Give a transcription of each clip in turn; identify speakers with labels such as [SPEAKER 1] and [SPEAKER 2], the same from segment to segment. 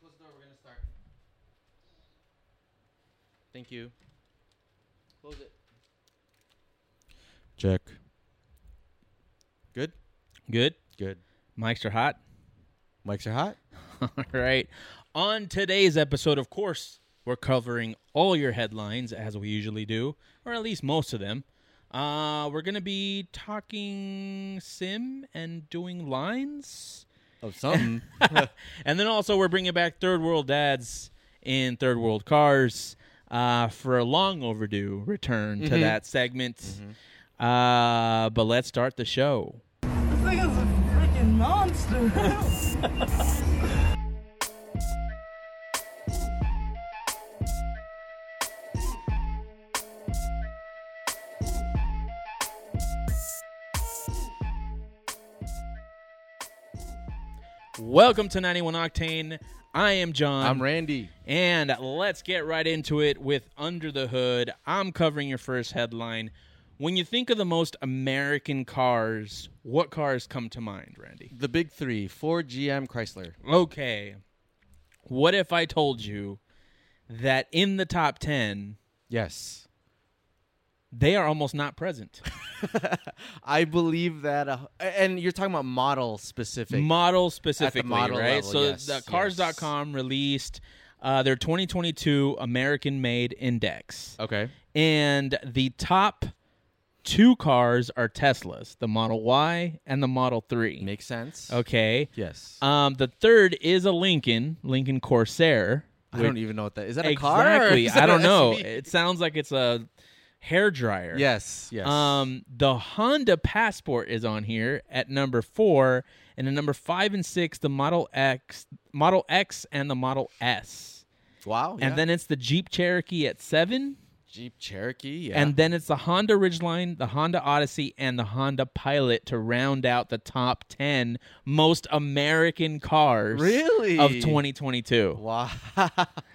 [SPEAKER 1] where we're gonna start.
[SPEAKER 2] Thank you. Close it.
[SPEAKER 3] Check.
[SPEAKER 2] Good.
[SPEAKER 3] Good.
[SPEAKER 2] Mics are hot.
[SPEAKER 3] Mics are hot.
[SPEAKER 2] All right. On today's episode, of course, we're covering all your headlines as we usually do, or at least most of them. Uh, we're gonna be talking sim and doing lines.
[SPEAKER 3] Of Oh, something.
[SPEAKER 2] And then also we're bringing back third world dads in third world cars uh, for a long overdue return to that segment. Uh, but let's start the show.
[SPEAKER 4] This thing is a freaking monster.
[SPEAKER 2] Welcome to 91 Octane. I am John.
[SPEAKER 3] I'm Randy.
[SPEAKER 2] And let's get right into it with Under the Hood. I'm covering your first headline. When you think of the most American cars, what cars come to mind, Randy?
[SPEAKER 3] The big three: Ford, GM, Chrysler.
[SPEAKER 2] Okay. What if I told you that in the top 10,
[SPEAKER 3] Yes,
[SPEAKER 2] they are almost not present?
[SPEAKER 3] I believe that. Uh, and you're talking about model specific.
[SPEAKER 2] model specifically,
[SPEAKER 3] model
[SPEAKER 2] right?
[SPEAKER 3] level,
[SPEAKER 2] so
[SPEAKER 3] yes,
[SPEAKER 2] the cars.com released uh, their 2022 American Made Index.
[SPEAKER 3] okay.
[SPEAKER 2] And the top two cars are Teslas, the Model Y and the Model 3.
[SPEAKER 3] Makes sense.
[SPEAKER 2] okay.
[SPEAKER 3] Yes.
[SPEAKER 2] Um, the third is a Lincoln, Lincoln Corsair.
[SPEAKER 3] I don't even know what that is. That a car? or
[SPEAKER 2] Exactly.
[SPEAKER 3] is that
[SPEAKER 2] I don't
[SPEAKER 3] an
[SPEAKER 2] know.
[SPEAKER 3] SUV?
[SPEAKER 2] It sounds like it's a hair dryer.
[SPEAKER 3] Yes. Yes.
[SPEAKER 2] Um, the Honda Passport is on here at number four, and at number five and six, the Model X, Model X, and the Model S.
[SPEAKER 3] wow. yeah.
[SPEAKER 2] And then it's the Jeep Cherokee at seven,
[SPEAKER 3] Jeep Cherokee. Yeah.
[SPEAKER 2] and then it's the Honda Ridgeline, the Honda Odyssey, and the Honda Pilot to round out the top ten most American cars
[SPEAKER 3] Really?
[SPEAKER 2] of 2022.
[SPEAKER 3] wow.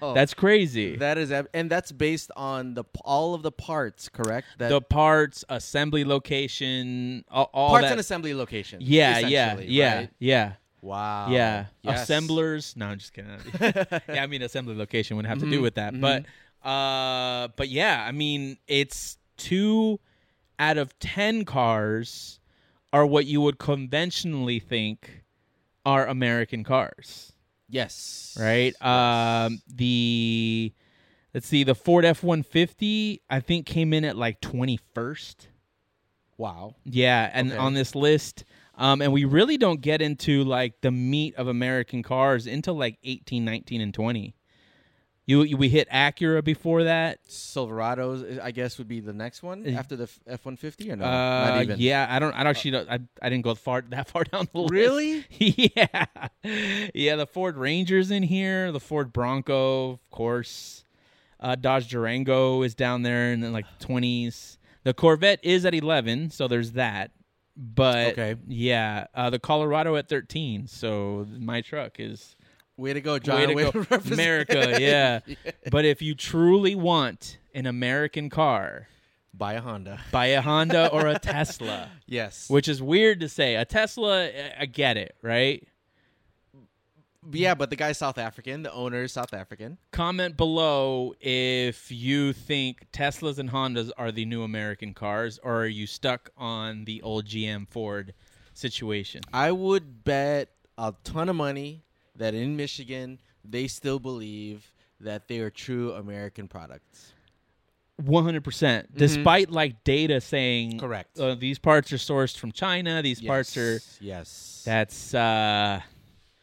[SPEAKER 2] That's crazy.
[SPEAKER 3] that is ab- and that's based on the p- all of the parts, correct? That
[SPEAKER 2] the parts, assembly location, all, all
[SPEAKER 3] parts
[SPEAKER 2] that.
[SPEAKER 3] and assembly location.
[SPEAKER 2] yeah, yeah,
[SPEAKER 3] essentially,
[SPEAKER 2] yeah,
[SPEAKER 3] right?
[SPEAKER 2] yeah.
[SPEAKER 3] Wow.
[SPEAKER 2] Yeah,
[SPEAKER 3] Yes.
[SPEAKER 2] assemblers. No, I'm just kidding. yeah, I mean assembly location would have to
[SPEAKER 3] Mm-hmm,
[SPEAKER 2] do with that, but uh, but yeah, I mean it's two out of ten cars are what you would conventionally think are American cars,
[SPEAKER 3] Yes.
[SPEAKER 2] right? Um, the let's see, the Ford F150 I think came in at like 21st.
[SPEAKER 3] Wow.
[SPEAKER 2] Yeah, and
[SPEAKER 3] Okay.
[SPEAKER 2] on this list, um, and we really don't get into like the meat of American cars until like 18, 19, and 20. You, you we hit Acura before that.
[SPEAKER 3] Silverados, I guess, would be the next one
[SPEAKER 2] Uh,
[SPEAKER 3] after the F one fifty or no?
[SPEAKER 2] uh,
[SPEAKER 3] Not even.
[SPEAKER 2] yeah, I don't. I don't actually. Don't, I I didn't go far that far down the list.
[SPEAKER 3] Really?
[SPEAKER 2] yeah, yeah. The Ford Rangers in here. The Ford Bronco, of course. Uh, Dodge Durango is down there in the, like twenties. The Corvette is at eleven, so there's that. But
[SPEAKER 3] Okay.
[SPEAKER 2] yeah, uh, the Colorado at thirteen. So my truck is
[SPEAKER 3] Way to go, John.
[SPEAKER 2] way to go,
[SPEAKER 3] represent.
[SPEAKER 2] America. Yeah. But if you truly want an American car,
[SPEAKER 3] Buy a Honda.
[SPEAKER 2] buy a Honda or a Tesla.
[SPEAKER 3] Yes.
[SPEAKER 2] Which is weird to say. A Tesla, I- I get it, right?
[SPEAKER 3] yeah, but the guy's South African. The owner is South African.
[SPEAKER 2] Comment below if you think Teslas and Hondas are the new American cars, or are you stuck on the old GM Ford situation?
[SPEAKER 3] I would bet a ton of money that in Michigan they still believe that they are true American products.
[SPEAKER 2] 100%. percent Despite like data saying
[SPEAKER 3] Correct.
[SPEAKER 2] uh, these parts are sourced from China, these parts are.
[SPEAKER 3] yes.
[SPEAKER 2] That's. uh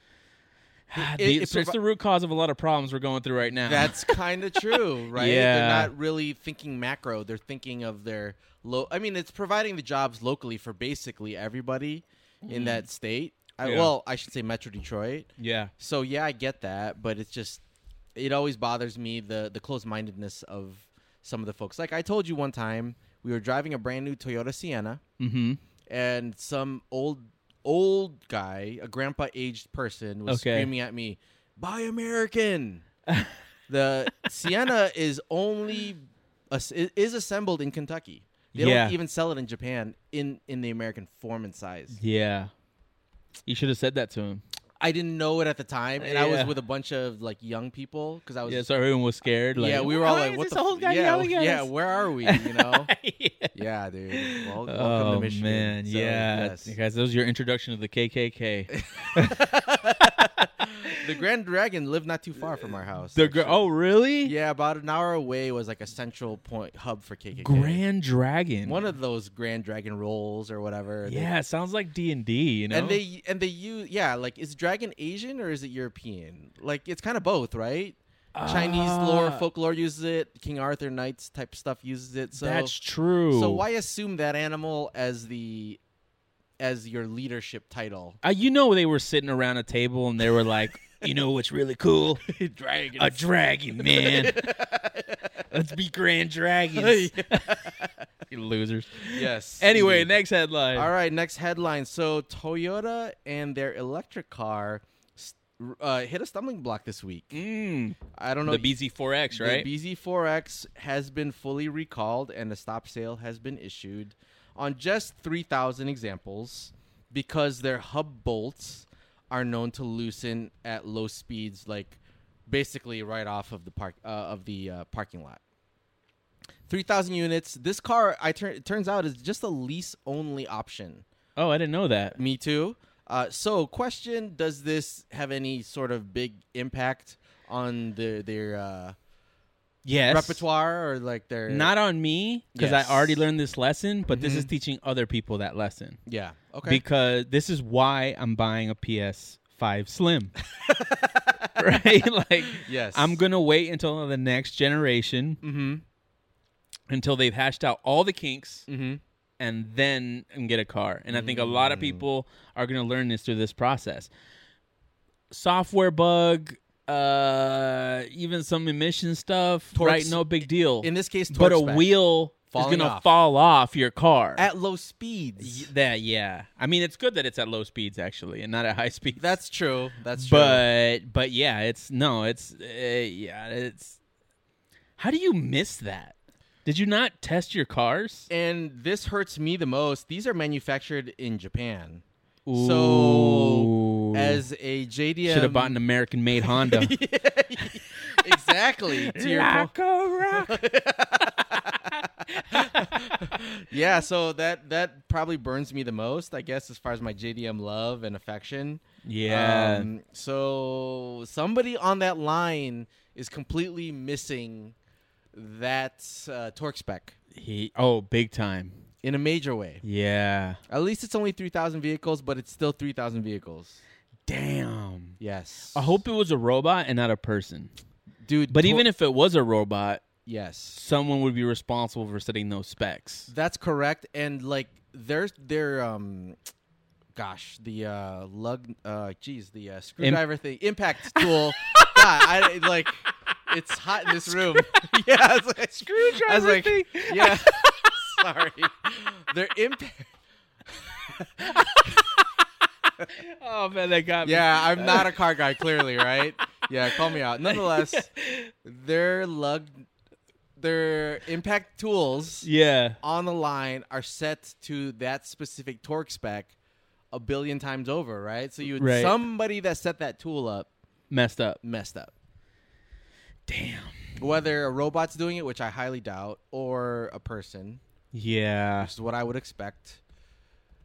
[SPEAKER 3] It-
[SPEAKER 2] the-
[SPEAKER 3] it
[SPEAKER 2] so it's
[SPEAKER 3] provi-
[SPEAKER 2] the root cause of a lot of problems we're going through right now.
[SPEAKER 3] That's kind of true, right?
[SPEAKER 2] Yeah.
[SPEAKER 3] They're not really thinking macro. They're thinking of their low. I mean, it's providing the jobs locally for basically everybody in that state. I,
[SPEAKER 2] Mm-hmm. Yeah.
[SPEAKER 3] Well, I should say Metro Detroit.
[SPEAKER 2] yeah.
[SPEAKER 3] So yeah, I get that, but it's just it always bothers me the the closed mindedness of some of the folks. Like I told you one time, we were driving a brand new Toyota Sienna,
[SPEAKER 2] Mm-hmm.
[SPEAKER 3] and some old old guy, a grandpa aged person, was
[SPEAKER 2] Okay.
[SPEAKER 3] screaming at me, "Buy American." the Sienna is only as- i- is assembled in Kentucky. They
[SPEAKER 2] Yeah.
[SPEAKER 3] don't even sell it in Japan in in the American form and size.
[SPEAKER 2] Yeah. You should have said that to him.
[SPEAKER 3] I didn't know it at the time, and I was
[SPEAKER 2] Yeah.
[SPEAKER 3] with a bunch of like young people because I was.
[SPEAKER 2] Yeah, so everyone was scared. Like,
[SPEAKER 3] yeah, we were all
[SPEAKER 2] "Why
[SPEAKER 3] like,
[SPEAKER 2] is
[SPEAKER 3] "What
[SPEAKER 2] this
[SPEAKER 3] the f-
[SPEAKER 2] old guy
[SPEAKER 3] yeah,
[SPEAKER 2] yelling at
[SPEAKER 3] yeah,
[SPEAKER 2] us?"
[SPEAKER 3] where are we?" You know.
[SPEAKER 2] Yeah.
[SPEAKER 3] yeah, dude. Well, welcome to
[SPEAKER 2] Oh
[SPEAKER 3] Michigan.
[SPEAKER 2] man,
[SPEAKER 3] So,
[SPEAKER 2] yeah,
[SPEAKER 3] yes.
[SPEAKER 2] guys, that was your introduction to the KKK.
[SPEAKER 3] the Grand Dragon lived not too far from our house.
[SPEAKER 2] the gr-
[SPEAKER 3] actually.
[SPEAKER 2] oh really?
[SPEAKER 3] yeah, about an hour away was like a central point hub for KKK.
[SPEAKER 2] Grand Dragon.
[SPEAKER 3] one of those Grand Dragon rolls or whatever. They-
[SPEAKER 2] yeah, it sounds like D and D. You know,
[SPEAKER 3] And they and they use yeah like is dragon Asian or is it European? Like it's kind of both, right? Chinese lore,
[SPEAKER 2] Ah.
[SPEAKER 3] folklore uses it. King Arthur knights type stuff uses it. So
[SPEAKER 2] that's true.
[SPEAKER 3] so why assume that animal as the as your leadership title?
[SPEAKER 2] Uh, you know, they were sitting around a table and they were like, "You know what's really cool?
[SPEAKER 3] dragon.
[SPEAKER 2] A dragon, man. Let's be Grand Dragons." you losers.
[SPEAKER 3] yes.
[SPEAKER 2] Anyway,
[SPEAKER 3] indeed.
[SPEAKER 2] next headline.
[SPEAKER 3] All right, next headline. So Toyota and their electric car s- uh, hit a stumbling block this week.
[SPEAKER 2] Mm,
[SPEAKER 3] I don't know.
[SPEAKER 2] the BZ4X, right?
[SPEAKER 3] The BZ4X has been fully recalled and a stop sale has been issued on just 3,000 examples because their hub bolts are known to loosen at low speeds, like basically right off of the park uh, of the uh, parking lot. 3,000 units. This car, I tur- it turns out, is just a lease only option.
[SPEAKER 2] oh, I didn't know that.
[SPEAKER 3] Me too. Uh, so, question: Does this have any sort of big impact on the, their uh,
[SPEAKER 2] Yes.
[SPEAKER 3] repertoire or like their
[SPEAKER 2] Not on me because
[SPEAKER 3] Yes.
[SPEAKER 2] I already learned this lesson, but this is teaching other people that lesson.
[SPEAKER 3] yeah okay
[SPEAKER 2] because this is why I'm buying a PS5 Slim. right? Like
[SPEAKER 3] yes
[SPEAKER 2] I'm going to wait until the next generation
[SPEAKER 3] mm-hmm
[SPEAKER 2] until they've hashed out all the kinks
[SPEAKER 3] mm-hmm Mm.
[SPEAKER 2] and then get a car. And I think a lot of people are going to learn this through this process. Software bug uh even some emission stuff
[SPEAKER 3] Torques-
[SPEAKER 2] right no big deal
[SPEAKER 3] in this case
[SPEAKER 2] but a
[SPEAKER 3] torque spec.
[SPEAKER 2] wheel is
[SPEAKER 3] Falling
[SPEAKER 2] gonna
[SPEAKER 3] off.
[SPEAKER 2] fall off your car
[SPEAKER 3] at low speeds
[SPEAKER 2] Y- that yeah i mean it's good that it's at low speeds actually and not at high speeds
[SPEAKER 3] that's true that's true
[SPEAKER 2] but but yeah it's no it's uh, yeah it's how do you miss that did you not test your cars
[SPEAKER 3] and this hurts me the most these are manufactured in Japan
[SPEAKER 2] Ooh.
[SPEAKER 3] so as a JDM
[SPEAKER 2] should have bought an american made honda
[SPEAKER 3] exactly to your po-
[SPEAKER 2] rock
[SPEAKER 3] yeah so that that probably burns me the most I guess as far as my JDM love and affection
[SPEAKER 2] yeah
[SPEAKER 3] Um, so somebody on that line is completely missing that uh, torque spec
[SPEAKER 2] he oh big time
[SPEAKER 3] in a major way.
[SPEAKER 2] yeah
[SPEAKER 3] At least it's only 3,000 vehicles, but it's still 3,000 vehicles.
[SPEAKER 2] damn
[SPEAKER 3] Yes.
[SPEAKER 2] i hope it was a robot and not a person
[SPEAKER 3] dude.
[SPEAKER 2] but even if it was a robot
[SPEAKER 3] yes,
[SPEAKER 2] someone would be responsible for setting those specs.
[SPEAKER 3] that's correct. And like there's their um, gosh, the uh lug, uh, geez, the uh, screwdriver thing, impact tool. God, I like. It's hot in this room. yeah, I was like, I was like, Yeah. Sorry. They're impact.
[SPEAKER 2] Oh man, that got
[SPEAKER 3] Yeah, I'm not a car guy, clearly, right? Yeah, call me out. Nonetheless, their lug, their impact tools
[SPEAKER 2] Yeah.
[SPEAKER 3] on the line are set to that specific torque spec a billion times over, right? So you would
[SPEAKER 2] Right.
[SPEAKER 3] somebody that set that tool up
[SPEAKER 2] Messed up.
[SPEAKER 3] messed up.
[SPEAKER 2] Damn.
[SPEAKER 3] Whether a robot's doing it, which I highly doubt, or a person,
[SPEAKER 2] Yeah.
[SPEAKER 3] which is what I would expect.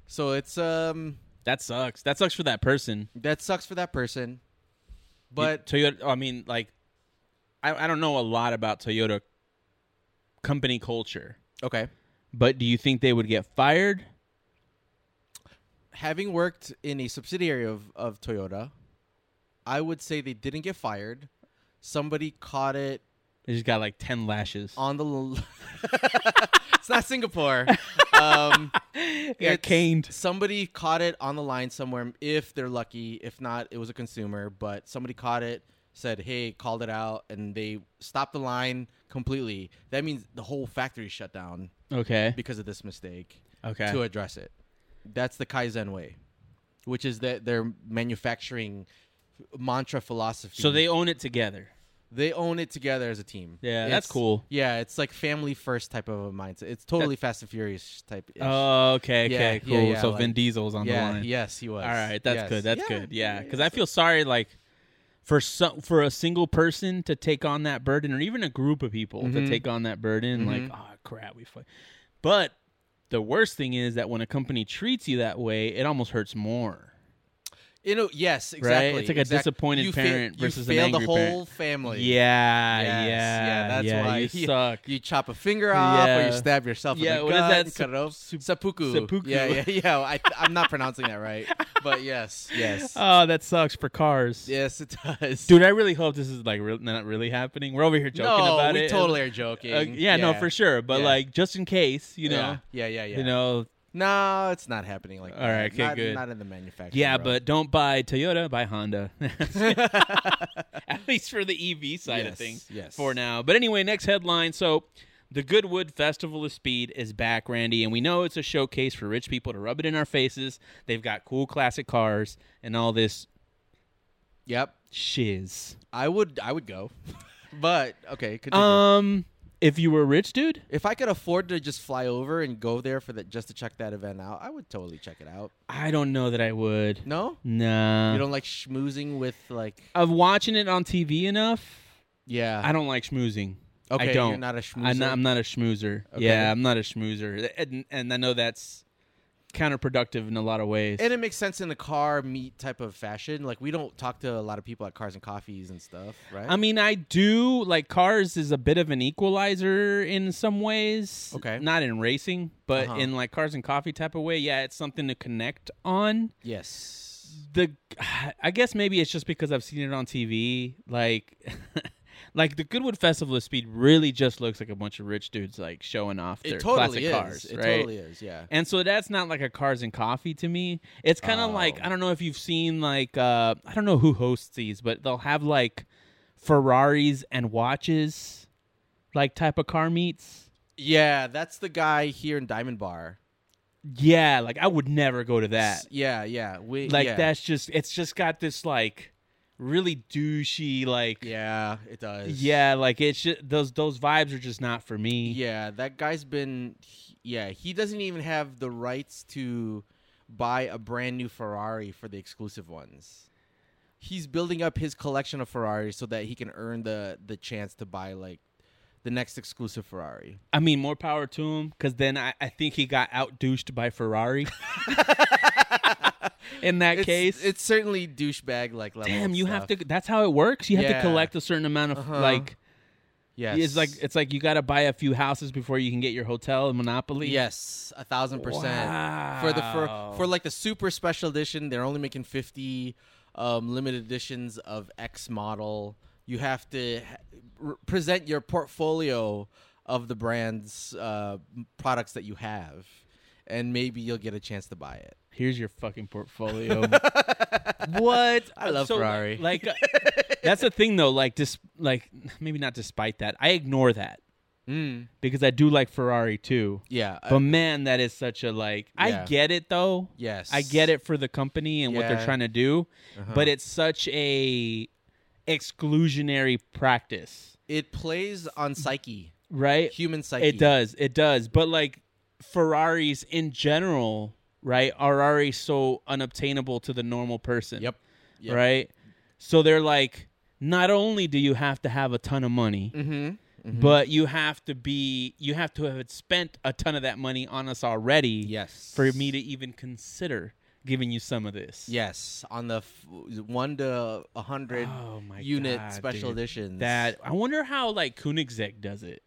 [SPEAKER 3] So it's um
[SPEAKER 2] That sucks. That sucks for that person.
[SPEAKER 3] that sucks for that person. But
[SPEAKER 2] Toyota I mean, like I, I don't know a lot about Toyota company culture.
[SPEAKER 3] Okay.
[SPEAKER 2] But do you think they would get fired?
[SPEAKER 3] Having worked in a subsidiary of, of Toyota, I would say they didn't get fired. Somebody caught it
[SPEAKER 2] They just got like ten lashes.
[SPEAKER 3] on the. L- it's not Singapore. Um,
[SPEAKER 2] got
[SPEAKER 3] it's-
[SPEAKER 2] caned.
[SPEAKER 3] Somebody caught it on the line somewhere. If they're lucky, if not, it was a consumer. But somebody caught it, said, "Hey," called it out, and they stopped the line completely. That means the whole factory shut down
[SPEAKER 2] Okay.
[SPEAKER 3] because of this mistake.
[SPEAKER 2] Okay.
[SPEAKER 3] to address it. That's the Kaizen way, which is that their manufacturing mantra philosophy.
[SPEAKER 2] So they own it together.
[SPEAKER 3] They own it together as a team.
[SPEAKER 2] Yeah, that's
[SPEAKER 3] It's-
[SPEAKER 2] cool.
[SPEAKER 3] Yeah, it's like family first type of a mindset. It's totally Fast and Furious type.
[SPEAKER 2] Oh, okay,
[SPEAKER 3] Yeah,
[SPEAKER 2] okay,
[SPEAKER 3] yeah,
[SPEAKER 2] cool.
[SPEAKER 3] yeah,
[SPEAKER 2] so
[SPEAKER 3] like-
[SPEAKER 2] Vin Diesel's on
[SPEAKER 3] yeah.
[SPEAKER 2] the line.
[SPEAKER 3] Yes, he was.
[SPEAKER 2] All right, that's
[SPEAKER 3] Yes.
[SPEAKER 2] good. That's
[SPEAKER 3] Yeah,
[SPEAKER 2] good. Yeah, because
[SPEAKER 3] yeah.
[SPEAKER 2] I feel sorry like for some for a single person to take on that burden, or even a group of people to
[SPEAKER 3] Mhm.
[SPEAKER 2] take on that burden.
[SPEAKER 3] Mm-hmm.
[SPEAKER 2] Like, oh crap, we. Fight. But the worst thing is that when a company treats you that way, it almost hurts more.
[SPEAKER 3] You know, yes, exactly.
[SPEAKER 2] It's like a
[SPEAKER 3] exact-
[SPEAKER 2] disappointed
[SPEAKER 3] you fa-
[SPEAKER 2] parent
[SPEAKER 3] you
[SPEAKER 2] versus an
[SPEAKER 3] fail
[SPEAKER 2] angry
[SPEAKER 3] the whole
[SPEAKER 2] parent.
[SPEAKER 3] family.
[SPEAKER 2] Yeah,
[SPEAKER 3] Yes,
[SPEAKER 2] yeah,
[SPEAKER 3] yeah, that's
[SPEAKER 2] yeah,
[SPEAKER 3] why
[SPEAKER 2] you
[SPEAKER 3] he-
[SPEAKER 2] suck.
[SPEAKER 3] You chop a finger off, or
[SPEAKER 2] Yeah.
[SPEAKER 3] you stab yourself.
[SPEAKER 2] Yeah,
[SPEAKER 3] in the
[SPEAKER 2] what is
[SPEAKER 3] gut
[SPEAKER 2] that?
[SPEAKER 3] and Cut it off.
[SPEAKER 2] Sup-
[SPEAKER 3] Seppuku.
[SPEAKER 2] seppuku.
[SPEAKER 3] Yeah, yeah, yeah. I, I'm not pronouncing that right, but yes, yes,
[SPEAKER 2] Oh, that sucks for cars.
[SPEAKER 3] yes, it does.
[SPEAKER 2] Dude, I really hope this is like real, not really happening. We're over here joking
[SPEAKER 3] no,
[SPEAKER 2] about
[SPEAKER 3] we
[SPEAKER 2] it.
[SPEAKER 3] totally are joking.
[SPEAKER 2] Uh, yeah, no, for sure. But
[SPEAKER 3] Yeah.
[SPEAKER 2] like, just in case, you know,
[SPEAKER 3] Yeah, yeah, yeah. yeah.
[SPEAKER 2] you know,
[SPEAKER 3] no, it's not happening like
[SPEAKER 2] All
[SPEAKER 3] that.
[SPEAKER 2] right, okay,
[SPEAKER 3] not,
[SPEAKER 2] good.
[SPEAKER 3] Not in the manufacturing.
[SPEAKER 2] yeah.
[SPEAKER 3] realm.
[SPEAKER 2] But don't buy Toyota, buy Honda. At least for the EV side of
[SPEAKER 3] Yes,
[SPEAKER 2] things.
[SPEAKER 3] yes.
[SPEAKER 2] For now. But anyway, next headline. So. The Goodwood Festival of Speed is back, Randy, and we know it's a showcase for rich people to rub it in our faces. They've got cool classic cars and all this
[SPEAKER 3] yep,
[SPEAKER 2] shiz.
[SPEAKER 3] I would, I would go. but okay, continue.
[SPEAKER 2] Um, if you were rich, dude,
[SPEAKER 3] if I could afford to just fly over and go there for that, just to check that event out, I would totally check it out.
[SPEAKER 2] I don't know that I would.
[SPEAKER 3] No,
[SPEAKER 2] Nah.
[SPEAKER 3] you don't like schmoozing with like.
[SPEAKER 2] of watching it on TV enough,
[SPEAKER 3] Yeah,
[SPEAKER 2] I don't like schmoozing.
[SPEAKER 3] Okay,
[SPEAKER 2] I don't.
[SPEAKER 3] You're not a schmoozer.
[SPEAKER 2] I'm not, I'm not a schmoozer.
[SPEAKER 3] Okay.
[SPEAKER 2] Yeah, I'm not a schmoozer, and, and I know that's counterproductive in a lot of ways.
[SPEAKER 3] and it makes sense in the car meet type of fashion. Like we don't talk to a lot of people at cars and coffees and stuff, right?
[SPEAKER 2] I mean, I do like cars is a bit of an equalizer in some ways.
[SPEAKER 3] Okay.
[SPEAKER 2] not in racing, but
[SPEAKER 3] Uh-huh.
[SPEAKER 2] in like cars and coffee type of way. Yeah, it's something to connect on.
[SPEAKER 3] yes.
[SPEAKER 2] the I guess maybe it's just because I've seen it on TV. Like like the Goodwood Festival of Speed really just looks like a bunch of rich dudes like showing off their
[SPEAKER 3] It totally
[SPEAKER 2] classic
[SPEAKER 3] is.
[SPEAKER 2] cars,
[SPEAKER 3] it
[SPEAKER 2] right?
[SPEAKER 3] totally is. Yeah.
[SPEAKER 2] And so that's not like a cars and coffee to me. It's kind of
[SPEAKER 3] Oh.
[SPEAKER 2] like I don't know if you've seen like uh I don't know who hosts these, but they'll have like Ferraris and watches like type of car meets.
[SPEAKER 3] Yeah, that's the guy here in Diamond Bar.
[SPEAKER 2] Yeah, like I would never go to that.
[SPEAKER 3] S- Yeah, yeah. We
[SPEAKER 2] Like
[SPEAKER 3] yeah.
[SPEAKER 2] that's just it's just got this like really douchey like
[SPEAKER 3] Yeah, it does.
[SPEAKER 2] Yeah, like it's just, those those vibes are just not for me.
[SPEAKER 3] Yeah, that guy's been. he- Yeah, he doesn't even have the rights to buy a brand new Ferrari for the exclusive ones. He's building up his collection of Ferraris so that he can earn the the chance to buy like the next exclusive Ferrari.
[SPEAKER 2] I mean, more power to him because then I, I think he got out douched by Ferrari. In that
[SPEAKER 3] It's,
[SPEAKER 2] case,
[SPEAKER 3] it's certainly douchebag like level.
[SPEAKER 2] damn,
[SPEAKER 3] of
[SPEAKER 2] you have
[SPEAKER 3] stuff.
[SPEAKER 2] to. That's how it works. You have
[SPEAKER 3] Yeah.
[SPEAKER 2] to collect a certain amount of
[SPEAKER 3] Uh-huh.
[SPEAKER 2] like.
[SPEAKER 3] Yes,
[SPEAKER 2] It's like it's like you got to buy a few houses before you can get your hotel in Monopoly.
[SPEAKER 3] yes, a thousand percent. for the for, for like the super special edition they're only making 50 um, limited editions of x model you have to ha- re- present your portfolio of the brand's uh, m- products that you have and maybe you'll get a chance to buy it
[SPEAKER 2] Here's your fucking portfolio. what?
[SPEAKER 3] I love Ferrari.
[SPEAKER 2] Like uh, that's the thing though. Like just like maybe not despite that, I ignore that
[SPEAKER 3] mm.
[SPEAKER 2] because I do like Ferrari too.
[SPEAKER 3] yeah uh, I-
[SPEAKER 2] But man, that is such a like. I
[SPEAKER 3] Yeah.
[SPEAKER 2] get it though.
[SPEAKER 3] yes
[SPEAKER 2] I get it for the company and what they're
[SPEAKER 3] Yeah.
[SPEAKER 2] trying to do,
[SPEAKER 3] Uh-huh.
[SPEAKER 2] but it's such a exclusionary practice,
[SPEAKER 3] it plays on psyche
[SPEAKER 2] right?
[SPEAKER 3] human psyche
[SPEAKER 2] It does. It does. But like Ferraris in general, right, are already so unobtainable to the normal person.
[SPEAKER 3] yep, yep.
[SPEAKER 2] Right. So they're like, not only do you have to have a ton of money,
[SPEAKER 3] mm-hmm
[SPEAKER 2] but you have to be, you have to have spent a ton of that money on us already.
[SPEAKER 3] yes
[SPEAKER 2] for me to even consider giving you some of this.
[SPEAKER 3] yes on the f- 1 to 100
[SPEAKER 2] Oh my
[SPEAKER 3] unit
[SPEAKER 2] God,
[SPEAKER 3] special
[SPEAKER 2] dude.
[SPEAKER 3] editions
[SPEAKER 2] That I wonder how like Koenigsegg does it.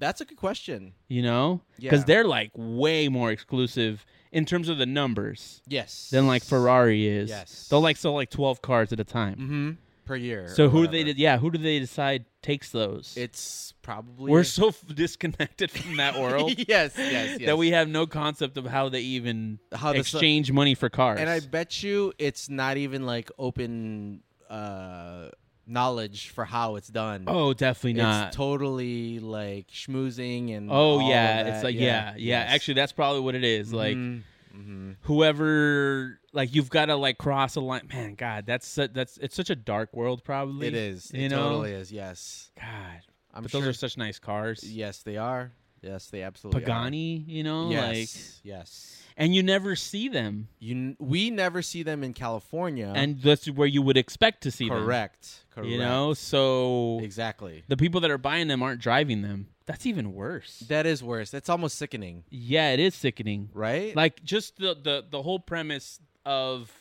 [SPEAKER 3] That's a good question.
[SPEAKER 2] You know, because
[SPEAKER 3] Yeah.
[SPEAKER 2] they're like way more exclusive in terms of the numbers
[SPEAKER 3] Yes.
[SPEAKER 2] than like Ferrari is.
[SPEAKER 3] Yes.
[SPEAKER 2] they'll like sell like twelve cars at a time.
[SPEAKER 3] Mm-hmm. Per year.
[SPEAKER 2] So
[SPEAKER 3] or
[SPEAKER 2] who do
[SPEAKER 3] whatever.
[SPEAKER 2] they did? Yeah, who do they decide takes those?
[SPEAKER 3] It's probably
[SPEAKER 2] We're so f- disconnected from that world.
[SPEAKER 3] yes, yes, yes.
[SPEAKER 2] That we have no concept of how they even
[SPEAKER 3] How the su-
[SPEAKER 2] exchange money for cars.
[SPEAKER 3] and I bet you it's not even like open uh, knowledge for how it's done.
[SPEAKER 2] oh, definitely
[SPEAKER 3] it's
[SPEAKER 2] not.
[SPEAKER 3] totally like schmoozing and.
[SPEAKER 2] Oh
[SPEAKER 3] all of
[SPEAKER 2] yeah,
[SPEAKER 3] that.
[SPEAKER 2] it's like yeah, yeah.
[SPEAKER 3] yes.
[SPEAKER 2] Actually, that's probably what it is. Like
[SPEAKER 3] Mhm.
[SPEAKER 2] whoever like you've got to like cross a line. Man, God, that's su- that's it's such a dark world. Probably
[SPEAKER 3] It is.
[SPEAKER 2] You
[SPEAKER 3] it
[SPEAKER 2] know,
[SPEAKER 3] totally is. Yes.
[SPEAKER 2] God.
[SPEAKER 3] I'm
[SPEAKER 2] but
[SPEAKER 3] sure.
[SPEAKER 2] those are such nice cars.
[SPEAKER 3] yes, they are. Yes, they absolutely
[SPEAKER 2] Pagani, you know,
[SPEAKER 3] Are. Yes.
[SPEAKER 2] like,
[SPEAKER 3] yes.
[SPEAKER 2] and you never see them,
[SPEAKER 3] You. n- We never see them in California.
[SPEAKER 2] and that's where you would expect to see
[SPEAKER 3] correct.
[SPEAKER 2] them.
[SPEAKER 3] Correct.
[SPEAKER 2] You know, so
[SPEAKER 3] Exactly.
[SPEAKER 2] the people that are buying them aren't driving them. That's even worse.
[SPEAKER 3] That is worse. That's almost sickening,
[SPEAKER 2] yeah, it is sickening.
[SPEAKER 3] right?
[SPEAKER 2] Like just the the the whole premise of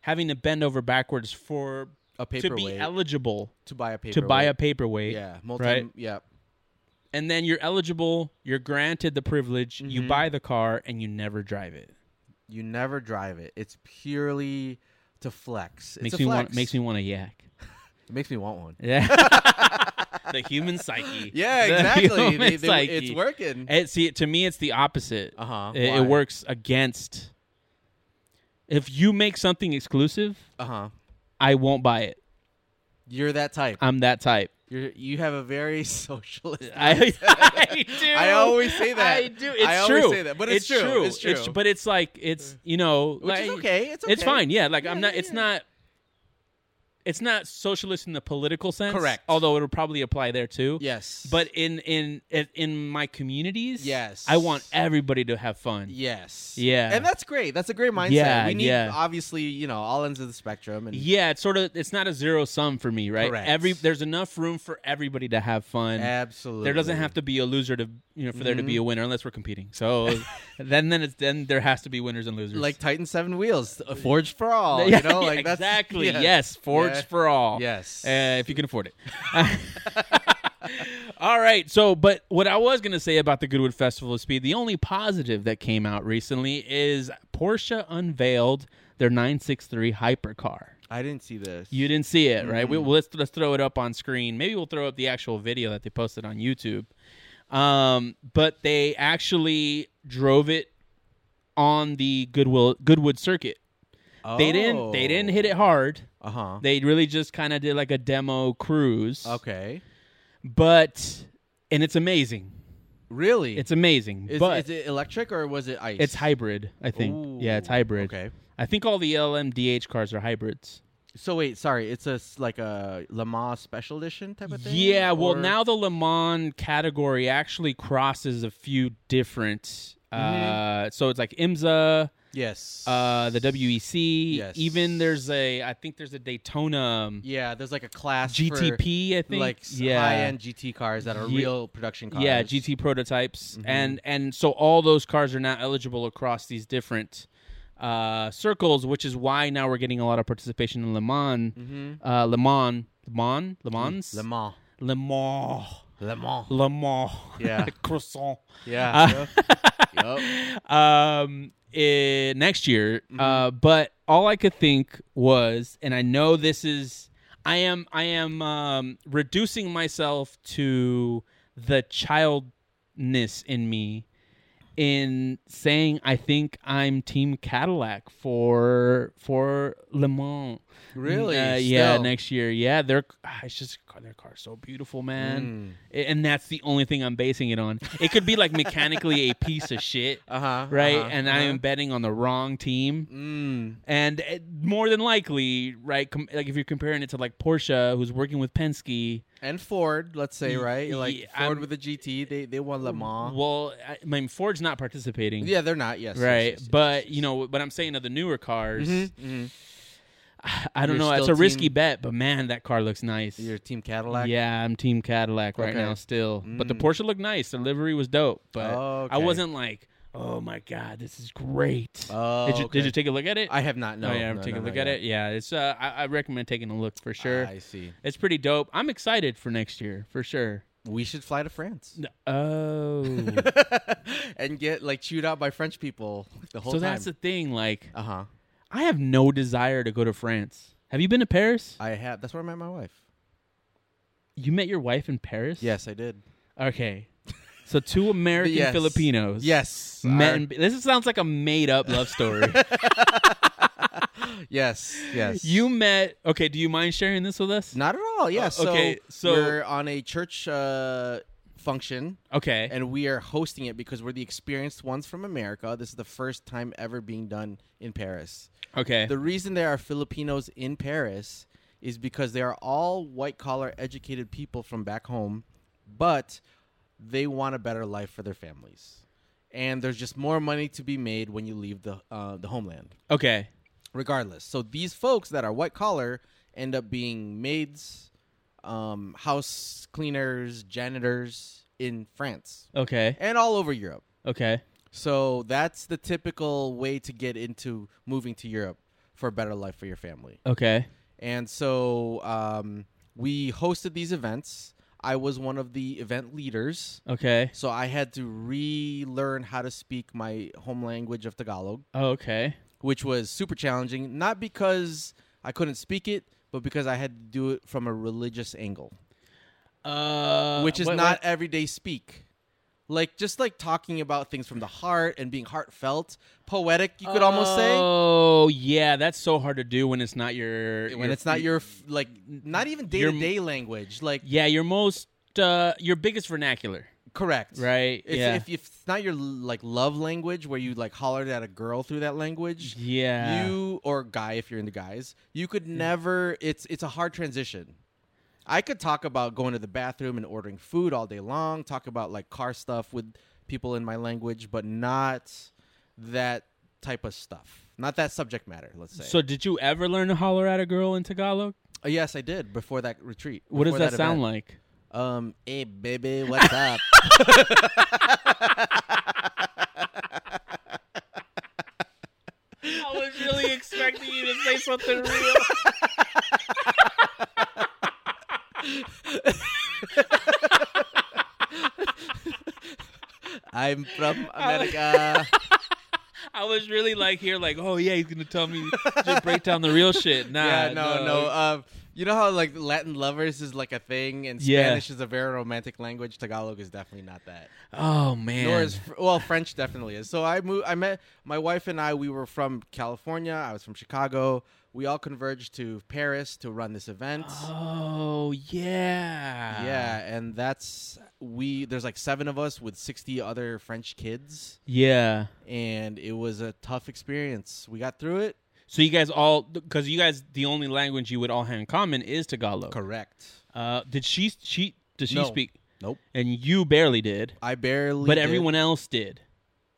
[SPEAKER 2] having to bend over backwards for
[SPEAKER 3] a
[SPEAKER 2] to be
[SPEAKER 3] paperweight
[SPEAKER 2] eligible
[SPEAKER 3] to buy a paperweight.
[SPEAKER 2] to buy a paperweight.
[SPEAKER 3] yeah, multi
[SPEAKER 2] right?
[SPEAKER 3] yeah.
[SPEAKER 2] And then you're eligible, you're granted the privilege, you
[SPEAKER 3] Mhm.
[SPEAKER 2] buy the car and you never drive it.
[SPEAKER 3] You never drive it. It's purely to flex. It's
[SPEAKER 2] makes
[SPEAKER 3] a
[SPEAKER 2] me
[SPEAKER 3] flex.
[SPEAKER 2] want makes me want to yak.
[SPEAKER 3] It makes me want one.
[SPEAKER 2] Yeah. the human psyche.
[SPEAKER 3] Yeah,
[SPEAKER 2] The
[SPEAKER 3] exactly.
[SPEAKER 2] human
[SPEAKER 3] They- they-
[SPEAKER 2] psyche.
[SPEAKER 3] it's working.
[SPEAKER 2] It, see, to me, it's the opposite.
[SPEAKER 3] Uh-huh.
[SPEAKER 2] It,
[SPEAKER 3] Why?
[SPEAKER 2] it works against. If you make something exclusive,
[SPEAKER 3] Uh huh.
[SPEAKER 2] I won't buy it.
[SPEAKER 3] You're that type.
[SPEAKER 2] I'm that type.
[SPEAKER 3] You're you have a very socialist.
[SPEAKER 2] I, I do.
[SPEAKER 3] I always say that.
[SPEAKER 2] I do. It's
[SPEAKER 3] I always
[SPEAKER 2] true.
[SPEAKER 3] say that, but it's true. It's true. Mm.
[SPEAKER 2] but it's like it's you know,
[SPEAKER 3] Which is
[SPEAKER 2] like-
[SPEAKER 3] okay. It's okay.
[SPEAKER 2] It's fine. Yeah. Like I'm
[SPEAKER 3] Yeah,
[SPEAKER 2] not.
[SPEAKER 3] yeah,
[SPEAKER 2] It's
[SPEAKER 3] yeah.
[SPEAKER 2] not. It's not socialist in the political sense.
[SPEAKER 3] Correct.
[SPEAKER 2] Although it'll probably apply there too.
[SPEAKER 3] Yes.
[SPEAKER 2] But in in in- in my communities,
[SPEAKER 3] Yes.
[SPEAKER 2] I want everybody to have fun.
[SPEAKER 3] yes.
[SPEAKER 2] Yeah.
[SPEAKER 3] And that's great. That's a great mindset.
[SPEAKER 2] Yeah,
[SPEAKER 3] we need
[SPEAKER 2] yeah.
[SPEAKER 3] obviously, you know, all ends of the spectrum and
[SPEAKER 2] Yeah, it's sort of it's not a zero sum for me, right?
[SPEAKER 3] Correct.
[SPEAKER 2] Every there's enough room for everybody to have fun.
[SPEAKER 3] absolutely.
[SPEAKER 2] There doesn't have to be a loser to you know for there to be
[SPEAKER 3] Mhm.
[SPEAKER 2] a winner unless we're competing. So then then it's then there has to be winners and losers.
[SPEAKER 3] like Titan Seven Wheels, uh, Forge for All.
[SPEAKER 2] Yeah,
[SPEAKER 3] you know, like that's
[SPEAKER 2] exactly.
[SPEAKER 3] yeah.
[SPEAKER 2] Yes, forge
[SPEAKER 3] Yeah.
[SPEAKER 2] for all.
[SPEAKER 3] Yes.
[SPEAKER 2] Uh, if you can afford it. all right. So, but what I was going to say about the Goodwood Festival of Speed, the only positive that came out recently is Porsche unveiled their 963 hypercar.
[SPEAKER 3] I didn't see this.
[SPEAKER 2] You didn't see it, right? We, well, let's let's throw it up on screen. Maybe we'll throw up the actual video that they posted on YouTube. Um, but they actually drove it on the Goodwill Goodwood circuit. They didn't they
[SPEAKER 3] Oh,
[SPEAKER 2] didn't hit it hard.
[SPEAKER 3] Uh huh.
[SPEAKER 2] They really just kind of did like a demo cruise.
[SPEAKER 3] Okay.
[SPEAKER 2] But and it's amazing.
[SPEAKER 3] Really?
[SPEAKER 2] It's amazing.
[SPEAKER 3] is,
[SPEAKER 2] but
[SPEAKER 3] is it electric or was it ice?
[SPEAKER 2] it's hybrid, I think. yeah, it's
[SPEAKER 3] Ooh,
[SPEAKER 2] hybrid.
[SPEAKER 3] Okay.
[SPEAKER 2] I think all the LMDH cars are hybrids.
[SPEAKER 3] So wait, sorry, it's a s- like a Le Mans special edition type of thing.
[SPEAKER 2] Yeah, well,
[SPEAKER 3] Or-
[SPEAKER 2] now the Le Mans category actually crosses a few different.
[SPEAKER 3] Mm-hmm.
[SPEAKER 2] Uh, so it's like IMSA,
[SPEAKER 3] yes,
[SPEAKER 2] uh, the WEC.
[SPEAKER 3] Yes.
[SPEAKER 2] Even there's a, I think there's a Daytona um,
[SPEAKER 3] yeah, there's like a class for,
[SPEAKER 2] GTP. I think
[SPEAKER 3] like high end GT cars that are
[SPEAKER 2] Ye-
[SPEAKER 3] real production cars. Mm-hmm.
[SPEAKER 2] Yeah, GT prototypes, and and so all those cars are now eligible across these different uh, circles, which is why now we're getting a lot of participation in Le Mans, uh, Le Mans, Le Mans, Le Mans,
[SPEAKER 3] Mm-hmm. Mm. Le Mans,
[SPEAKER 2] Le Mans,
[SPEAKER 3] Le Mans.
[SPEAKER 2] Le Mans,
[SPEAKER 3] Yeah.
[SPEAKER 2] croissant.
[SPEAKER 3] Yeah. Yup. Yup.
[SPEAKER 2] Um, eh, next year,
[SPEAKER 3] Mm-hmm.
[SPEAKER 2] uh, but all I could think was, and I know this is, I am, I am um, reducing myself to the childness in me in saying I think I'm Team Cadillac for for Le Mans.
[SPEAKER 3] Really?
[SPEAKER 2] Uh, yeah,
[SPEAKER 3] Still.
[SPEAKER 2] next year. Yeah, their ah, it's just their car's so beautiful, man.
[SPEAKER 3] Mm.
[SPEAKER 2] A- And that's the only thing I'm basing it on. It could be like mechanically a piece of shit,
[SPEAKER 3] Uh-huh,
[SPEAKER 2] right?
[SPEAKER 3] uh-huh,
[SPEAKER 2] and I am betting on the wrong team.
[SPEAKER 3] Mm.
[SPEAKER 2] And eh, more than likely, right? Com- like if you're comparing it to like Porsche, who's working with Penske.
[SPEAKER 3] And Ford, let's say,
[SPEAKER 2] Y-
[SPEAKER 3] right? Like
[SPEAKER 2] yeah,
[SPEAKER 3] Ford
[SPEAKER 2] I'm-
[SPEAKER 3] with the GT, they they won Le Mans.
[SPEAKER 2] Well, I, I mean Ford's not participating,
[SPEAKER 3] yeah, they're not. Uh-huh. Yes. yes,
[SPEAKER 2] right?
[SPEAKER 3] yes, yes,
[SPEAKER 2] but
[SPEAKER 3] yes,
[SPEAKER 2] you know what I'm saying of the newer cars.
[SPEAKER 3] yes. Mhm, mhm.
[SPEAKER 2] I don't
[SPEAKER 3] You're
[SPEAKER 2] know. It's a
[SPEAKER 3] still
[SPEAKER 2] risky
[SPEAKER 3] team-
[SPEAKER 2] bet, but man, that car looks nice.
[SPEAKER 3] Your team Cadillac.
[SPEAKER 2] Yeah, I'm Team Cadillac right
[SPEAKER 3] Okay.
[SPEAKER 2] now still. But the
[SPEAKER 3] Mm.
[SPEAKER 2] Porsche looked nice. The livery was dope. But
[SPEAKER 3] Oh,
[SPEAKER 2] I
[SPEAKER 3] okay.
[SPEAKER 2] wasn't like, oh my god, this is great.
[SPEAKER 3] Oh,
[SPEAKER 2] did you
[SPEAKER 3] okay.
[SPEAKER 2] did you take a look at it?
[SPEAKER 3] I have not. No.
[SPEAKER 2] oh, yeah,
[SPEAKER 3] no,
[SPEAKER 2] take
[SPEAKER 3] no,
[SPEAKER 2] a
[SPEAKER 3] no,
[SPEAKER 2] look at
[SPEAKER 3] yeah.
[SPEAKER 2] it. Yeah, it's. Uh, I, I recommend taking a look for sure.
[SPEAKER 3] I see.
[SPEAKER 2] it's pretty dope. I'm excited for next year for sure.
[SPEAKER 3] We should fly to France.
[SPEAKER 2] No- Oh,
[SPEAKER 3] and get like chewed out by French people the whole
[SPEAKER 2] so
[SPEAKER 3] time.
[SPEAKER 2] that's the thing. Like,
[SPEAKER 3] uh huh.
[SPEAKER 2] I have no desire to go to France. Have you been to Paris?
[SPEAKER 3] I have. That's where I met my wife.
[SPEAKER 2] You met your wife in Paris?
[SPEAKER 3] Yes, I did.
[SPEAKER 2] Okay. So two American
[SPEAKER 3] Yes.
[SPEAKER 2] Filipinos.
[SPEAKER 3] Yes.
[SPEAKER 2] Met
[SPEAKER 3] our-
[SPEAKER 2] in- this sounds like a made up love story.
[SPEAKER 3] yes. Yes.
[SPEAKER 2] you met. Okay, do you mind sharing this with us?
[SPEAKER 3] Not at all. Yes.
[SPEAKER 2] okay, so-
[SPEAKER 3] we're on a church uh, function,
[SPEAKER 2] Okay.
[SPEAKER 3] and we are hosting it because we're the experienced ones from America. This is the first time ever being done in Paris.
[SPEAKER 2] okay.
[SPEAKER 3] The reason there are Filipinos in Paris is because they are all white collar, educated people from back home, but they want a better life for their families. And there's just more money to be made when you leave the uh, the homeland,
[SPEAKER 2] okay.
[SPEAKER 3] regardless. So these folks that are white collar end up being maids, um, house cleaners, janitors in France
[SPEAKER 2] Okay.
[SPEAKER 3] and all over Europe.
[SPEAKER 2] Okay.
[SPEAKER 3] So that's the typical way to get into moving to Europe for a better life for your family.
[SPEAKER 2] Okay.
[SPEAKER 3] And so um, we hosted these events. I was one of the event leaders.
[SPEAKER 2] Okay.
[SPEAKER 3] So I had to relearn how to speak my home language of Tagalog,
[SPEAKER 2] Okay.
[SPEAKER 3] which was super challenging, not because I couldn't speak it, but because I had to do it from a religious angle,
[SPEAKER 2] Uh,
[SPEAKER 3] which is
[SPEAKER 2] what-
[SPEAKER 3] not
[SPEAKER 2] what-
[SPEAKER 3] everyday speak. Like just like talking about things from the heart and being heartfelt, poetic, you could almost say.
[SPEAKER 2] Oh yeah, that's so hard to do when it's not your
[SPEAKER 3] When it's not your f- like not even
[SPEAKER 2] Your-
[SPEAKER 3] day-to-day language, like
[SPEAKER 2] yeah your most uh your biggest vernacular
[SPEAKER 3] Correct.
[SPEAKER 2] right
[SPEAKER 3] If,
[SPEAKER 2] yeah
[SPEAKER 3] if, if it's not your like love language where you like hollered at a girl through that language,
[SPEAKER 2] yeah Mm.
[SPEAKER 3] you or guy if you're into guys, you could never. It's it's a hard transition. I could talk about going to the bathroom and ordering food all day long, talk about like car stuff with people in my language, but not that type of stuff. Not that subject matter, let's say.
[SPEAKER 2] so did you ever learn to holler at a girl in Tagalog
[SPEAKER 3] Uh, yes, I did before that retreat.
[SPEAKER 2] what does
[SPEAKER 3] before
[SPEAKER 2] that, sound
[SPEAKER 3] event.
[SPEAKER 2] like
[SPEAKER 3] Um, hey baby, what's up?
[SPEAKER 2] I was really expecting you to say something real
[SPEAKER 3] I'm from America.
[SPEAKER 2] I was really like here like oh yeah he's gonna tell me to break down the real shit nah
[SPEAKER 3] yeah, no, no. Um, you know how like Latin lovers is like a thing, and
[SPEAKER 2] Yeah.
[SPEAKER 3] Spanish is a very romantic language. Tagalog is definitely not that.
[SPEAKER 2] oh man
[SPEAKER 3] Nor is Fr- well, French definitely is. So I moved. I met my wife and I. We were from California. I was from Chicago. We all converged to Paris to run this event.
[SPEAKER 2] oh yeah
[SPEAKER 3] Yeah, and that's we. There's like seven of us with sixty other French kids,
[SPEAKER 2] yeah
[SPEAKER 3] and it was a tough experience. We got through it.
[SPEAKER 2] so you guys all because you guys the only language you would all have in common is Tagalog
[SPEAKER 3] Correct.
[SPEAKER 2] uh did she she did she
[SPEAKER 3] No.
[SPEAKER 2] speak
[SPEAKER 3] Nope.
[SPEAKER 2] and you barely did
[SPEAKER 3] I barely.
[SPEAKER 2] but
[SPEAKER 3] did-
[SPEAKER 2] everyone else did.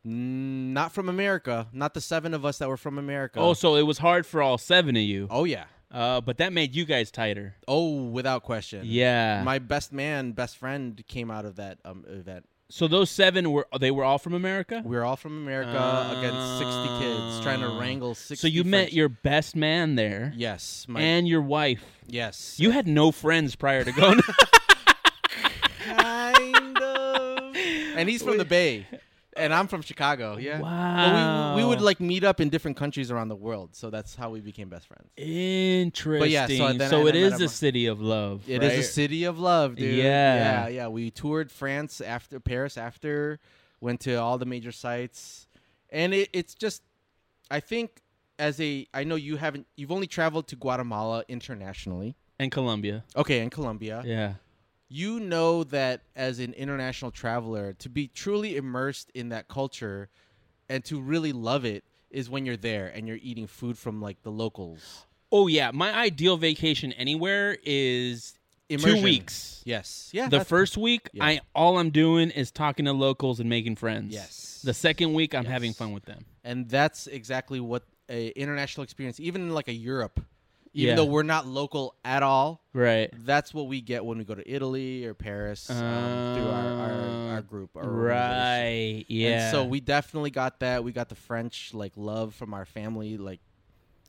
[SPEAKER 3] Mm, not from America. Not the seven of us that were from America.
[SPEAKER 2] Oh, so it was hard for all seven of you.
[SPEAKER 3] oh yeah.
[SPEAKER 2] Uh, but that made you guys tighter.
[SPEAKER 3] Oh, without question.
[SPEAKER 2] Yeah.
[SPEAKER 3] My best man, best friend came out of that um, event.
[SPEAKER 2] so those seven were they were all from America.
[SPEAKER 3] We were all from America against 60 kids trying to wrangle 60
[SPEAKER 2] Ah. So you met
[SPEAKER 3] French-
[SPEAKER 2] your best man there
[SPEAKER 3] Yes. My,
[SPEAKER 2] and your wife.
[SPEAKER 3] yes.
[SPEAKER 2] You had no friends prior to going.
[SPEAKER 3] kind of. And he's from the Bay. And I'm from Chicago. Yeah. But We, we
[SPEAKER 2] Wow.
[SPEAKER 3] would like meet up in different countries around the world. So that's how we became best friends.
[SPEAKER 2] Interesting.
[SPEAKER 3] then
[SPEAKER 2] so
[SPEAKER 3] I-
[SPEAKER 2] it
[SPEAKER 3] I
[SPEAKER 2] is
[SPEAKER 3] met
[SPEAKER 2] a
[SPEAKER 3] him-
[SPEAKER 2] city of love.
[SPEAKER 3] It is
[SPEAKER 2] right?
[SPEAKER 3] a city of love, dude.
[SPEAKER 2] Yeah.
[SPEAKER 3] yeah, yeah. We toured France after Paris, after went to all the major sites, and it, it's just, I think, as a, I know you haven't, you've only traveled to Guatemala internationally,
[SPEAKER 2] and Colombia.
[SPEAKER 3] okay, and Colombia.
[SPEAKER 2] Yeah.
[SPEAKER 3] You know that as an international traveler, to be truly immersed in that culture, and to really love it is when you're there and you're eating food from like the locals.
[SPEAKER 2] Oh yeah. My ideal vacation anywhere is
[SPEAKER 3] Immersion.
[SPEAKER 2] two weeks.
[SPEAKER 3] Yes. Yeah.
[SPEAKER 2] the
[SPEAKER 3] that's-
[SPEAKER 2] first week
[SPEAKER 3] yeah.
[SPEAKER 2] i all i'm doing is talking to locals and making friends
[SPEAKER 3] Yes.
[SPEAKER 2] the second week i'm
[SPEAKER 3] Yes.
[SPEAKER 2] having fun with them
[SPEAKER 3] and that's exactly what a international experience even like a europe even
[SPEAKER 2] Yeah.
[SPEAKER 3] though we're not local at all
[SPEAKER 2] right
[SPEAKER 3] that's what we get when we go to italy or paris um, through our, our,
[SPEAKER 2] Uh,
[SPEAKER 3] our group our organization.
[SPEAKER 2] right yeah
[SPEAKER 3] and so we definitely got that we got the french like love from our family like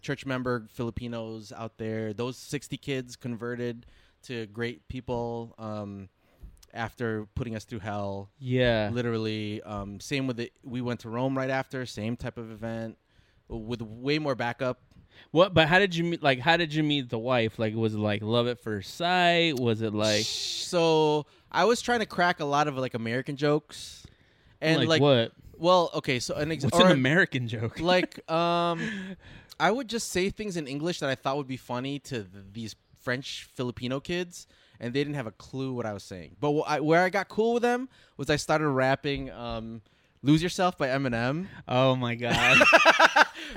[SPEAKER 3] church member filipinos out there those 60 kids converted to great people um, after putting us through hell
[SPEAKER 2] yeah
[SPEAKER 3] literally um, same with it we went to rome right after same type of event with way more backup
[SPEAKER 2] what but how did you meet like how did you meet the wife like was it like love at first sight was it like
[SPEAKER 3] so i was trying to crack a lot of like american jokes and
[SPEAKER 2] like,
[SPEAKER 3] like,
[SPEAKER 2] what
[SPEAKER 3] well okay so an
[SPEAKER 2] what's
[SPEAKER 3] example
[SPEAKER 2] an american joke
[SPEAKER 3] like um i would just say things in english that i thought would be funny to th- these French Filipino kids, and they didn't have a clue what I was saying. But wh- I, where I got cool with them was I started rapping um, "Lose Yourself" by Eminem.
[SPEAKER 2] Oh my god.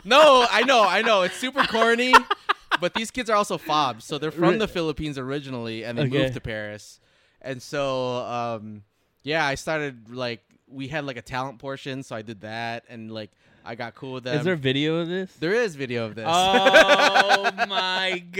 [SPEAKER 3] No, I know, I know, it's super corny, but these kids are also fobs, so they're from the Philippines originally, and they
[SPEAKER 2] Okay.
[SPEAKER 3] moved to Paris, and so um, yeah, I started like we had like a talent portion, so I did that, and like I got cool with them.
[SPEAKER 2] Is there a video of this?
[SPEAKER 3] there is video of this.
[SPEAKER 2] Oh my god.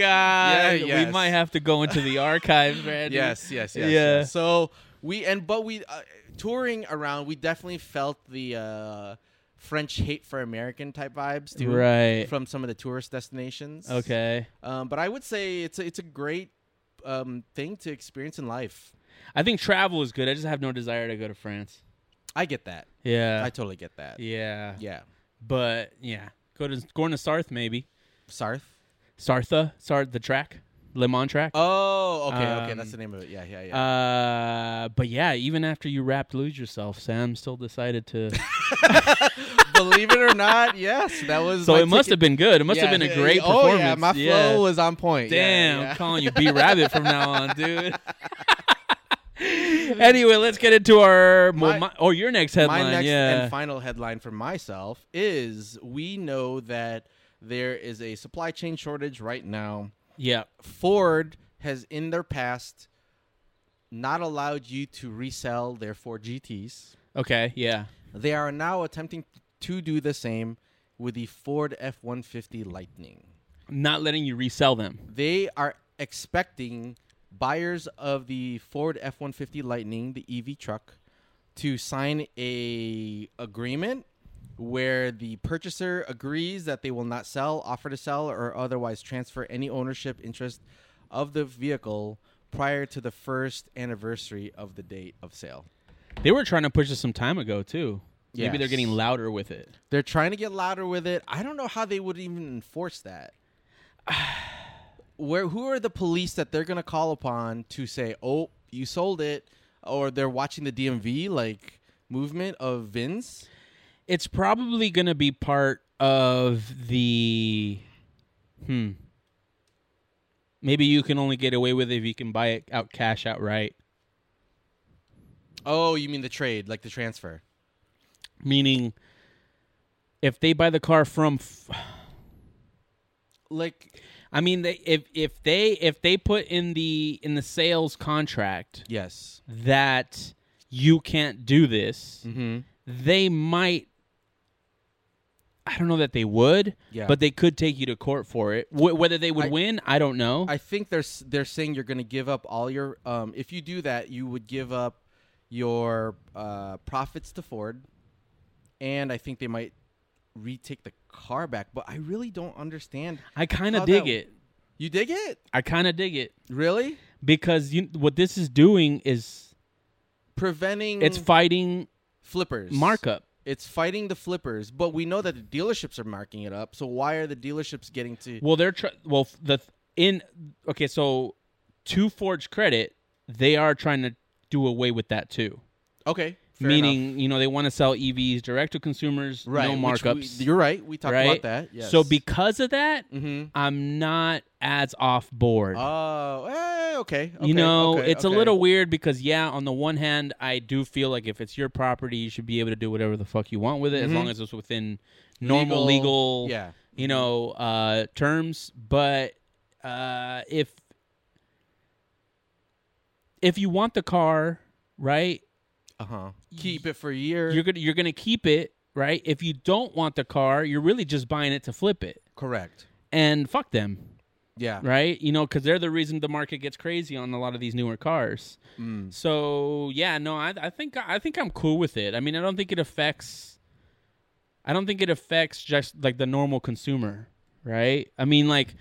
[SPEAKER 3] Yeah, yes.
[SPEAKER 2] We might have to go into the archives, Randy.
[SPEAKER 3] Yes, yes, yes.
[SPEAKER 2] Yeah.
[SPEAKER 3] yes. So we and but we uh, touring around, we definitely felt the uh, French hate for American type vibes too,
[SPEAKER 2] Right.
[SPEAKER 3] From some of the tourist destinations.
[SPEAKER 2] Okay.
[SPEAKER 3] Um, but I would say it's a, it's a great um, thing to experience in life.
[SPEAKER 2] I think travel is good. I just have no desire to go to France.
[SPEAKER 3] I get that.
[SPEAKER 2] Yeah.
[SPEAKER 3] I totally get that.
[SPEAKER 2] yeah.
[SPEAKER 3] Yeah.
[SPEAKER 2] But yeah. Go to going to Sarth maybe.
[SPEAKER 3] Sarth.
[SPEAKER 2] Sartha, Sarth the track, Le Mans track.
[SPEAKER 3] Oh, okay, okay,
[SPEAKER 2] Um,
[SPEAKER 3] that's the name of it. Yeah, yeah, yeah.
[SPEAKER 2] Uh, but yeah, even after you rapped "Lose Yourself," Sam still decided to.
[SPEAKER 3] uh, Believe it or not, yes, that was.
[SPEAKER 2] so
[SPEAKER 3] my
[SPEAKER 2] it must
[SPEAKER 3] ticket-
[SPEAKER 2] have been good. It must have
[SPEAKER 3] Yeah,
[SPEAKER 2] been a
[SPEAKER 3] yeah,
[SPEAKER 2] great
[SPEAKER 3] yeah.
[SPEAKER 2] performance.
[SPEAKER 3] Oh yeah, my flow
[SPEAKER 2] Yeah.
[SPEAKER 3] was on point. Yeah,
[SPEAKER 2] Damn,
[SPEAKER 3] yeah.
[SPEAKER 2] I'm calling you B Rabbit from now on, dude. anyway, let's get into our
[SPEAKER 3] My-
[SPEAKER 2] well, my, or your next headline.
[SPEAKER 3] My next
[SPEAKER 2] yeah,
[SPEAKER 3] and final headline for myself is we know that there is a supply chain shortage right now.
[SPEAKER 2] yeah,
[SPEAKER 3] Ford has in their past not allowed you to resell their Ford GTs.
[SPEAKER 2] okay, yeah.
[SPEAKER 3] They are now attempting to do the same with the Ford F-150 Lightning.
[SPEAKER 2] Not letting you resell them.
[SPEAKER 3] They are expecting buyers of the Ford F-150 Lightning, the EV truck, to sign a agreement where the purchaser agrees that they will not sell, offer to sell, or otherwise transfer any ownership interest of the vehicle prior to the first anniversary of the date of sale.
[SPEAKER 2] They were trying to push this some time ago too. Maybe they're
[SPEAKER 3] Yes.
[SPEAKER 2] getting louder with it.
[SPEAKER 3] They're trying to get louder with it. I don't know how they would even enforce that. Where who are the police that they're gonna call upon to say, "Oh, you sold it," or they're watching the DMV like movement of Vins?
[SPEAKER 2] It's probably going to be part of the. Hmm. Maybe you can only get away with it if you can buy it out cash outright.
[SPEAKER 3] Oh, you mean the trade, like the transfer?
[SPEAKER 2] Meaning, if they buy the car from. F-
[SPEAKER 3] Like
[SPEAKER 2] I mean, they, if if they if they put in the in the sales contract
[SPEAKER 3] yes.
[SPEAKER 2] that you can't do this,
[SPEAKER 3] Mm-hmm.
[SPEAKER 2] they might. I don't know that they would,
[SPEAKER 3] Yeah.
[SPEAKER 2] but they could take you to court for it. Wh- whether they would
[SPEAKER 3] I-
[SPEAKER 2] win, I don't know.
[SPEAKER 3] I think they're s- they're saying you're going to give up all your. Um, if you do that, you would give up your uh, profits to Ford, and I think they might retake the car back. But I really don't understand.
[SPEAKER 2] I kind of
[SPEAKER 3] how
[SPEAKER 2] dig
[SPEAKER 3] that-
[SPEAKER 2] it.
[SPEAKER 3] You dig it?
[SPEAKER 2] I kind of dig it
[SPEAKER 3] Really?
[SPEAKER 2] because you, what this is doing is
[SPEAKER 3] Preventing
[SPEAKER 2] it's fighting
[SPEAKER 3] flippers
[SPEAKER 2] markup.
[SPEAKER 3] It's fighting the flippers, but we know that the dealerships are marking it up. So why are the dealerships getting to?
[SPEAKER 2] Well, they're tr- well f- the th- in okay. So to Ford's credit, they are trying to do away with that too.
[SPEAKER 3] Okay, fair
[SPEAKER 2] Meaning,
[SPEAKER 3] enough.
[SPEAKER 2] you know, they want to sell EVs direct to consumers,
[SPEAKER 3] right?
[SPEAKER 2] no
[SPEAKER 3] which we-
[SPEAKER 2] markups.
[SPEAKER 3] you're right. We talked
[SPEAKER 2] right?
[SPEAKER 3] about that. Yes.
[SPEAKER 2] So because of that,
[SPEAKER 3] hmm
[SPEAKER 2] I'm not as off board.
[SPEAKER 3] Oh, eh, okay, okay.
[SPEAKER 2] you know,
[SPEAKER 3] okay,
[SPEAKER 2] it's
[SPEAKER 3] okay.
[SPEAKER 2] a little weird because yeah, on the one hand, I do feel like if it's your property, you should be able to do whatever the fuck you want with it as
[SPEAKER 3] Mhm.
[SPEAKER 2] long as it's within normal legal,
[SPEAKER 3] Yeah.
[SPEAKER 2] you know, uh terms, but uh if if you want the car, right?
[SPEAKER 3] Uh huh. Keep it for a year.
[SPEAKER 2] You're going to you're going to keep it, right? If you don't want the car, you're really just buying it to flip it.
[SPEAKER 3] correct.
[SPEAKER 2] And fuck them.
[SPEAKER 3] Yeah.
[SPEAKER 2] right? You know, because they're the reason the market gets crazy on a lot of these newer cars.
[SPEAKER 3] Mm.
[SPEAKER 2] So yeah, no, I, I think I think I'm cool with it. I mean, I don't think it affects. I don't think it affects just like the normal consumer, right? I mean, like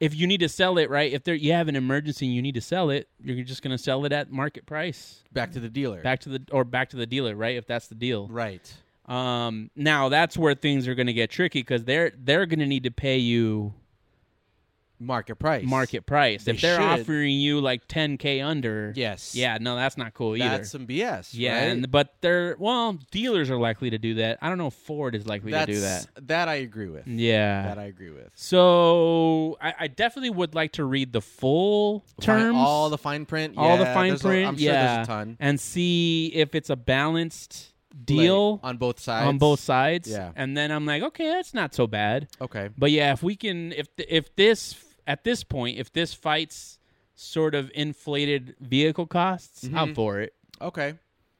[SPEAKER 2] if you need to sell it, right? If there you have an emergency and you need to sell it, you're just gonna sell it at market price
[SPEAKER 3] Back to the dealer.
[SPEAKER 2] back to the or back to the dealer, right? If that's the deal.
[SPEAKER 3] Right.
[SPEAKER 2] Um, now that's where things are going to get tricky because they're they're going to need to pay you
[SPEAKER 3] market price.
[SPEAKER 2] market price.
[SPEAKER 3] They
[SPEAKER 2] if they're
[SPEAKER 3] should.
[SPEAKER 2] offering you like 10k under,
[SPEAKER 3] Yes.
[SPEAKER 2] yeah, no, that's not cool either.
[SPEAKER 3] That's some BS.
[SPEAKER 2] yeah,
[SPEAKER 3] right?
[SPEAKER 2] and, but they're well, dealers are likely to do that. I don't know if Ford is likely
[SPEAKER 3] That's,
[SPEAKER 2] to do that.
[SPEAKER 3] That I agree with.
[SPEAKER 2] Yeah.
[SPEAKER 3] That I agree with.
[SPEAKER 2] so I, I definitely would like to read the full
[SPEAKER 3] Fi-
[SPEAKER 2] terms,
[SPEAKER 3] all the fine print.
[SPEAKER 2] all the
[SPEAKER 3] yeah,
[SPEAKER 2] fine
[SPEAKER 3] there's a-
[SPEAKER 2] print,
[SPEAKER 3] I'm sure
[SPEAKER 2] yeah,
[SPEAKER 3] there's a ton.
[SPEAKER 2] and see if it's a balanced deal
[SPEAKER 3] Like, on both sides.
[SPEAKER 2] on both sides.
[SPEAKER 3] Yeah.
[SPEAKER 2] and then I'm like, okay, that's not so bad.
[SPEAKER 3] Okay.
[SPEAKER 2] But yeah, if we can, if th- if this at this point, if this fights sort of inflated vehicle costs,
[SPEAKER 3] Mm-hmm.
[SPEAKER 2] I'm for it.
[SPEAKER 3] Okay.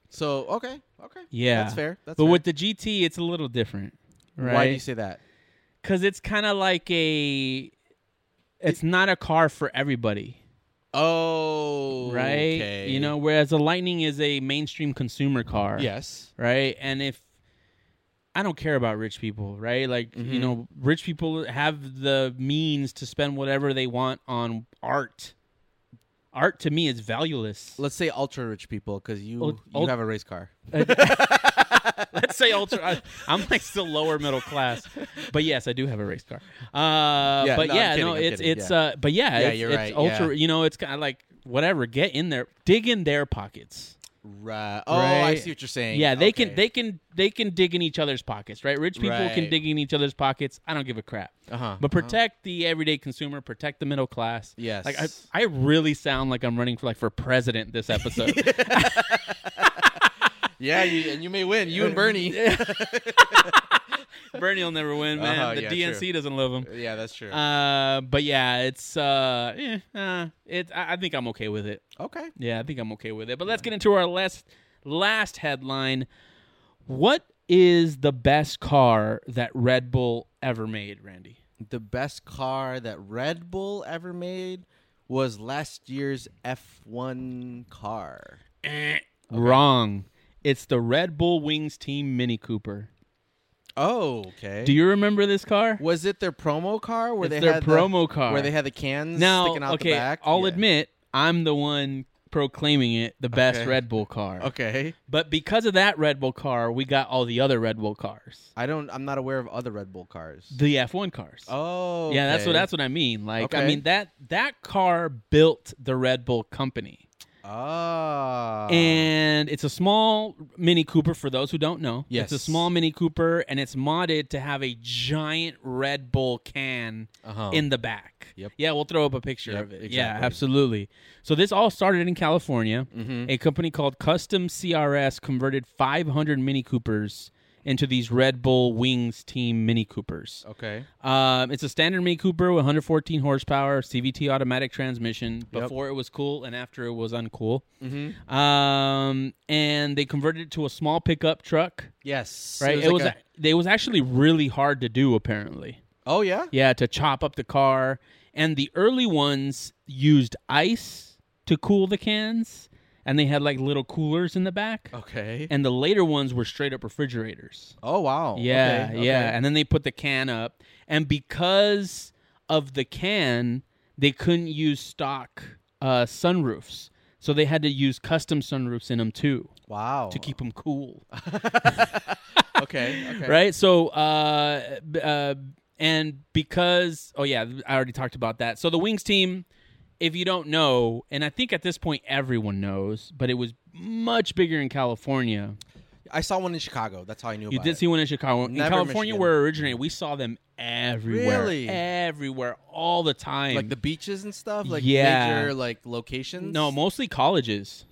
[SPEAKER 3] So okay. Okay.
[SPEAKER 2] Yeah,
[SPEAKER 3] That's fair. That's
[SPEAKER 2] but
[SPEAKER 3] fair.
[SPEAKER 2] with the GT, it's a little different,
[SPEAKER 3] why do you
[SPEAKER 2] right?
[SPEAKER 3] say that?
[SPEAKER 2] Because it's kind of like a, it's not a car for everybody,
[SPEAKER 3] Oh.
[SPEAKER 2] right?
[SPEAKER 3] Okay.
[SPEAKER 2] You know, whereas the Lightning is a mainstream consumer car,
[SPEAKER 3] Yes.
[SPEAKER 2] right? And if I don't care about rich people, right? Like,
[SPEAKER 3] Mm-hmm.
[SPEAKER 2] you know, rich people have the means to spend whatever they want on art. Art to me is valueless.
[SPEAKER 3] Let's say ultra rich people because you
[SPEAKER 2] Ul-
[SPEAKER 3] you
[SPEAKER 2] ul-
[SPEAKER 3] have a race car.
[SPEAKER 2] Let's say ultra. I, I'm like still lower middle class, but yes, I do have a race car. Uh,
[SPEAKER 3] Yeah,
[SPEAKER 2] but
[SPEAKER 3] no, I'm
[SPEAKER 2] yeah,
[SPEAKER 3] kidding,
[SPEAKER 2] no,
[SPEAKER 3] I'm
[SPEAKER 2] it's
[SPEAKER 3] kidding,
[SPEAKER 2] it's
[SPEAKER 3] yeah.
[SPEAKER 2] uh, but yeah,
[SPEAKER 3] Yeah,
[SPEAKER 2] it's,
[SPEAKER 3] you're
[SPEAKER 2] it's
[SPEAKER 3] right,
[SPEAKER 2] ultra.
[SPEAKER 3] yeah.
[SPEAKER 2] You know, it's kind of like whatever. Get in there, dig in their pockets.
[SPEAKER 3] Right. Oh, I
[SPEAKER 2] Right.
[SPEAKER 3] see what you're saying.
[SPEAKER 2] Yeah, they can
[SPEAKER 3] Okay.
[SPEAKER 2] they can they can dig in each other's pockets, right? Rich people
[SPEAKER 3] Right.
[SPEAKER 2] can dig in each other's pockets. I don't give a crap.
[SPEAKER 3] Uh-huh.
[SPEAKER 2] But protect the everyday consumer, protect the middle class.
[SPEAKER 3] Yes.
[SPEAKER 2] Like I, I really sound like I'm running for like for president this episode.
[SPEAKER 3] Yeah, you, and you may win. You and Bernie.
[SPEAKER 2] Bernie will never win, man.
[SPEAKER 3] Uh-huh,
[SPEAKER 2] the
[SPEAKER 3] yeah,
[SPEAKER 2] DNC doesn't love him.
[SPEAKER 3] yeah, that's true.
[SPEAKER 2] Uh, but yeah, it's uh, eh, uh it. I, I think I'm okay with it.
[SPEAKER 3] okay.
[SPEAKER 2] Yeah, I think I'm okay with it. But let's get into our last last headline. What is the best car that Red Bull ever made, Randy?
[SPEAKER 3] The best car that Red Bull ever made was last year's F1 car. Eh.
[SPEAKER 2] Wrong. It's the Red Bull Wings Team Mini Cooper.
[SPEAKER 3] Oh, okay.
[SPEAKER 2] Do you remember this car?
[SPEAKER 3] was it their promo car where
[SPEAKER 2] It's
[SPEAKER 3] they
[SPEAKER 2] their
[SPEAKER 3] had
[SPEAKER 2] promo
[SPEAKER 3] the,
[SPEAKER 2] car.
[SPEAKER 3] where they had the cans
[SPEAKER 2] Now,
[SPEAKER 3] sticking out
[SPEAKER 2] okay,
[SPEAKER 3] the back?
[SPEAKER 2] I'll
[SPEAKER 3] Yeah.
[SPEAKER 2] admit I'm the one proclaiming it the best
[SPEAKER 3] Okay.
[SPEAKER 2] Red Bull car.
[SPEAKER 3] Okay.
[SPEAKER 2] But because of that Red Bull car, we got all the other Red Bull cars,
[SPEAKER 3] I don't. I'm not aware of other Red Bull cars.
[SPEAKER 2] the F1 cars.
[SPEAKER 3] oh,
[SPEAKER 2] Yeah, that's what
[SPEAKER 3] okay.
[SPEAKER 2] that's what I mean. Like, I
[SPEAKER 3] Okay.
[SPEAKER 2] mean that that car built the Red Bull company,
[SPEAKER 3] Ah.
[SPEAKER 2] and it's a small Mini Cooper. For those who don't know,
[SPEAKER 3] Yes.
[SPEAKER 2] it's a small Mini Cooper, and it's modded to have a giant Red Bull can
[SPEAKER 3] Uh-huh.
[SPEAKER 2] in the back.
[SPEAKER 3] Yep.
[SPEAKER 2] Yeah, we'll throw up a picture
[SPEAKER 3] Yep,
[SPEAKER 2] of it. Yeah,
[SPEAKER 3] exactly. Mm-hmm.
[SPEAKER 2] absolutely. So this all started in California. A company called Custom CRS converted 500 Mini Coopers into these Red Bull Wings Team Mini Coopers.
[SPEAKER 3] okay.
[SPEAKER 2] Um, it's a standard Mini Cooper with 114 horsepower, CVT automatic transmission.
[SPEAKER 3] Yep. Mm-hmm.
[SPEAKER 2] Before it was cool, and after it was uncool. Um, and they converted it to a small pickup truck.
[SPEAKER 3] Yes.
[SPEAKER 2] Right?
[SPEAKER 3] like
[SPEAKER 2] It was,
[SPEAKER 3] a-
[SPEAKER 2] a- it was actually really hard to do. Apparently,
[SPEAKER 3] oh yeah.
[SPEAKER 2] yeah, to chop up the car. And the early ones used ice to cool the cans, and they had like little coolers in the back.
[SPEAKER 3] Okay.
[SPEAKER 2] And the later ones were straight up refrigerators.
[SPEAKER 3] oh wow.
[SPEAKER 2] Yeah,
[SPEAKER 3] Okay,
[SPEAKER 2] yeah.
[SPEAKER 3] okay.
[SPEAKER 2] And then they put the can up, and because of the can, they couldn't use stock uh, sunroofs, so they had to use custom sunroofs in them too
[SPEAKER 3] Wow.
[SPEAKER 2] to keep them cool,
[SPEAKER 3] okay. Okay.
[SPEAKER 2] right? So, uh, b- uh, and because oh yeah, I already talked about that. So the Wings team. If you don't know, and I think at this point everyone knows, but it was much bigger in California.
[SPEAKER 3] I saw one in Chicago. That's how I knew.
[SPEAKER 2] You
[SPEAKER 3] about
[SPEAKER 2] did
[SPEAKER 3] it.
[SPEAKER 2] see one in Chicago. In
[SPEAKER 3] Never
[SPEAKER 2] California,
[SPEAKER 3] Michigan.
[SPEAKER 2] where it originated, we saw them everywhere.
[SPEAKER 3] Really?
[SPEAKER 2] Everywhere, all the time.
[SPEAKER 3] like the beaches and stuff, like
[SPEAKER 2] Yeah.
[SPEAKER 3] major like locations.
[SPEAKER 2] no, mostly colleges.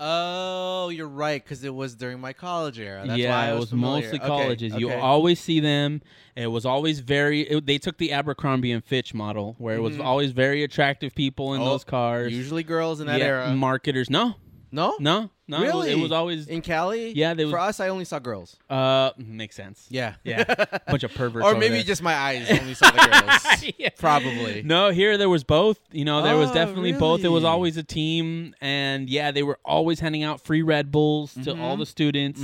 [SPEAKER 3] Oh, you're right, because it was during my college era. Uh, That's
[SPEAKER 2] yeah,
[SPEAKER 3] why I
[SPEAKER 2] it
[SPEAKER 3] was
[SPEAKER 2] was
[SPEAKER 3] familiar.
[SPEAKER 2] mostly
[SPEAKER 3] Okay,
[SPEAKER 2] colleges. You
[SPEAKER 3] okay.
[SPEAKER 2] always see them. It was always very. It, they took the Abercrombie and Fitch model, where it was always very attractive people in
[SPEAKER 3] Mm-hmm. Oh,
[SPEAKER 2] those cars.
[SPEAKER 3] usually girls in that
[SPEAKER 2] yeah,
[SPEAKER 3] era.
[SPEAKER 2] marketers. No,
[SPEAKER 3] no,
[SPEAKER 2] no, no. it was-
[SPEAKER 3] really.
[SPEAKER 2] It was always.
[SPEAKER 3] in Cali.
[SPEAKER 2] Yeah, they
[SPEAKER 3] for
[SPEAKER 2] was-
[SPEAKER 3] us. I only saw girls.
[SPEAKER 2] Uh, makes sense.
[SPEAKER 3] Yeah,
[SPEAKER 2] yeah. Bunch of perverts.
[SPEAKER 3] or
[SPEAKER 2] over
[SPEAKER 3] maybe
[SPEAKER 2] there.
[SPEAKER 3] just my eyes only saw the girls.
[SPEAKER 2] Yeah.
[SPEAKER 3] Probably.
[SPEAKER 2] No, here there was both. You know, there was
[SPEAKER 3] Oh,
[SPEAKER 2] definitely both. It was
[SPEAKER 3] really?
[SPEAKER 2] always a team, and yeah, they were always handing out free Red Bulls to
[SPEAKER 3] Mm-hmm.
[SPEAKER 2] all the students,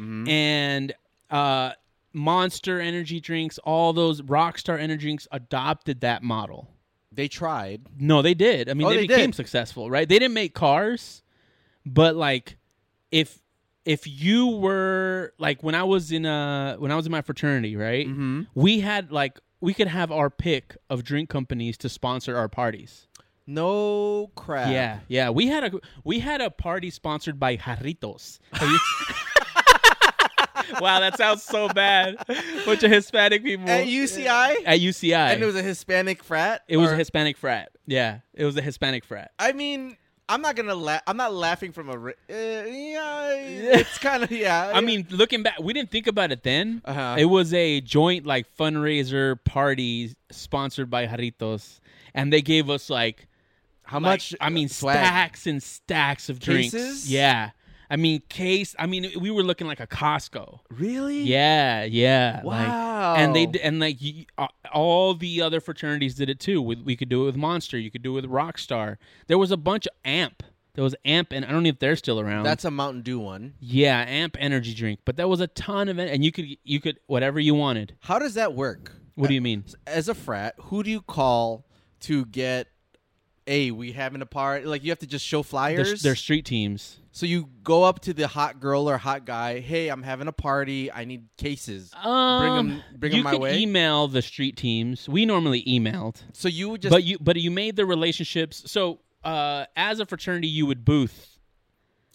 [SPEAKER 2] and uh, Monster energy drinks. All those Rockstar energy drinks adopted that model.
[SPEAKER 3] They tried.
[SPEAKER 2] No, they did. I mean,
[SPEAKER 3] Oh,
[SPEAKER 2] they,
[SPEAKER 3] they
[SPEAKER 2] became
[SPEAKER 3] did.
[SPEAKER 2] successful, right? They didn't make cars, but like, if if
[SPEAKER 3] Mm-hmm.
[SPEAKER 2] you were like when I was in uh when I was in my fraternity, right? We had like we could have our pick of drink companies to sponsor our parties.
[SPEAKER 3] No crap.
[SPEAKER 2] Yeah, yeah. We had a we had a party sponsored by Jarritos. Have you- wow, that sounds so bad. Bunch of Hispanic people
[SPEAKER 3] At UCI?
[SPEAKER 2] At UCI.
[SPEAKER 3] And it was a Hispanic frat?
[SPEAKER 2] It was
[SPEAKER 3] Or-
[SPEAKER 2] a Hispanic frat. Yeah, it was a Hispanic frat.
[SPEAKER 3] I mean, I'm not going to laugh. I'm not laughing from a. Ri- uh, yeah, it's kind of, yeah.
[SPEAKER 2] I mean, looking back, we didn't think about it then.
[SPEAKER 3] Uh-huh.
[SPEAKER 2] It was a joint like fundraiser party sponsored by Jarritos, and they gave us like
[SPEAKER 3] how
[SPEAKER 2] like, uh,
[SPEAKER 3] much?
[SPEAKER 2] I mean,
[SPEAKER 3] flag?
[SPEAKER 2] stacks and stacks of drinks.
[SPEAKER 3] Cases?
[SPEAKER 2] Yeah, I mean, case. I mean, we were looking like a Costco.
[SPEAKER 3] Really?
[SPEAKER 2] Yeah, yeah.
[SPEAKER 3] Wow.
[SPEAKER 2] Like, and they d- and like y- uh, all the other fraternities did it too. We, we could do it with Monster. You could do it with Rockstar. There was a bunch of Amp. There was Amp, and I don't know if they're still around.
[SPEAKER 3] That's a Mountain Dew one.
[SPEAKER 2] yeah, Amp energy drink. But that was a ton of it, and you could you could whatever you wanted.
[SPEAKER 3] How does that work?
[SPEAKER 2] What do you mean?
[SPEAKER 3] As a frat, who do you call to get? Hey, we having a party. Like you have to just show
[SPEAKER 2] They're,
[SPEAKER 3] flyers.
[SPEAKER 2] they're street teams.
[SPEAKER 3] so you go up to the hot girl or hot guy. Hey, I'm having a party. I need cases.
[SPEAKER 2] Um,
[SPEAKER 3] 'em- bring
[SPEAKER 2] you
[SPEAKER 3] 'em my
[SPEAKER 2] could
[SPEAKER 3] way?
[SPEAKER 2] email the street teams. We normally emailed.
[SPEAKER 3] So you would just
[SPEAKER 2] but you but you made the relationships so uh as a fraternity you would booth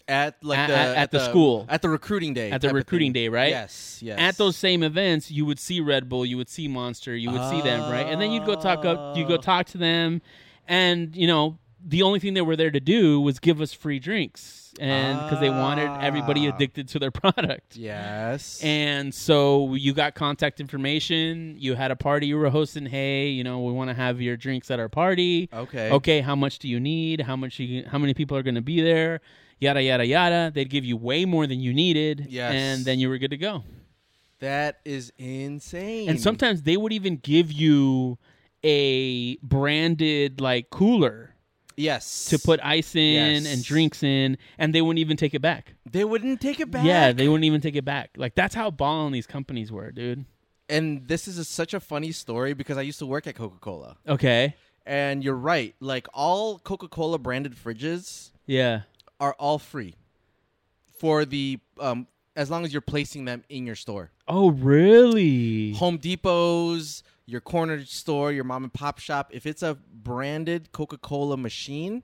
[SPEAKER 3] at like
[SPEAKER 2] at-
[SPEAKER 3] the,
[SPEAKER 2] at- at the school.
[SPEAKER 3] at the recruiting day
[SPEAKER 2] At the
[SPEAKER 3] type of
[SPEAKER 2] recruiting
[SPEAKER 3] thing.
[SPEAKER 2] day, right?
[SPEAKER 3] Yes, yes.
[SPEAKER 2] at those same events you would see red bull you would see monster you would see them right and then you'd go talk up you go talk to them and you know the only thing they were there to do was give us free drinks and because they wanted everybody
[SPEAKER 3] Ah.
[SPEAKER 2] addicted to their product
[SPEAKER 3] yes
[SPEAKER 2] and so you got contact information you had a party you were hosting hey you know we want to have your drinks at our party
[SPEAKER 3] okay
[SPEAKER 2] okay, how much do you need? How much you, how many people are going to be there? Yada yada yada. They'd give you way more than you needed,
[SPEAKER 3] Yes.
[SPEAKER 2] and then you were good to go.
[SPEAKER 3] that is insane
[SPEAKER 2] And sometimes they would even give you a branded like cooler
[SPEAKER 3] yes
[SPEAKER 2] to put ice in
[SPEAKER 3] Yes.
[SPEAKER 2] and drinks in, and they wouldn't even take it back.
[SPEAKER 3] they wouldn't take it back
[SPEAKER 2] Yeah, they wouldn't even take it back. Like that's how balling these companies were, dude.
[SPEAKER 3] and this is a, such a funny story because I used to work at Coca Cola.
[SPEAKER 2] Okay,
[SPEAKER 3] And you're right. Like all Coca Cola branded fridges
[SPEAKER 2] yeah,
[SPEAKER 3] are all free for the um, as long as you're placing them in your store.
[SPEAKER 2] Oh, really?
[SPEAKER 3] Home Depot's, your corner store, your mom and pop shop. If it's a branded Coca Cola machine,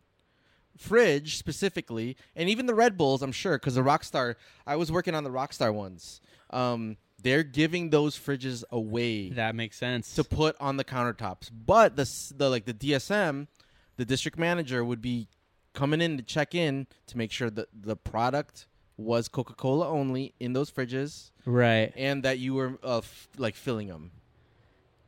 [SPEAKER 3] fridge specifically, and even the Red Bulls, I'm sure, because the Rockstar, I was working on the Rockstar ones. Um, they're giving those fridges away
[SPEAKER 2] That makes sense.
[SPEAKER 3] to put on the countertops. But the s- the like the DSM, the district manager would be coming in to check in to make sure that the product was Coca-Cola only in those fridges
[SPEAKER 2] right.
[SPEAKER 3] and that you were uh, f- like filling them.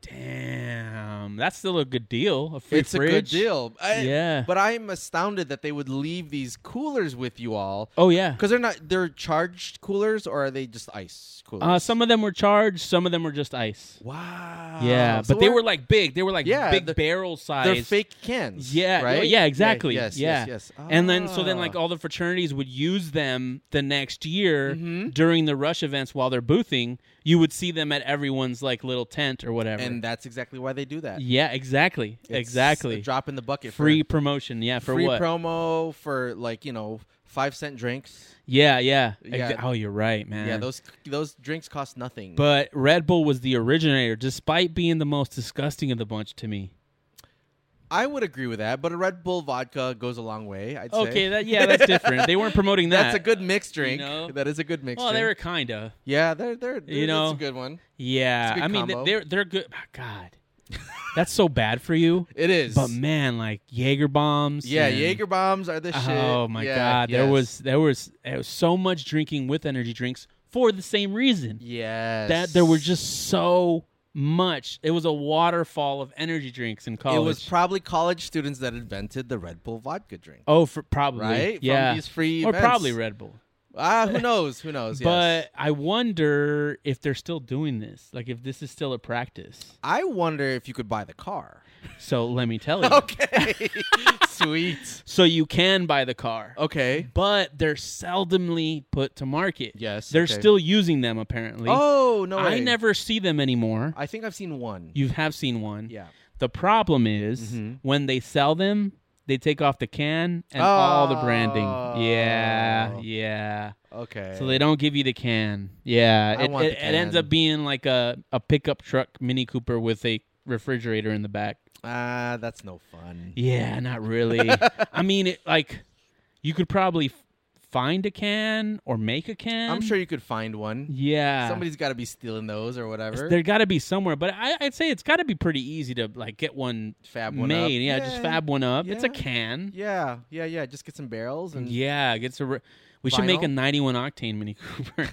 [SPEAKER 2] Damn, that's still a good deal. A free
[SPEAKER 3] it's
[SPEAKER 2] fridge.
[SPEAKER 3] a good deal. I-
[SPEAKER 2] Yeah.
[SPEAKER 3] But I'm astounded that they would leave these coolers with you all
[SPEAKER 2] Oh yeah.
[SPEAKER 3] cuz they're not they're charged coolers or are they just ice coolers?
[SPEAKER 2] Uh, some of them were charged. Some of them were just ice.
[SPEAKER 3] wow.
[SPEAKER 2] yeah,
[SPEAKER 3] Uh, So
[SPEAKER 2] but they
[SPEAKER 3] we're-
[SPEAKER 2] were like big. They were like
[SPEAKER 3] Yeah,
[SPEAKER 2] big
[SPEAKER 3] the-
[SPEAKER 2] barrel size.
[SPEAKER 3] they're fake cans.
[SPEAKER 2] Yeah.
[SPEAKER 3] right?
[SPEAKER 2] Yeah. Exactly.
[SPEAKER 3] yes,
[SPEAKER 2] yeah.
[SPEAKER 3] yes, yes.
[SPEAKER 2] And then so then like oh,
[SPEAKER 3] Ah.
[SPEAKER 2] all the fraternities would use them the next year
[SPEAKER 3] Mm-hmm.
[SPEAKER 2] during the rush events while they're boothing. You would see them at everyone's like little tent or whatever.
[SPEAKER 3] And that's exactly why they do that.
[SPEAKER 2] yeah. Exactly.
[SPEAKER 3] It's
[SPEAKER 2] exactly.
[SPEAKER 3] A drop in the bucket.
[SPEAKER 2] Free
[SPEAKER 3] for,
[SPEAKER 2] promotion. Yeah. For
[SPEAKER 3] free
[SPEAKER 2] what?
[SPEAKER 3] promo for like you know five cent drinks.
[SPEAKER 2] yeah. Yeah.
[SPEAKER 3] Yeah.
[SPEAKER 2] Exa- oh, you're right, man.
[SPEAKER 3] Yeah, those those drinks cost nothing.
[SPEAKER 2] But Red Bull was the originator, despite being the most disgusting of the bunch to me.
[SPEAKER 3] I would agree with that. But a Red Bull vodka goes a long way. I'd say.
[SPEAKER 2] Okay, that yeah, that's different. They weren't promoting that.
[SPEAKER 3] that's a good mixed
[SPEAKER 2] you
[SPEAKER 3] drink.
[SPEAKER 2] know?
[SPEAKER 3] That is a good mixed
[SPEAKER 2] Well, they
[SPEAKER 3] drink.
[SPEAKER 2] were kinda.
[SPEAKER 3] yeah, they're they're,
[SPEAKER 2] You
[SPEAKER 3] that's
[SPEAKER 2] know?
[SPEAKER 3] a good one.
[SPEAKER 2] Yeah,
[SPEAKER 3] It's a good
[SPEAKER 2] I mean,
[SPEAKER 3] combo.
[SPEAKER 2] they're they're good. ah, God, that's so bad for you.
[SPEAKER 3] It is.
[SPEAKER 2] But man, like Jaeger bombs.
[SPEAKER 3] yeah,
[SPEAKER 2] and-
[SPEAKER 3] Jaeger bombs are the shit.
[SPEAKER 2] Oh my
[SPEAKER 3] Yeah,
[SPEAKER 2] God, there
[SPEAKER 3] yes.
[SPEAKER 2] was there was there was so much drinking with energy drinks for the same reason
[SPEAKER 3] yes
[SPEAKER 2] that there were just so much. It was a waterfall of energy drinks in college.
[SPEAKER 3] It was probably college students that invented the Red Bull vodka drink.
[SPEAKER 2] oh, for, probably
[SPEAKER 3] Right? From
[SPEAKER 2] Yeah,
[SPEAKER 3] these free
[SPEAKER 2] or
[SPEAKER 3] events.
[SPEAKER 2] probably Red Bull.
[SPEAKER 3] Ah, who knows? Who knows? yes.
[SPEAKER 2] But I wonder if they're still doing this. Like if this is still a practice.
[SPEAKER 3] I wonder if you could buy the car.
[SPEAKER 2] So let me tell you.
[SPEAKER 3] Okay. Sweet.
[SPEAKER 2] So you can buy the car.
[SPEAKER 3] Okay.
[SPEAKER 2] But they're seldomly put to market.
[SPEAKER 3] Yes,
[SPEAKER 2] They're
[SPEAKER 3] okay.
[SPEAKER 2] still using them apparently.
[SPEAKER 3] Oh no!
[SPEAKER 2] I
[SPEAKER 3] way.
[SPEAKER 2] never see them anymore.
[SPEAKER 3] I think I've seen one.
[SPEAKER 2] You have seen one.
[SPEAKER 3] yeah.
[SPEAKER 2] The problem is
[SPEAKER 3] Mhm.
[SPEAKER 2] when they sell them, they take off the can and all the branding. Yeah,
[SPEAKER 3] Oh.
[SPEAKER 2] yeah.
[SPEAKER 3] Okay.
[SPEAKER 2] So they don't give you the can. Yeah,
[SPEAKER 3] I
[SPEAKER 2] it,
[SPEAKER 3] want
[SPEAKER 2] it,
[SPEAKER 3] the
[SPEAKER 2] it ends
[SPEAKER 3] can.
[SPEAKER 2] up being like a, a pickup truck Mini Cooper with a refrigerator in the back.
[SPEAKER 3] ah, that's no fun.
[SPEAKER 2] Yeah, not really. I mean, it, like you could probably f- find a can or make a can.
[SPEAKER 3] I'm sure you could find one.
[SPEAKER 2] Yeah,
[SPEAKER 3] Somebody's got to be stealing those or whatever.
[SPEAKER 2] there got to be somewhere, but I, I'd say it's got to be pretty easy to like get one
[SPEAKER 3] fab one
[SPEAKER 2] made.
[SPEAKER 3] up.
[SPEAKER 2] Yeah, just fab one up. It's a
[SPEAKER 3] Yeah.
[SPEAKER 2] can.
[SPEAKER 3] Yeah, yeah, yeah. Just get some barrels and
[SPEAKER 2] Yeah, it gets a. Re- we should make a
[SPEAKER 3] Vinyl?
[SPEAKER 2] 91 octane Mini Cooper.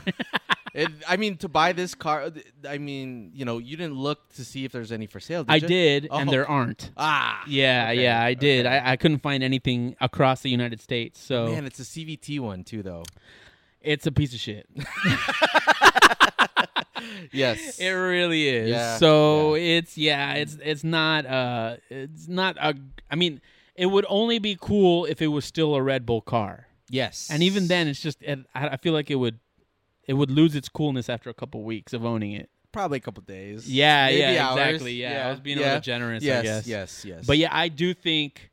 [SPEAKER 3] It, I mean, to buy this car, th- I mean, you know, you didn't look to see if there's any for sale. Did
[SPEAKER 2] I
[SPEAKER 3] you?
[SPEAKER 2] did, and
[SPEAKER 3] Oh.
[SPEAKER 2] there aren't.
[SPEAKER 3] Ah,
[SPEAKER 2] Yeah,
[SPEAKER 3] Okay,
[SPEAKER 2] yeah, I did.
[SPEAKER 3] okay.
[SPEAKER 2] I, I couldn't find anything across the United States, so
[SPEAKER 3] man, it's a CVT one too, though.
[SPEAKER 2] it's a piece of shit.
[SPEAKER 3] Yes,
[SPEAKER 2] It really is.
[SPEAKER 3] Yeah,
[SPEAKER 2] So it's yeah, it's it's not uh it's not a I mean, it would only be cool if it was still a Red Bull car.
[SPEAKER 3] yes.
[SPEAKER 2] And even then it's just it, I I feel like it would it would lose its coolness after a couple weeks of owning it.
[SPEAKER 3] probably a couple days.
[SPEAKER 2] Yeah,
[SPEAKER 3] Maybe
[SPEAKER 2] yeah,
[SPEAKER 3] hours.
[SPEAKER 2] exactly. Yeah, I was being a little generous,
[SPEAKER 3] Yes,
[SPEAKER 2] I guess.
[SPEAKER 3] yes, yes.
[SPEAKER 2] But yeah, I do think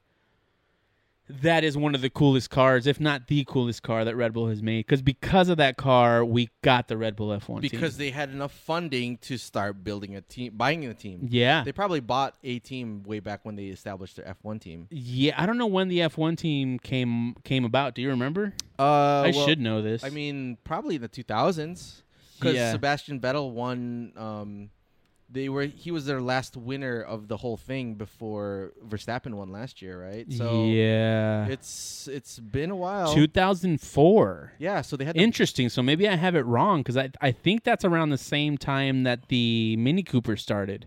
[SPEAKER 2] that is one of the coolest cars, if not the coolest car that Red Bull has made. Because because of that car, we got the Red Bull F1 team.
[SPEAKER 3] because they had enough funding to start building a team, buying a team.
[SPEAKER 2] yeah,
[SPEAKER 3] They probably bought a team way back when they established their F1 team.
[SPEAKER 2] yeah. I don't know when the F1 team came came about. Do you remember?
[SPEAKER 3] Uh,
[SPEAKER 2] I should know this.
[SPEAKER 3] I mean, probably in the 2000s, because
[SPEAKER 2] Yeah.
[SPEAKER 3] Sebastian Vettel won. Um, they were he was their last winner of the whole thing before Verstappen won last year, right? So
[SPEAKER 2] yeah,
[SPEAKER 3] it's it's been a while.
[SPEAKER 2] 2004.
[SPEAKER 3] yeah, so they had to,
[SPEAKER 2] Interesting. So maybe I have it wrong because I I think that's around the same time that the Mini Cooper started.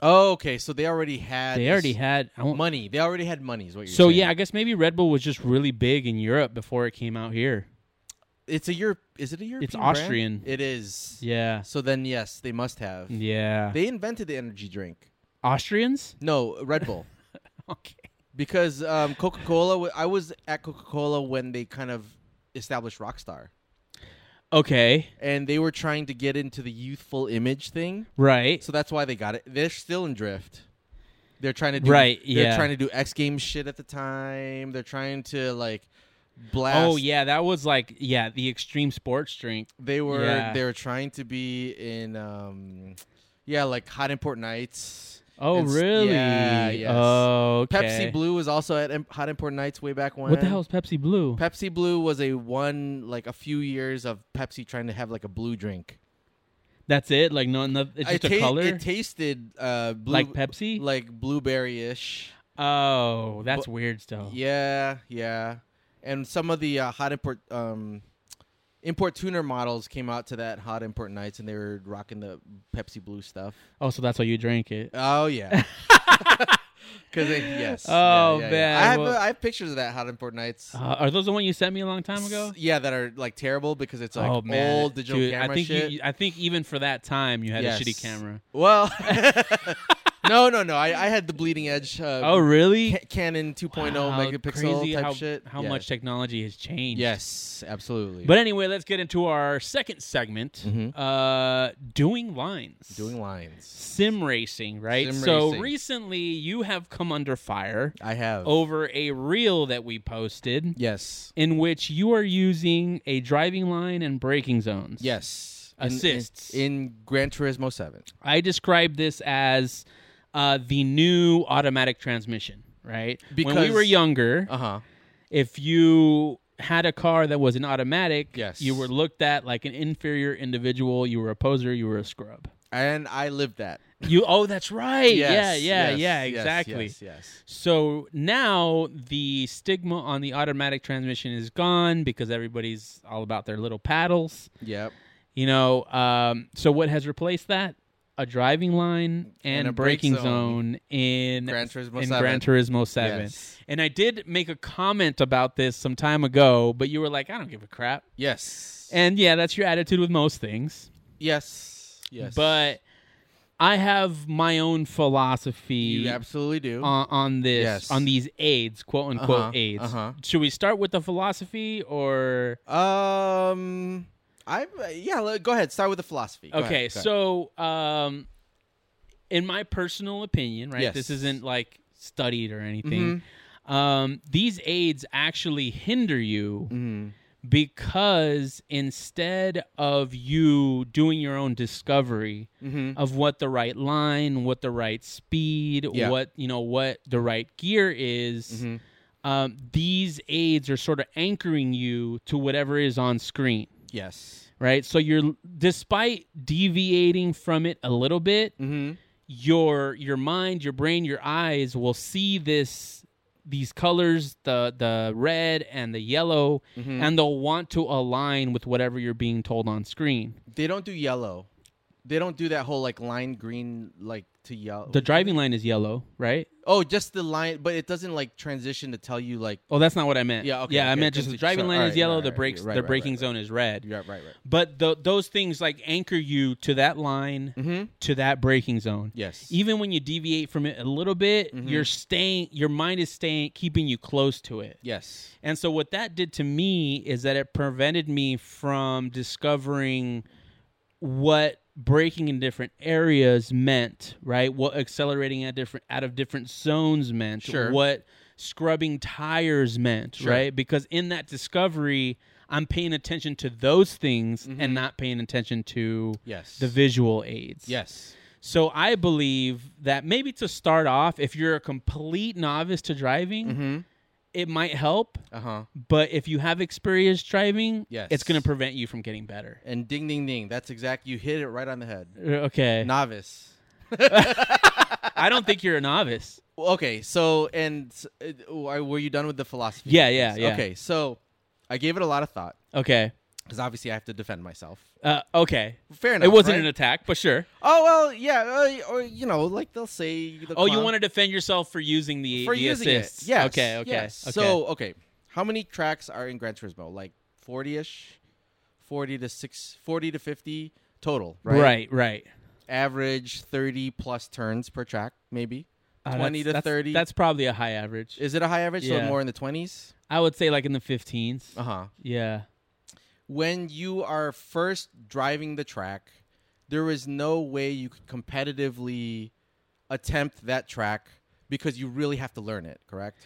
[SPEAKER 3] oh, okay, so they already had
[SPEAKER 2] They already had. I won't-
[SPEAKER 3] money. They already had money. Is what you're
[SPEAKER 2] so
[SPEAKER 3] saying.
[SPEAKER 2] yeah, I guess maybe Red Bull was just really big in Europe before it came out here.
[SPEAKER 3] it's a Europe. Is it a European? brand?
[SPEAKER 2] Austrian.
[SPEAKER 3] It is.
[SPEAKER 2] Yeah.
[SPEAKER 3] So then yes, they must have.
[SPEAKER 2] Yeah.
[SPEAKER 3] They invented the energy drink.
[SPEAKER 2] Austrians?
[SPEAKER 3] No, Red Bull.
[SPEAKER 2] Okay.
[SPEAKER 3] because um, Coca Cola. I was at Coca Cola when they kind of established Rockstar,
[SPEAKER 2] Okay.
[SPEAKER 3] and they were trying to get into the youthful image thing.
[SPEAKER 2] Right.
[SPEAKER 3] So that's why they got it. They're still in drift. They're trying to do,
[SPEAKER 2] Right, yeah.
[SPEAKER 3] They're trying to do X Games shit at the time. They're trying to like blast.
[SPEAKER 2] Oh yeah, that was like yeah, the extreme sports drink.
[SPEAKER 3] They were
[SPEAKER 2] Yeah.
[SPEAKER 3] they were trying to be in um, yeah, like Hot Import Nights.
[SPEAKER 2] Oh
[SPEAKER 3] and s-
[SPEAKER 2] really?
[SPEAKER 3] Yeah. Yes.
[SPEAKER 2] Oh okay.
[SPEAKER 3] Pepsi Blue was also at Im- Hot Import Nights way back when.
[SPEAKER 2] What the hell is Pepsi Blue?
[SPEAKER 3] Pepsi Blue was a one like a few years of Pepsi trying to have like a blue drink.
[SPEAKER 2] That's it? Like no, no it's just
[SPEAKER 3] it
[SPEAKER 2] a
[SPEAKER 3] ta-
[SPEAKER 2] color?
[SPEAKER 3] It tasted uh, blue,
[SPEAKER 2] like Pepsi?
[SPEAKER 3] like blueberry ish.
[SPEAKER 2] oh, that's
[SPEAKER 3] But-
[SPEAKER 2] weird stuff.
[SPEAKER 3] Yeah, yeah. And some of the uh, hot import um, import tuner models came out to that hot import nights, and they were rocking the Pepsi Blue stuff.
[SPEAKER 2] Oh, so that's why you drank it.
[SPEAKER 3] Oh yeah. Because yes.
[SPEAKER 2] Oh, man,
[SPEAKER 3] I have
[SPEAKER 2] well-
[SPEAKER 3] uh, I have pictures of that hot import nights.
[SPEAKER 2] Uh, are those the one you sent me a long time ago?
[SPEAKER 3] Yeah, that are like terrible because it's like
[SPEAKER 2] oh man,
[SPEAKER 3] old digital
[SPEAKER 2] Dude,
[SPEAKER 3] camera
[SPEAKER 2] I think
[SPEAKER 3] shit.
[SPEAKER 2] You, I think even for that time you had
[SPEAKER 3] Yes.
[SPEAKER 2] a shitty camera.
[SPEAKER 3] Well, no, no, no. I, I had the bleeding edge. Uh,
[SPEAKER 2] Oh really?
[SPEAKER 3] ca- Canon 2.0
[SPEAKER 2] Wow,
[SPEAKER 3] megapixel
[SPEAKER 2] crazy
[SPEAKER 3] type
[SPEAKER 2] how,
[SPEAKER 3] shit.
[SPEAKER 2] How
[SPEAKER 3] Yeah.
[SPEAKER 2] much technology has changed?
[SPEAKER 3] Yes, absolutely.
[SPEAKER 2] But anyway, let's get into our second segment.
[SPEAKER 3] Mhm.
[SPEAKER 2] Uh, doing lines.
[SPEAKER 3] doing lines,
[SPEAKER 2] sim racing, right?
[SPEAKER 3] Sim
[SPEAKER 2] so
[SPEAKER 3] racing.
[SPEAKER 2] recently, you have come under fire
[SPEAKER 3] I have.
[SPEAKER 2] over a reel that we posted
[SPEAKER 3] yes,
[SPEAKER 2] in which you are using a driving line and braking zones.
[SPEAKER 3] yes. In- in-
[SPEAKER 2] Assists.
[SPEAKER 3] in, Gran Turismo Seven.
[SPEAKER 2] I describe this as uh, the new automatic transmission, right? when we
[SPEAKER 3] Because-
[SPEAKER 2] were younger,
[SPEAKER 3] Uh huh.
[SPEAKER 2] if you had a car that was an automatic,
[SPEAKER 3] Yes.
[SPEAKER 2] you were looked at like an inferior individual. You were a poser. You were a scrub.
[SPEAKER 3] And I lived that.
[SPEAKER 2] You oh, that's right. yeah,
[SPEAKER 3] Yes,
[SPEAKER 2] yeah,
[SPEAKER 3] yes,
[SPEAKER 2] yeah,
[SPEAKER 3] yes,
[SPEAKER 2] exactly.
[SPEAKER 3] Yes, yes.
[SPEAKER 2] So now the stigma on the automatic transmission is gone because everybody's all about their little paddles.
[SPEAKER 3] Yep.
[SPEAKER 2] You know, um, so what has replaced that? A driving line and,
[SPEAKER 3] And
[SPEAKER 2] a
[SPEAKER 3] a brake
[SPEAKER 2] braking zone,
[SPEAKER 3] zone.
[SPEAKER 2] in
[SPEAKER 3] Gran Turismo
[SPEAKER 2] in
[SPEAKER 3] 7.
[SPEAKER 2] Gran Turismo Seven.
[SPEAKER 3] Yes.
[SPEAKER 2] And I did make a comment about this some time ago, but you were like, "I don't give a crap."
[SPEAKER 3] Yes.
[SPEAKER 2] And yeah, that's your attitude with most things.
[SPEAKER 3] yes. Yes.
[SPEAKER 2] But I have my own philosophy
[SPEAKER 3] you absolutely do.
[SPEAKER 2] on, on this
[SPEAKER 3] Yes.
[SPEAKER 2] on these aids, quote unquote
[SPEAKER 3] Uh-huh,
[SPEAKER 2] aids.
[SPEAKER 3] uh-huh.
[SPEAKER 2] Should we start with the philosophy or
[SPEAKER 3] um. I yeah. let- Go ahead. Start with the philosophy. Go
[SPEAKER 2] okay?
[SPEAKER 3] ahead, go ahead.
[SPEAKER 2] so, um, in my personal opinion, right?
[SPEAKER 3] Yes. Mm-hmm.
[SPEAKER 2] This isn't like studied or anything. Um, these aids actually hinder you
[SPEAKER 3] Mm-hmm.
[SPEAKER 2] because instead of you doing your own discovery
[SPEAKER 3] Mm-hmm.
[SPEAKER 2] of what the right line, what the right speed,
[SPEAKER 3] Yeah.
[SPEAKER 2] what you know, what the right gear is,
[SPEAKER 3] Mm-hmm.
[SPEAKER 2] um, these aids are sort of anchoring you to whatever is on screen
[SPEAKER 3] Yes.
[SPEAKER 2] right? So you're despite deviating from it a little bit,
[SPEAKER 3] Mm-hmm.
[SPEAKER 2] your your mind, your brain, your eyes will see this these colors, the the red and the yellow,
[SPEAKER 3] Mm-hmm.
[SPEAKER 2] and they'll want to align with whatever you're being told on screen.
[SPEAKER 3] They don't do yellow. They don't do that whole like line green like to yellow.
[SPEAKER 2] The driving line is yellow, right?
[SPEAKER 3] oh, just the line, but it doesn't like transition to tell you like
[SPEAKER 2] Oh, that's not what I meant.
[SPEAKER 3] Yeah, okay,
[SPEAKER 2] yeah, I
[SPEAKER 3] okay,
[SPEAKER 2] meant just
[SPEAKER 3] confu-
[SPEAKER 2] the driving
[SPEAKER 3] sorry,
[SPEAKER 2] line is
[SPEAKER 3] alright,
[SPEAKER 2] yellow.
[SPEAKER 3] alright,
[SPEAKER 2] the brakes,
[SPEAKER 3] right,
[SPEAKER 2] the
[SPEAKER 3] right,
[SPEAKER 2] braking
[SPEAKER 3] right,
[SPEAKER 2] zone is red.
[SPEAKER 3] yeah, right, right.
[SPEAKER 2] But tho- those things like anchor you to that line,
[SPEAKER 3] Mhm.
[SPEAKER 2] to that braking zone.
[SPEAKER 3] Yes.
[SPEAKER 2] even when you deviate from it a little bit
[SPEAKER 3] Mm-hmm.
[SPEAKER 2] you're staying your mind is staying keeping you close to it
[SPEAKER 3] yes.
[SPEAKER 2] and so what that did to me is that it prevented me from discovering what breaking in different areas meant right what accelerating at different out of different zones meant
[SPEAKER 3] Sure.
[SPEAKER 2] what scrubbing tires meant
[SPEAKER 3] Sure.
[SPEAKER 2] right because in that discovery i'm paying attention to those things
[SPEAKER 3] Mm-hmm.
[SPEAKER 2] and not paying attention to
[SPEAKER 3] Yes.
[SPEAKER 2] the visual aids
[SPEAKER 3] Yes.
[SPEAKER 2] so I believe that maybe to start off, if you're a complete novice to driving,
[SPEAKER 3] Mhm.
[SPEAKER 2] it might help.
[SPEAKER 3] Uh huh.
[SPEAKER 2] But if you have experience driving,
[SPEAKER 3] Yes.
[SPEAKER 2] it's going to prevent you from getting better.
[SPEAKER 3] And ding, ding, ding. That's exact. You hit it right on the head.
[SPEAKER 2] Uh, Okay,
[SPEAKER 3] Novice.
[SPEAKER 2] I don't think you're a novice.
[SPEAKER 3] Okay, so and uh, w- were you done with the philosophy?
[SPEAKER 2] Yeah, yeah, yeah.
[SPEAKER 3] Okay, so I gave it a lot of thought
[SPEAKER 2] Okay,
[SPEAKER 3] because obviously I have to defend myself.
[SPEAKER 2] uh, okay.
[SPEAKER 3] Fair enough.
[SPEAKER 2] It wasn't
[SPEAKER 3] right?
[SPEAKER 2] an attack, but sure.
[SPEAKER 3] Oh well, yeah, uh, or you know, like they'll say. The
[SPEAKER 2] Oh, you
[SPEAKER 3] clown-
[SPEAKER 2] want to defend yourself for using the
[SPEAKER 3] for
[SPEAKER 2] the
[SPEAKER 3] using
[SPEAKER 2] assists?
[SPEAKER 3] it? Yes.
[SPEAKER 2] Okay. Okay.
[SPEAKER 3] yes.
[SPEAKER 2] okay.
[SPEAKER 3] So okay, how many tracks are in Gran Turismo? Like forty ish, forty to six, 40 to fifty total, right?
[SPEAKER 2] right, right.
[SPEAKER 3] Average thirty plus turns per track, maybe.
[SPEAKER 2] Uh,
[SPEAKER 3] 20
[SPEAKER 2] that's-
[SPEAKER 3] to
[SPEAKER 2] that's-
[SPEAKER 3] 30.
[SPEAKER 2] That's probably a high average.
[SPEAKER 3] Is it a high average?
[SPEAKER 2] Yeah. Uh-huh.
[SPEAKER 3] So more in the twenties.
[SPEAKER 2] I would say like in the 15s.
[SPEAKER 3] Uh huh.
[SPEAKER 2] Yeah.
[SPEAKER 3] when you are first driving the track, there is no way you could competitively attempt that track because you really have to learn it, correct?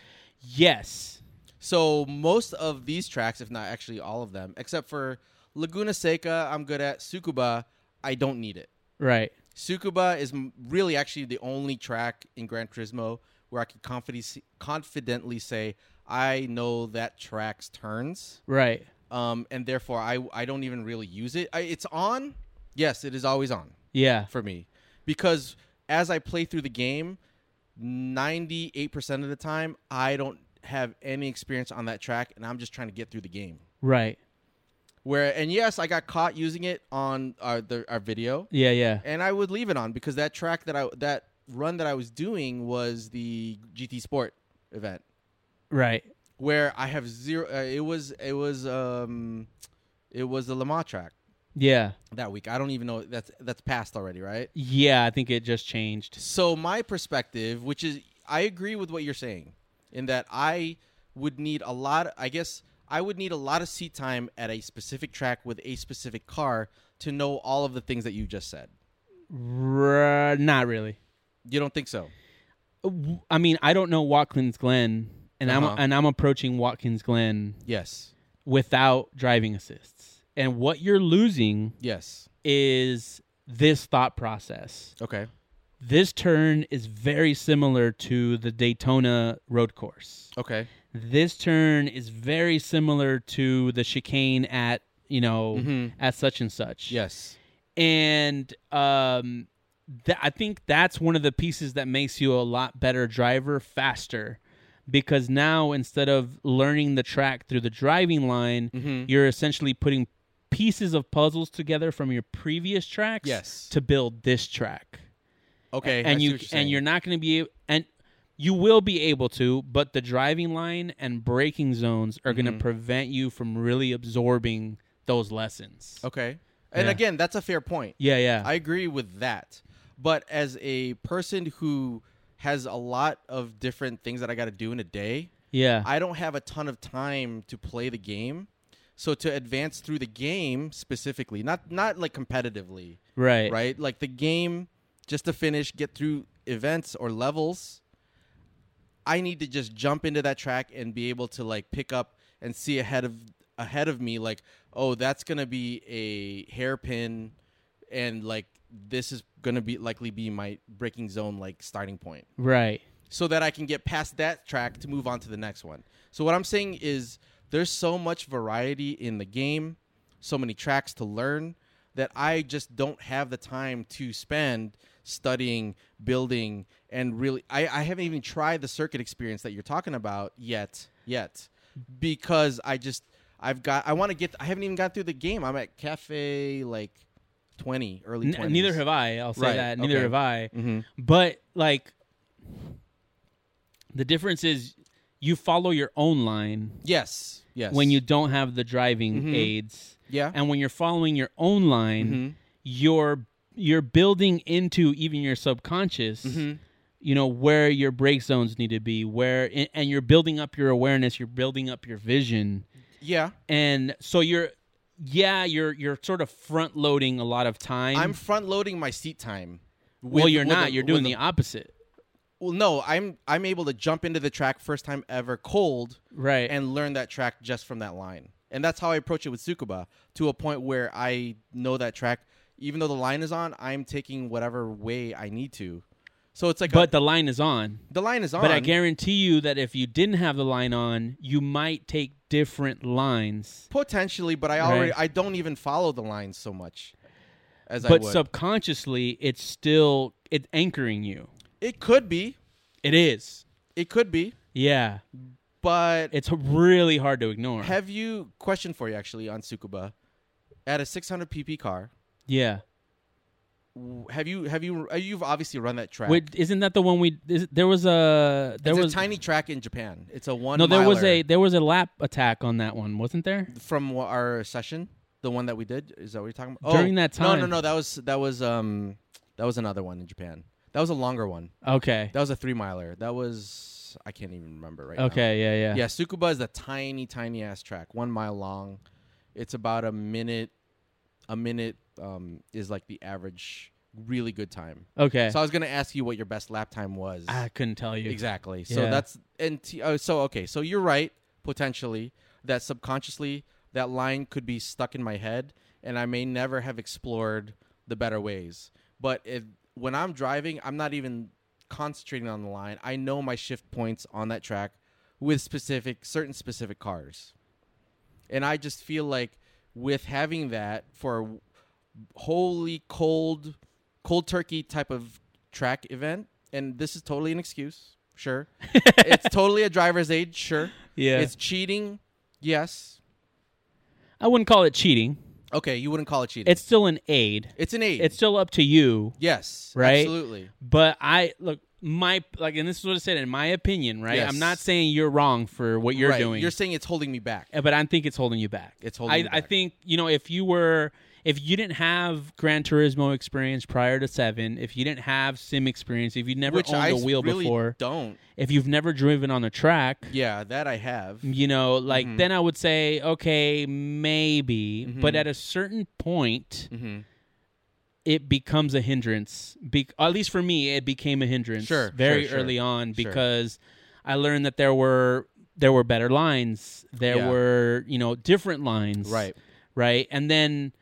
[SPEAKER 2] Yes.
[SPEAKER 3] So most of these tracks, if not actually all of them, except for Laguna Seca, I'm good at Sukuba, I don't need it.
[SPEAKER 2] Right.
[SPEAKER 3] Sukuba is m- really actually the only track in Gran Turismo where I can confidently confidently say I know that track's turns
[SPEAKER 2] Right.
[SPEAKER 3] um, and therefore I I don't even really use it. I, it's on. Yes, it is always on
[SPEAKER 2] Yeah.
[SPEAKER 3] for me because as I play through the game, ninety eight percent of the time I don't have any experience on that track, and I'm just trying to get through the game.
[SPEAKER 2] Right.
[SPEAKER 3] Where and yes, I got caught using it on our the, our video,
[SPEAKER 2] Yeah, yeah.
[SPEAKER 3] and I would leave it on because that track that I that run that I was doing was the GT Sport event.
[SPEAKER 2] Right.
[SPEAKER 3] where I have zero. Uh, it was it was um, it was the Lamar track
[SPEAKER 2] Yeah.
[SPEAKER 3] that week. I don't even know that's that's passed already, right?
[SPEAKER 2] Yeah, I think it just changed.
[SPEAKER 3] So my perspective, which is I agree with what you're saying, in that I would need a lot. I guess I would need a lot of seat time at a specific track with a specific car to know all of the things that you just said.
[SPEAKER 2] R- not really.
[SPEAKER 3] You don't think so?
[SPEAKER 2] W- I mean, I don't know Watkins Glen and
[SPEAKER 3] Uh-huh.
[SPEAKER 2] I'm and I'm approaching Watkins Glen
[SPEAKER 3] Yes.
[SPEAKER 2] without driving assists. And what you're losing
[SPEAKER 3] Yes.
[SPEAKER 2] is this thought process.
[SPEAKER 3] Okay.
[SPEAKER 2] This turn is very similar to the Daytona road course.
[SPEAKER 3] Okay.
[SPEAKER 2] This turn is very similar to the chicane at, you know,
[SPEAKER 3] Mhm.
[SPEAKER 2] at such and such.
[SPEAKER 3] Yes.
[SPEAKER 2] and um th- i think that's one of the pieces that makes you a lot better driver faster because now instead of learning the track through the driving line
[SPEAKER 3] Mm-hmm.
[SPEAKER 2] you're essentially putting pieces of puzzles together from your previous tracks
[SPEAKER 3] Yes.
[SPEAKER 2] to build this track
[SPEAKER 3] Okay. I
[SPEAKER 2] and
[SPEAKER 3] see
[SPEAKER 2] you
[SPEAKER 3] what you're
[SPEAKER 2] and
[SPEAKER 3] saying.
[SPEAKER 2] you're not going to be ab- and you will be able to but the driving line and braking zones are
[SPEAKER 3] Mm-hmm.
[SPEAKER 2] going to prevent you from really absorbing those lessons
[SPEAKER 3] okay. And
[SPEAKER 2] Yeah.
[SPEAKER 3] again, that's a fair point.
[SPEAKER 2] yeah yeah
[SPEAKER 3] I agree with that. But as a person who has a lot of different things that I got to do in a day,
[SPEAKER 2] yeah
[SPEAKER 3] I don't have a ton of time to play the game. So to advance through the game specifically, not not like competitively,
[SPEAKER 2] right
[SPEAKER 3] right? Like the game just to finish, get through events or levels. I need to just jump into that track and be able to like pick up and see ahead of ahead of me like oh that's going to be a hairpin and like this is going to be likely be my breaking zone like starting point
[SPEAKER 2] Right.
[SPEAKER 3] so that I can get past that track to move on to the next one. So what I'm saying is there's so much variety in the game, so many tracks to learn that I just don't have the time to spend studying, building, and really I, I haven't even tried the circuit experience that you're talking about yet yet. Because I just I've got I want to get I haven't even got through the game. I'm at cafe like twenty, early
[SPEAKER 2] N-
[SPEAKER 3] twenties.
[SPEAKER 2] neither have I. I'll say
[SPEAKER 3] Right,
[SPEAKER 2] that. Neither
[SPEAKER 3] okay.
[SPEAKER 2] have I.
[SPEAKER 3] Mhm.
[SPEAKER 2] But like, the difference is you follow your own line
[SPEAKER 3] Yes. Yes. Mm-hmm.
[SPEAKER 2] when you don't have the driving aids,
[SPEAKER 3] Yeah. Mm-hmm.
[SPEAKER 2] and when you're following your own line, you're you're building into even your subconscious.
[SPEAKER 3] Mm-hmm.
[SPEAKER 2] You know where your break zones need to be, where and- and you're building up your awareness, you're building up your vision.
[SPEAKER 3] yeah.
[SPEAKER 2] and so you're yeah you're you're sort of front loading a lot of time
[SPEAKER 3] I'm front loading my seat time.
[SPEAKER 2] well
[SPEAKER 3] with-
[SPEAKER 2] you're
[SPEAKER 3] with
[SPEAKER 2] not
[SPEAKER 3] a-
[SPEAKER 2] you're doing
[SPEAKER 3] with
[SPEAKER 2] the
[SPEAKER 3] a-
[SPEAKER 2] opposite
[SPEAKER 3] well, no, I'm I'm able to jump into the track first time ever cold
[SPEAKER 2] right
[SPEAKER 3] and learn that track just from that line. And that's how I approach it with Tsukuba to a point where I know that track. Even though the line is on, I'm taking whatever way I need to. So it's like
[SPEAKER 2] but
[SPEAKER 3] a,
[SPEAKER 2] the line is on
[SPEAKER 3] the line is on.
[SPEAKER 2] but i guarantee you that if you didn't have the line on you might take different lines
[SPEAKER 3] potentially, but I already
[SPEAKER 2] Right.
[SPEAKER 3] I don't even follow the lines so much as I
[SPEAKER 2] but
[SPEAKER 3] would.
[SPEAKER 2] subconsciously it's still it's anchoring you
[SPEAKER 3] it could be.
[SPEAKER 2] it is
[SPEAKER 3] It could be.
[SPEAKER 2] yeah
[SPEAKER 3] But
[SPEAKER 2] it's really hard to ignore
[SPEAKER 3] have you question for you actually on Tsukuba at a 600 pp car?
[SPEAKER 2] yeah
[SPEAKER 3] w- have you have you uh, you've obviously run that track?
[SPEAKER 2] Wait, isn't that the one we is, there was a there
[SPEAKER 3] it's
[SPEAKER 2] was
[SPEAKER 3] a tiny track in Japan. It's a one.
[SPEAKER 2] no there was
[SPEAKER 3] miler
[SPEAKER 2] a there was a lap attack on that one wasn't there
[SPEAKER 3] from wha- our session, the one that we did. Is that what you're talking about? Oh,
[SPEAKER 2] During that
[SPEAKER 3] no, no,
[SPEAKER 2] time.
[SPEAKER 3] no. That was that was um that was another one in Japan. That was a longer one.
[SPEAKER 2] okay
[SPEAKER 3] That was a three miler. That was I can't even remember right now.
[SPEAKER 2] Okay, yeah, yeah.
[SPEAKER 3] Yeah, Tsukuba is a tiny, tiny ass track, one mile long. It's about a minute. A minute um, is like the average really good time.
[SPEAKER 2] Okay.
[SPEAKER 3] So I was gonna ask you what your best lap time was.
[SPEAKER 2] I couldn't tell you.
[SPEAKER 3] Exactly. So
[SPEAKER 2] Yeah.
[SPEAKER 3] that's and t- oh, so okay. So you're right. Potentially, that subconsciously that line could be stuck in my head, and I may never have explored the better ways. But if, when I'm driving, I'm not even concentrating on the line. I know my shift points on that track with specific certain specific cars, and I just feel like with having that for a wholly cold cold turkey type of track event and this is totally an excuse sure it's totally a driver's aid sure
[SPEAKER 2] Yeah.
[SPEAKER 3] it's cheating yes
[SPEAKER 2] I wouldn't call it cheating.
[SPEAKER 3] okay you wouldn't call it cheating
[SPEAKER 2] It's still an aid.
[SPEAKER 3] it's an aid
[SPEAKER 2] It's still up to you.
[SPEAKER 3] yes
[SPEAKER 2] Right?
[SPEAKER 3] absolutely
[SPEAKER 2] But I look my like, and this is what I said in my opinion, right?
[SPEAKER 3] Yes.
[SPEAKER 2] I'm not saying you're wrong for what you're
[SPEAKER 3] Right.
[SPEAKER 2] doing, eh,
[SPEAKER 3] you're saying it's holding me back
[SPEAKER 2] but I think it's holding you back.
[SPEAKER 3] It's holding
[SPEAKER 2] I,
[SPEAKER 3] you
[SPEAKER 2] I
[SPEAKER 3] back.
[SPEAKER 2] think you know if you were if you didn't have Gran Turismo experience prior to seven, if you didn't have sim experience, if you never
[SPEAKER 3] which
[SPEAKER 2] owned
[SPEAKER 3] i
[SPEAKER 2] a wheel
[SPEAKER 3] really
[SPEAKER 2] before,
[SPEAKER 3] don't
[SPEAKER 2] if you've never driven on a track,
[SPEAKER 3] yeah that i have
[SPEAKER 2] you know like
[SPEAKER 3] Mm-hmm.
[SPEAKER 2] then i would say okay maybe but at a certain point
[SPEAKER 3] Mhm.
[SPEAKER 2] it becomes a hindrance Be- at least for me it became a hindrance
[SPEAKER 3] Sure,
[SPEAKER 2] very
[SPEAKER 3] sure, sure,
[SPEAKER 2] early on
[SPEAKER 3] sure.
[SPEAKER 2] because i learned that there were there were better lines there
[SPEAKER 3] Yeah.
[SPEAKER 2] were you know different lines
[SPEAKER 3] right
[SPEAKER 2] right and then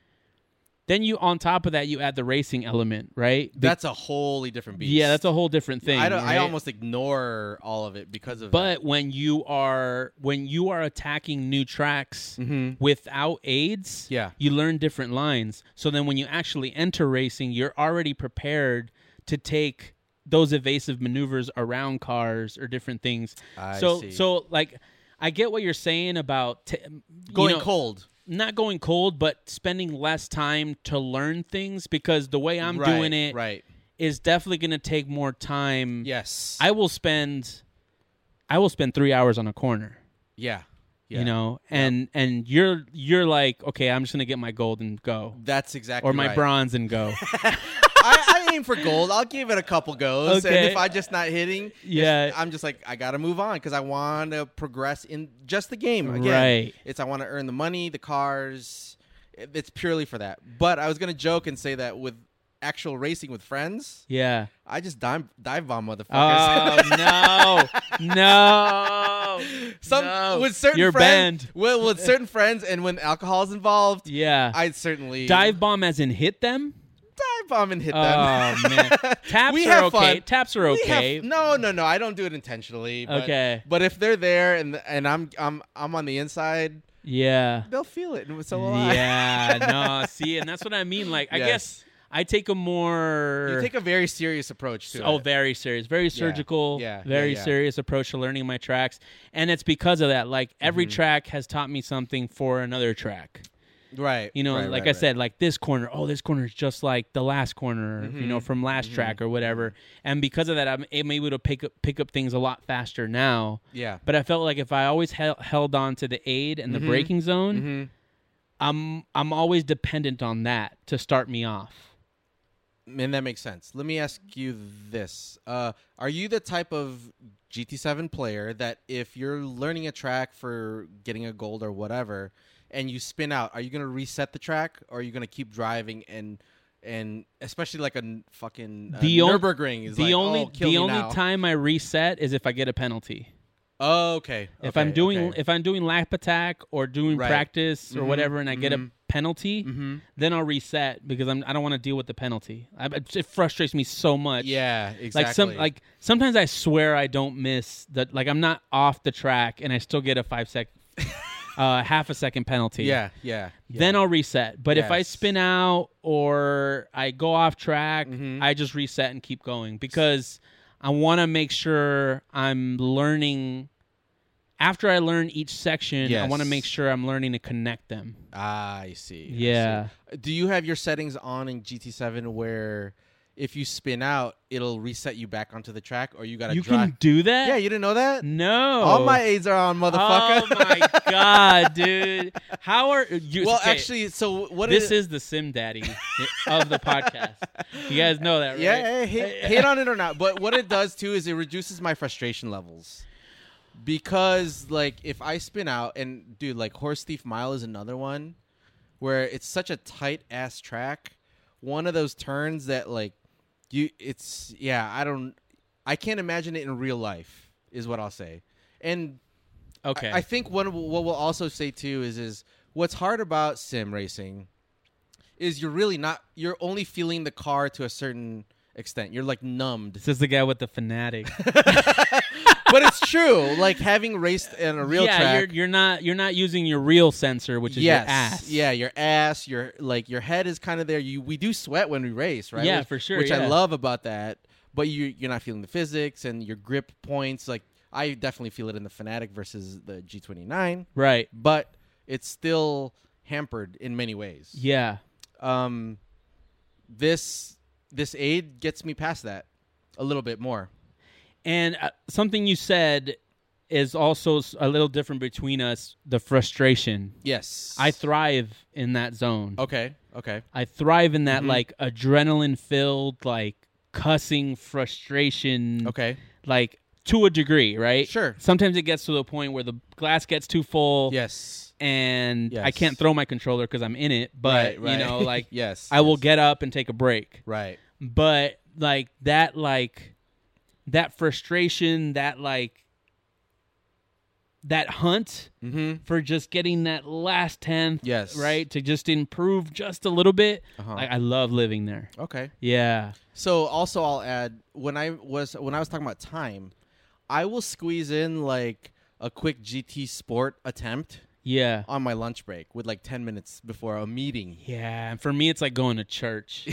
[SPEAKER 2] then you on top of that you add the racing element right Be-
[SPEAKER 3] that's a wholly different beast
[SPEAKER 2] yeah that's a whole different thing
[SPEAKER 3] I, don't, I
[SPEAKER 2] right?
[SPEAKER 3] almost ignore all of it because of
[SPEAKER 2] but when you are when you are attacking new tracks
[SPEAKER 3] Mhm.
[SPEAKER 2] without aids
[SPEAKER 3] Yeah.
[SPEAKER 2] you learn different lines so then when you actually enter racing you're already prepared to take those evasive maneuvers around cars or different things
[SPEAKER 3] I
[SPEAKER 2] so
[SPEAKER 3] see.
[SPEAKER 2] so like i get what you're saying about t- you
[SPEAKER 3] going
[SPEAKER 2] know,
[SPEAKER 3] cold
[SPEAKER 2] not going cold but spending less time to learn things because the way i'm
[SPEAKER 3] Right,
[SPEAKER 2] doing it is
[SPEAKER 3] right
[SPEAKER 2] definitely going to take more time
[SPEAKER 3] yes
[SPEAKER 2] I will spend I will spend 3 hours on a corner,
[SPEAKER 3] yeah yeah
[SPEAKER 2] you know. And and you're you're like, "Okay, I'm just going to get my gold and go."
[SPEAKER 3] that's exactly
[SPEAKER 2] Or my
[SPEAKER 3] right.
[SPEAKER 2] bronze and go.
[SPEAKER 3] I, I aim for gold. I'll give it a couple goes, and
[SPEAKER 2] Okay.
[SPEAKER 3] if I'm just not hitting, it's-
[SPEAKER 2] Yeah.
[SPEAKER 3] I'm just like I gotta move on because I want to progress in just the game again.
[SPEAKER 2] Right.
[SPEAKER 3] It's I want to earn the money, the cars. It- It's purely for that. But I was gonna joke and say that with actual racing with friends,
[SPEAKER 2] Yeah.
[SPEAKER 3] I just dive dive bomb motherfuckers.
[SPEAKER 2] Oh no, no.
[SPEAKER 3] Some
[SPEAKER 2] no.
[SPEAKER 3] with certain
[SPEAKER 2] You're
[SPEAKER 3] friends,
[SPEAKER 2] banned.
[SPEAKER 3] With, with certain friends, and when alcohol is involved,
[SPEAKER 2] Yeah.
[SPEAKER 3] I certainly
[SPEAKER 2] Dive bomb as in hit them.
[SPEAKER 3] dive bomb and hit
[SPEAKER 2] Oh
[SPEAKER 3] them.
[SPEAKER 2] man, taps
[SPEAKER 3] We
[SPEAKER 2] are
[SPEAKER 3] have
[SPEAKER 2] okay.
[SPEAKER 3] fun.
[SPEAKER 2] Taps are
[SPEAKER 3] We have-
[SPEAKER 2] okay.
[SPEAKER 3] no, no, no. I don't do it intentionally. But,
[SPEAKER 2] Okay.
[SPEAKER 3] But if they're there and and I'm I'm I'm on the inside,
[SPEAKER 2] yeah.
[SPEAKER 3] they'll feel it, and so will I.
[SPEAKER 2] Yeah. No. See, and that's what I mean. Like, I
[SPEAKER 3] Yes.
[SPEAKER 2] guess I take a more.
[SPEAKER 3] You take a very serious approach to
[SPEAKER 2] Oh,
[SPEAKER 3] it.
[SPEAKER 2] very serious, very surgical,
[SPEAKER 3] yeah, yeah,
[SPEAKER 2] very
[SPEAKER 3] yeah.
[SPEAKER 2] serious approach to learning my tracks, and it's because of that. Like every
[SPEAKER 3] Mm-hmm.
[SPEAKER 2] track has taught me something for another track.
[SPEAKER 3] right.
[SPEAKER 2] You know,
[SPEAKER 3] right,
[SPEAKER 2] like
[SPEAKER 3] right,
[SPEAKER 2] I
[SPEAKER 3] right.
[SPEAKER 2] said, like this corner. Oh, this corner is just like the last corner. You
[SPEAKER 3] Mm-hmm.
[SPEAKER 2] know, from last track or whatever. And because of that, I'm I'm able to pick up pick up things a lot faster now.
[SPEAKER 3] Yeah.
[SPEAKER 2] But I felt like if I always hel- held on to the aid and the
[SPEAKER 3] Mm-hmm.
[SPEAKER 2] braking zone, I'm I'm always dependent on that to start me off.
[SPEAKER 3] And that makes sense. Let me ask you this: uh, Are you the type of GT7 player that if you're learning a track for getting a gold or whatever, and you spin out, are you gonna reset the track, or are you gonna keep driving and and especially like a n- fucking uh,
[SPEAKER 2] The on-
[SPEAKER 3] Nürburgring is
[SPEAKER 2] the
[SPEAKER 3] like,
[SPEAKER 2] only
[SPEAKER 3] oh, kill
[SPEAKER 2] the
[SPEAKER 3] me
[SPEAKER 2] only
[SPEAKER 3] now.
[SPEAKER 2] time I reset is if I get a penalty.
[SPEAKER 3] Oh, okay.
[SPEAKER 2] if I'm
[SPEAKER 3] okay,
[SPEAKER 2] doing
[SPEAKER 3] okay.
[SPEAKER 2] if I'm doing lap attack or doing
[SPEAKER 3] Right. Mm-hmm,
[SPEAKER 2] practice or whatever, and I get a penalty, then I'll reset because I'm I don't want to deal with the penalty. I, it frustrates me so much.
[SPEAKER 3] yeah, exactly.
[SPEAKER 2] Like some like sometimes I swear I don't miss that. Like I'm not off the track and I still get a five sec, uh, half a second penalty.
[SPEAKER 3] yeah, yeah. yeah.
[SPEAKER 2] Then I'll reset. But if I
[SPEAKER 3] Yes.
[SPEAKER 2] spin out or I go off track,
[SPEAKER 3] Mm-hmm.
[SPEAKER 2] I just reset and keep going because I want to make sure I'm learning. After I learn each section, I want to
[SPEAKER 3] Yes.
[SPEAKER 2] make sure I'm learning to connect them.
[SPEAKER 3] Ah, I see. I see.
[SPEAKER 2] Yeah.
[SPEAKER 3] Do you have your settings on in GT7 where if you spin out, it'll reset you back onto the track, or you gotta
[SPEAKER 2] You
[SPEAKER 3] drive?
[SPEAKER 2] can do that?
[SPEAKER 3] yeah, you didn't know that.
[SPEAKER 2] no.
[SPEAKER 3] All my aids are on, motherfucker.
[SPEAKER 2] Oh my god, dude! How are you?
[SPEAKER 3] well,
[SPEAKER 2] okay,
[SPEAKER 3] actually, so what
[SPEAKER 2] this
[SPEAKER 3] is?
[SPEAKER 2] is the sim daddy of the podcast. You guys know that, right?
[SPEAKER 3] yeah, yeah, hate, hate on it or not, but what it does too is it reduces my frustration levels. Because like if I spin out and dude, like Horse Thief Mile is another one where it's such a tight ass track. One of those turns that like you it's yeah, I don't I can't imagine it in real life is what I'll say. And
[SPEAKER 2] Okay.
[SPEAKER 3] I, I think one what we'll also say too is is what's hard about sim racing is you're really not you're only feeling the car to a certain extent. You're like numbed.
[SPEAKER 2] this is the guy with the fanatic.
[SPEAKER 3] but it's true. Like having raced in a real
[SPEAKER 2] yeah,
[SPEAKER 3] track.
[SPEAKER 2] You're, you're not you're not using your real sensor, which is
[SPEAKER 3] yes.
[SPEAKER 2] your ass.
[SPEAKER 3] Yeah, your ass, your like your head is kind of there. You we do sweat when we race, right?
[SPEAKER 2] Yeah,
[SPEAKER 3] which,
[SPEAKER 2] for sure,
[SPEAKER 3] Which I
[SPEAKER 2] yeah.
[SPEAKER 3] love about that. But you you're not feeling the physics and your grip points like I definitely feel it in the Fanatic versus the G29,
[SPEAKER 2] Right.
[SPEAKER 3] but it's still hampered in many ways.
[SPEAKER 2] Yeah.
[SPEAKER 3] um this this aid gets me past that a little bit more
[SPEAKER 2] And uh, something you said is also s- a little different between us. The frustration.
[SPEAKER 3] yes
[SPEAKER 2] I thrive in that zone.
[SPEAKER 3] okay okay
[SPEAKER 2] I thrive in that
[SPEAKER 3] Mm-hmm.
[SPEAKER 2] like adrenaline filled, like cussing frustration.
[SPEAKER 3] okay
[SPEAKER 2] Like to a degree, right?
[SPEAKER 3] Sure.
[SPEAKER 2] Sometimes it gets to the point where the glass gets too full.
[SPEAKER 3] yes
[SPEAKER 2] And I
[SPEAKER 3] Yes.
[SPEAKER 2] can't throw my controller because I'm in it, but
[SPEAKER 3] Right, right.
[SPEAKER 2] you know, like
[SPEAKER 3] yes
[SPEAKER 2] I will
[SPEAKER 3] yes.
[SPEAKER 2] get up and take a break.
[SPEAKER 3] right
[SPEAKER 2] but like that like that frustration that like that hunt
[SPEAKER 3] mm-hmm
[SPEAKER 2] for just getting that last tenth
[SPEAKER 3] Yes.
[SPEAKER 2] right to just improve just a little bit
[SPEAKER 3] Uh-huh.
[SPEAKER 2] like, i love living there
[SPEAKER 3] okay
[SPEAKER 2] yeah
[SPEAKER 3] so also i'll add when i was when i was talking about time i will squeeze in like a quick gt sport attempt
[SPEAKER 2] yeah
[SPEAKER 3] on my lunch break with like 10 minutes before a meeting
[SPEAKER 2] yeah and for me it's like going to church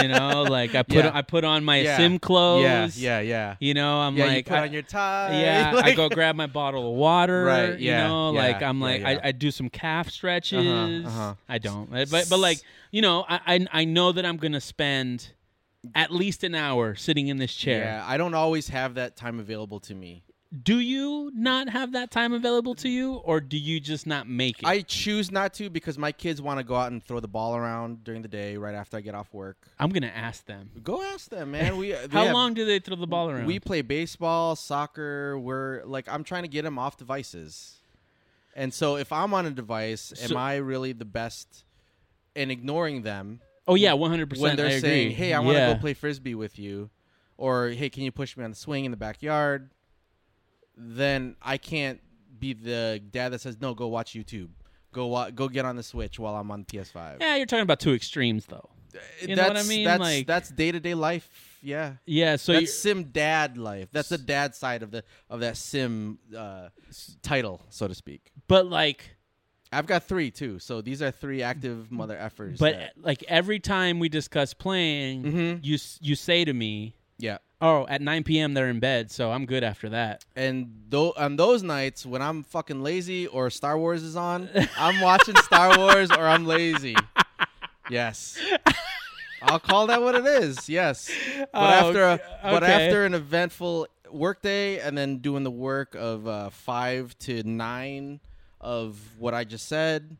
[SPEAKER 2] you know like i put
[SPEAKER 3] Yeah.
[SPEAKER 2] i put on my
[SPEAKER 3] Yeah.
[SPEAKER 2] sim clothes
[SPEAKER 3] yeah yeah yeah
[SPEAKER 2] you know i'm
[SPEAKER 3] yeah
[SPEAKER 2] like
[SPEAKER 3] you put
[SPEAKER 2] I-
[SPEAKER 3] on your tie
[SPEAKER 2] Yeah, I
[SPEAKER 3] like-
[SPEAKER 2] go grab my bottle of water.
[SPEAKER 3] Right, yeah,
[SPEAKER 2] you know,
[SPEAKER 3] yeah,
[SPEAKER 2] like I'm
[SPEAKER 3] yeah,
[SPEAKER 2] like
[SPEAKER 3] yeah.
[SPEAKER 2] I, I do some calf stretches.
[SPEAKER 3] uh-huh.
[SPEAKER 2] I don't, but but like you know, I, I I know that I'm gonna spend at least an hour sitting in this chair.
[SPEAKER 3] yeah i don't always have that time available to me
[SPEAKER 2] Do you not have that time available to you, or do you just not make it?
[SPEAKER 3] I choose not to because my kids want to go out and throw the ball around during the day right after I get off work.
[SPEAKER 2] am gonna ask them.
[SPEAKER 3] Go ask them, man. We we
[SPEAKER 2] How
[SPEAKER 3] have-
[SPEAKER 2] long do they throw the ball around?
[SPEAKER 3] We play baseball, soccer. We're like I'm trying to get them off devices, and so if I'm on a device,
[SPEAKER 2] So-
[SPEAKER 3] am I really the best in ignoring them?
[SPEAKER 2] Oh yeah, one hundred percent.
[SPEAKER 3] when they're
[SPEAKER 2] I agree.
[SPEAKER 3] saying, "Hey, I want to
[SPEAKER 2] Yeah.
[SPEAKER 3] go play frisbee with you," or "Hey, can you push me on the swing in the backyard?" Then I can't be the dad that says, "No, go watch YouTube. Go wa- go get on the Switch while I'm on PS5."
[SPEAKER 2] Yeah, you're talking about two extremes though. Eh, you know
[SPEAKER 3] that's,
[SPEAKER 2] what I mean?
[SPEAKER 3] That's
[SPEAKER 2] Like-
[SPEAKER 3] that's day to day life. Yeah.
[SPEAKER 2] Yeah, so
[SPEAKER 3] that's sim dad life. That's the dad side of the of that sim uh, title, so to speak.
[SPEAKER 2] you- but like
[SPEAKER 3] I've got three too, so these are three active mother effers.
[SPEAKER 2] but
[SPEAKER 3] that-
[SPEAKER 2] like every time we discuss playing,
[SPEAKER 3] Mhm.
[SPEAKER 2] you s- you say to me,
[SPEAKER 3] yeah,
[SPEAKER 2] "Oh, at 9 p.m. they're in bed, so I'm good after that."
[SPEAKER 3] And though on those nights when I'm fucking lazy or Star Wars is on, I'm watching Star Wars or I'm lazy. Yes. I'll call that what it is. Yes. But
[SPEAKER 2] Oh,
[SPEAKER 3] after a, but
[SPEAKER 2] okay.
[SPEAKER 3] after an eventful work day and then doing the work of uh, 5 to 9 of what I just said,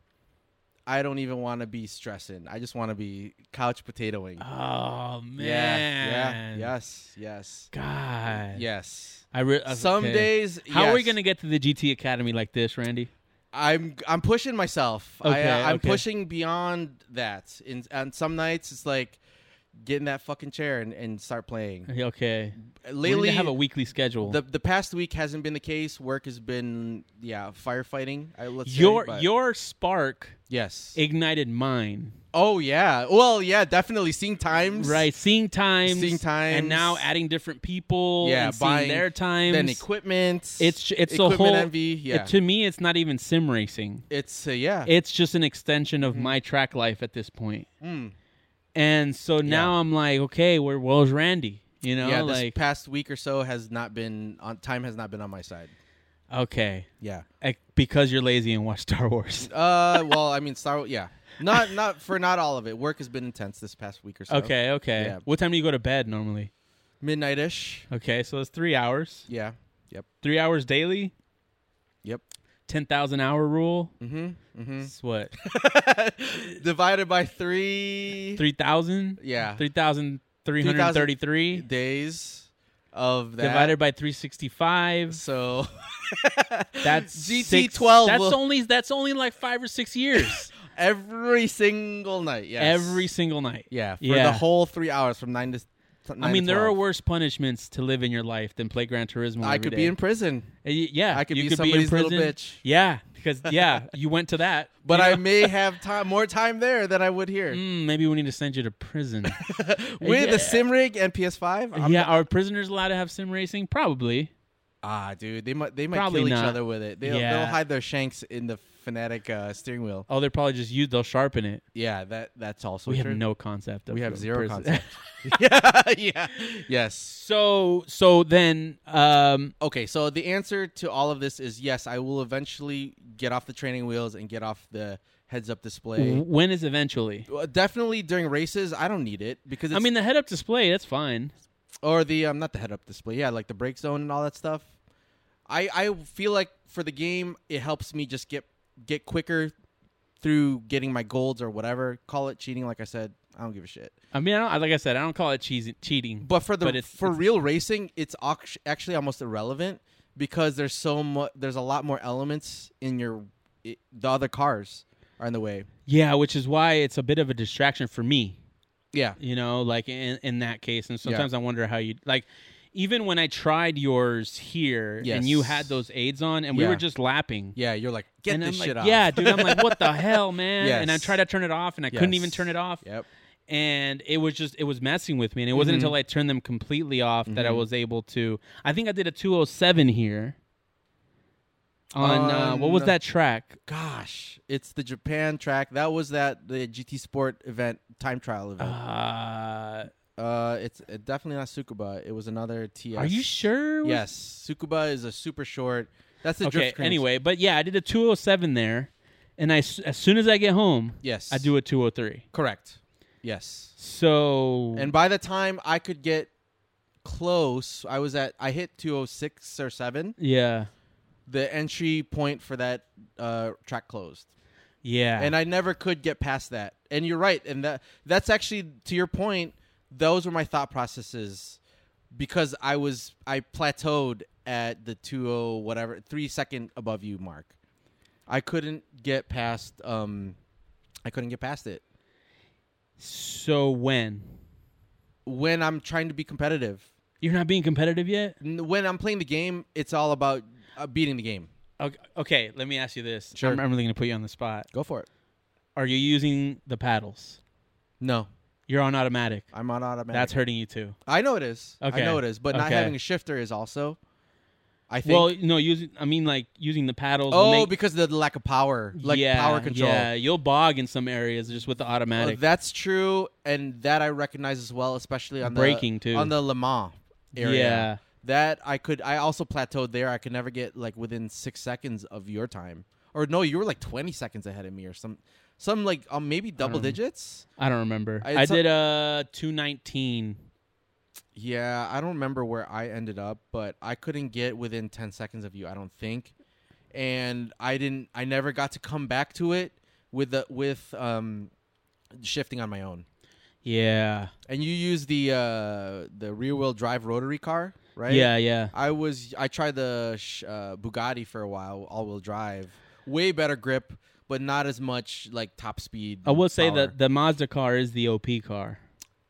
[SPEAKER 3] I don't even want to be stressing. I just want to be couch potatoing.
[SPEAKER 2] Oh
[SPEAKER 3] Yeah. Yeah.
[SPEAKER 2] man.
[SPEAKER 3] Yes. Yes.
[SPEAKER 2] God.
[SPEAKER 3] Yes.
[SPEAKER 2] I re- okay.
[SPEAKER 3] Some days
[SPEAKER 2] How are we
[SPEAKER 3] yes.
[SPEAKER 2] going to get to the GT Academy like this, Randy?
[SPEAKER 3] I'm I'm pushing myself.
[SPEAKER 2] Okay,
[SPEAKER 3] I, I'm
[SPEAKER 2] okay.
[SPEAKER 3] pushing beyond that. In on some nights, it's like get in that fucking chair and, and start playing.
[SPEAKER 2] Okay. we need
[SPEAKER 3] Lately,
[SPEAKER 2] to have a weekly schedule.
[SPEAKER 3] the the past week hasn't been the case. Work has been yeah firefighting. I, let's say,
[SPEAKER 2] your
[SPEAKER 3] but-
[SPEAKER 2] your spark
[SPEAKER 3] yes.
[SPEAKER 2] ignited mine.
[SPEAKER 3] oh yeah. Well yeah. Definitely seeing times.
[SPEAKER 2] Right, seeing times,
[SPEAKER 3] Seeing times.
[SPEAKER 2] and now adding different people,
[SPEAKER 3] Yeah.
[SPEAKER 2] and seeing
[SPEAKER 3] buying
[SPEAKER 2] their times.
[SPEAKER 3] Then equipment.
[SPEAKER 2] it's it's
[SPEAKER 3] equipment
[SPEAKER 2] a whole
[SPEAKER 3] envy. Yeah.
[SPEAKER 2] it- to me, it's not even sim racing.
[SPEAKER 3] it's uh, yeah.
[SPEAKER 2] It's just an extension of my track life at this point.
[SPEAKER 3] Mm-hmm. Mm.
[SPEAKER 2] And so now I'm like, okay, where where's Randy? You know,
[SPEAKER 3] yeah. This
[SPEAKER 2] like
[SPEAKER 3] past week or so has not been on time. Has not been on my side.
[SPEAKER 2] okay,
[SPEAKER 3] Yeah.
[SPEAKER 2] Ec- because you're lazy and watch Star Wars.
[SPEAKER 3] Uh, well, I mean, Star. Yeah, not not for not all of it. Work has been intense this past week or so.
[SPEAKER 2] Okay, okay.
[SPEAKER 3] Yeah.
[SPEAKER 2] What time do you go to bed normally?
[SPEAKER 3] midnight ish.
[SPEAKER 2] Okay, so it's three hours,
[SPEAKER 3] Yeah. Yep.
[SPEAKER 2] three hours daily,
[SPEAKER 3] Yep.
[SPEAKER 2] ten thousand hour rule.
[SPEAKER 3] Mm-hmm. Mm-hmm.
[SPEAKER 2] It's what
[SPEAKER 3] Divided by three,
[SPEAKER 2] three thousand?
[SPEAKER 3] Yeah.
[SPEAKER 2] three thousand three hundred thirty-three
[SPEAKER 3] days of that.
[SPEAKER 2] divided by three sixty-five.
[SPEAKER 3] so
[SPEAKER 2] That's
[SPEAKER 3] GT
[SPEAKER 2] six-
[SPEAKER 3] 12
[SPEAKER 2] That's
[SPEAKER 3] will-
[SPEAKER 2] only that's only like five or six years.
[SPEAKER 3] every single night. Yes.
[SPEAKER 2] Every single night.
[SPEAKER 3] yeah for
[SPEAKER 2] yeah.
[SPEAKER 3] the whole three hours from nine to. t- nine
[SPEAKER 2] I
[SPEAKER 3] to
[SPEAKER 2] mean, there are
[SPEAKER 3] 12.
[SPEAKER 2] worse punishments to live in your life than play Gran Turismo.
[SPEAKER 3] I
[SPEAKER 2] every
[SPEAKER 3] could
[SPEAKER 2] day.
[SPEAKER 3] be in prison,
[SPEAKER 2] Uh, y- Yeah,
[SPEAKER 3] I could
[SPEAKER 2] you
[SPEAKER 3] be
[SPEAKER 2] could
[SPEAKER 3] somebody's
[SPEAKER 2] be in
[SPEAKER 3] little
[SPEAKER 2] prison.
[SPEAKER 3] bitch.
[SPEAKER 2] Yeah, because yeah, you went to that,
[SPEAKER 3] but
[SPEAKER 2] you
[SPEAKER 3] I
[SPEAKER 2] know?
[SPEAKER 3] may have time more time there than I would here
[SPEAKER 2] Mm, maybe we need to send you to prison.
[SPEAKER 3] with
[SPEAKER 2] Yeah.
[SPEAKER 3] a sim rig and PS5. I'm
[SPEAKER 2] yeah, are prisoners allowed to have sim racing? Probably.
[SPEAKER 3] Ah, dude, they might they might
[SPEAKER 2] Probably
[SPEAKER 3] kill
[SPEAKER 2] not.
[SPEAKER 3] each other with it. They'll,
[SPEAKER 2] Yeah.
[SPEAKER 3] they'll hide their shanks in the phonetic uh, steering wheel.
[SPEAKER 2] Oh, they're probably just used. They'll sharpen it.
[SPEAKER 3] Yeah, that that's also
[SPEAKER 2] we
[SPEAKER 3] true.
[SPEAKER 2] have no concept of
[SPEAKER 3] we have
[SPEAKER 2] the
[SPEAKER 3] zero
[SPEAKER 2] prison.
[SPEAKER 3] concept. yeah, yeah, yes.
[SPEAKER 2] so so then um
[SPEAKER 3] Okay, so the answer to all of this is yes. I will eventually get off the training wheels and get off the heads-up display.
[SPEAKER 2] when is eventually?
[SPEAKER 3] Well, Definitely during races, I don't need it because it's,
[SPEAKER 2] I mean the head up display, that's fine.
[SPEAKER 3] or the um, not the head-up display. Yeah, like the brake zone and all that stuff. I I feel like for the game, it helps me just get get quicker through getting my golds or whatever. Call it cheating, like I said. I don't give a shit.
[SPEAKER 2] I mean I don't, like I said, I don't call it cheesy, cheating.
[SPEAKER 3] But for the
[SPEAKER 2] But it's-
[SPEAKER 3] for
[SPEAKER 2] it's-
[SPEAKER 3] real racing, it's ac- actually almost irrelevant because there's so much. There's a lot more elements in your i the other cars are in the way.
[SPEAKER 2] yeah, which is why it's a bit of a distraction for me.
[SPEAKER 3] Yeah.
[SPEAKER 2] you know like in, in that case and sometimes i wonder how you like even when i tried yours here and you
[SPEAKER 3] Yes.
[SPEAKER 2] had those aids on and we
[SPEAKER 3] Yeah.
[SPEAKER 2] were just lapping
[SPEAKER 3] Yeah, you're like get
[SPEAKER 2] and
[SPEAKER 3] this
[SPEAKER 2] I'm
[SPEAKER 3] shit
[SPEAKER 2] like,
[SPEAKER 3] off.
[SPEAKER 2] yeah, dude. I'm like, what the hell, man? And I
[SPEAKER 3] Yes.
[SPEAKER 2] tried to turn it off, and I couldn't even
[SPEAKER 3] Yes.
[SPEAKER 2] turn it off.
[SPEAKER 3] Yep.
[SPEAKER 2] And it was just, it was messing with me. And it wasn't
[SPEAKER 3] Mm-hmm.
[SPEAKER 2] until I turned them completely off that I was able to. I think I did a 207 here. On uh, what was
[SPEAKER 3] On-
[SPEAKER 2] that track?
[SPEAKER 3] Gosh, it's the Japan track. That was that the GT Sport event time trial event.
[SPEAKER 2] Uh,
[SPEAKER 3] Uh, it's uh, definitely not Sukuba. It was another TS.
[SPEAKER 2] Are you sure? it was-
[SPEAKER 3] Yes, Sukuba is a super short. That's the
[SPEAKER 2] Okay.
[SPEAKER 3] drift. screen.
[SPEAKER 2] Anyway, but yeah, I did a 207 there, and I s- as soon as I get home,
[SPEAKER 3] Yes,
[SPEAKER 2] I do a 203.
[SPEAKER 3] Correct. Yes.
[SPEAKER 2] So
[SPEAKER 3] And by the time I could get close, I was at I hit 206 or 7.
[SPEAKER 2] yeah,
[SPEAKER 3] The entry point for that uh, track closed.
[SPEAKER 2] yeah,
[SPEAKER 3] And I never could get past that. And you're right. And that that's actually to your point, those were my thought processes because I was I plateaued at the 20 whatever 3 second above you mark. I couldn't get past um I couldn't get past it.
[SPEAKER 2] So when?
[SPEAKER 3] When I'm trying to be competitive,
[SPEAKER 2] You're not being competitive yet?
[SPEAKER 3] N- when I'm playing the game, it's all about uh, beating the game.
[SPEAKER 2] Okay, okay, let me ask you this.
[SPEAKER 3] Sure.
[SPEAKER 2] I'm, I'm really going to put you on the spot.
[SPEAKER 3] Go for it.
[SPEAKER 2] Are you using the paddles?
[SPEAKER 3] No,
[SPEAKER 2] You're on automatic.
[SPEAKER 3] I'm on automatic.
[SPEAKER 2] That's hurting you too.
[SPEAKER 3] I know it is.
[SPEAKER 2] Okay.
[SPEAKER 3] I know it is. But not
[SPEAKER 2] Okay.
[SPEAKER 3] having a shifter is also. I think.
[SPEAKER 2] Well, no, using I mean like using the paddles will
[SPEAKER 3] oh,
[SPEAKER 2] make-
[SPEAKER 3] because of the lack of power, like
[SPEAKER 2] yeah,
[SPEAKER 3] power control.
[SPEAKER 2] Yeah, you'll bog in some areas just with the
[SPEAKER 3] Uh,
[SPEAKER 2] automatic.
[SPEAKER 3] that's true, and that I recognize as well, especially on
[SPEAKER 2] Braking,
[SPEAKER 3] the,
[SPEAKER 2] too.
[SPEAKER 3] on the Le Mans area.
[SPEAKER 2] Yeah.
[SPEAKER 3] that I could. I also plateaued there. I could never get like within six seconds of your time, or no, you were like twenty seconds ahead of me, or some, some like um, maybe double
[SPEAKER 2] don't know.
[SPEAKER 3] digits.
[SPEAKER 2] I don't remember.
[SPEAKER 3] I-
[SPEAKER 2] I
[SPEAKER 3] it's a-
[SPEAKER 2] did uh 219.
[SPEAKER 3] Yeah, I don't remember where I ended up, but I couldn't get within 10 seconds of you, I don't think. And I didn't I never got to come back to it with the with um shifting on my own.
[SPEAKER 2] Yeah.
[SPEAKER 3] And you use the uh the rear wheel drive rotary car, right?
[SPEAKER 2] Yeah, yeah.
[SPEAKER 3] I was I tried the sh- uh, Bugatti for a while, all wheel drive. Way better grip, but not as much like top speed.
[SPEAKER 2] I will say
[SPEAKER 3] power.
[SPEAKER 2] that the Mazda car is the OP car.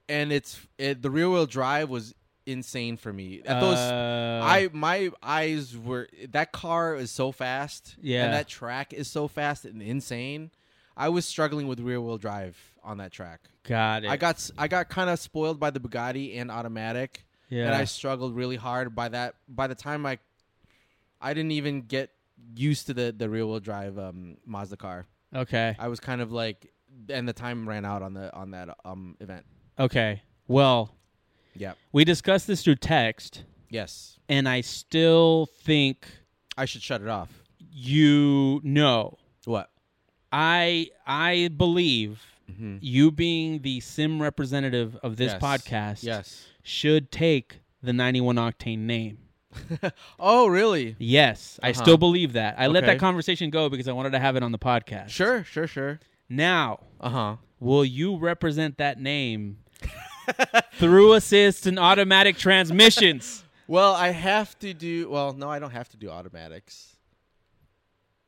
[SPEAKER 3] and it's it, the rear wheel drive was insane for me. At those
[SPEAKER 2] Uh,
[SPEAKER 3] I my eyes were that car is so fast.
[SPEAKER 2] Yeah.
[SPEAKER 3] And that track is so fast and insane. I was struggling with rear wheel drive on that track.
[SPEAKER 2] got it.
[SPEAKER 3] I got s- I got kind of spoiled by the Bugatti and automatic.
[SPEAKER 2] yeah.
[SPEAKER 3] And I struggled really hard by that by the time I I didn't even get used to the the rear wheel drive um Mazda car.
[SPEAKER 2] okay.
[SPEAKER 3] I was kind of like and the time ran out on the on that um event.
[SPEAKER 2] Okay. Well,
[SPEAKER 3] Yeah.
[SPEAKER 2] we discussed this through text
[SPEAKER 3] Yes.
[SPEAKER 2] and I still think
[SPEAKER 3] I should shut it off.
[SPEAKER 2] you know.
[SPEAKER 3] What?
[SPEAKER 2] I I believe
[SPEAKER 3] Mhm.
[SPEAKER 2] you being the sim representative of this
[SPEAKER 3] Yes.
[SPEAKER 2] podcast
[SPEAKER 3] Yes.
[SPEAKER 2] should take the 91 octane name.
[SPEAKER 3] oh, really?
[SPEAKER 2] Yes, I
[SPEAKER 3] Uh-huh.
[SPEAKER 2] still believe that. I let
[SPEAKER 3] Okay.
[SPEAKER 2] that conversation go because I wanted to have it on the podcast.
[SPEAKER 3] Sure, sure, sure.
[SPEAKER 2] Now,
[SPEAKER 3] Uh huh.
[SPEAKER 2] will you represent that name through assist and automatic transmissions?
[SPEAKER 3] Well, I have to do. Well, no, I don't have to do automatics.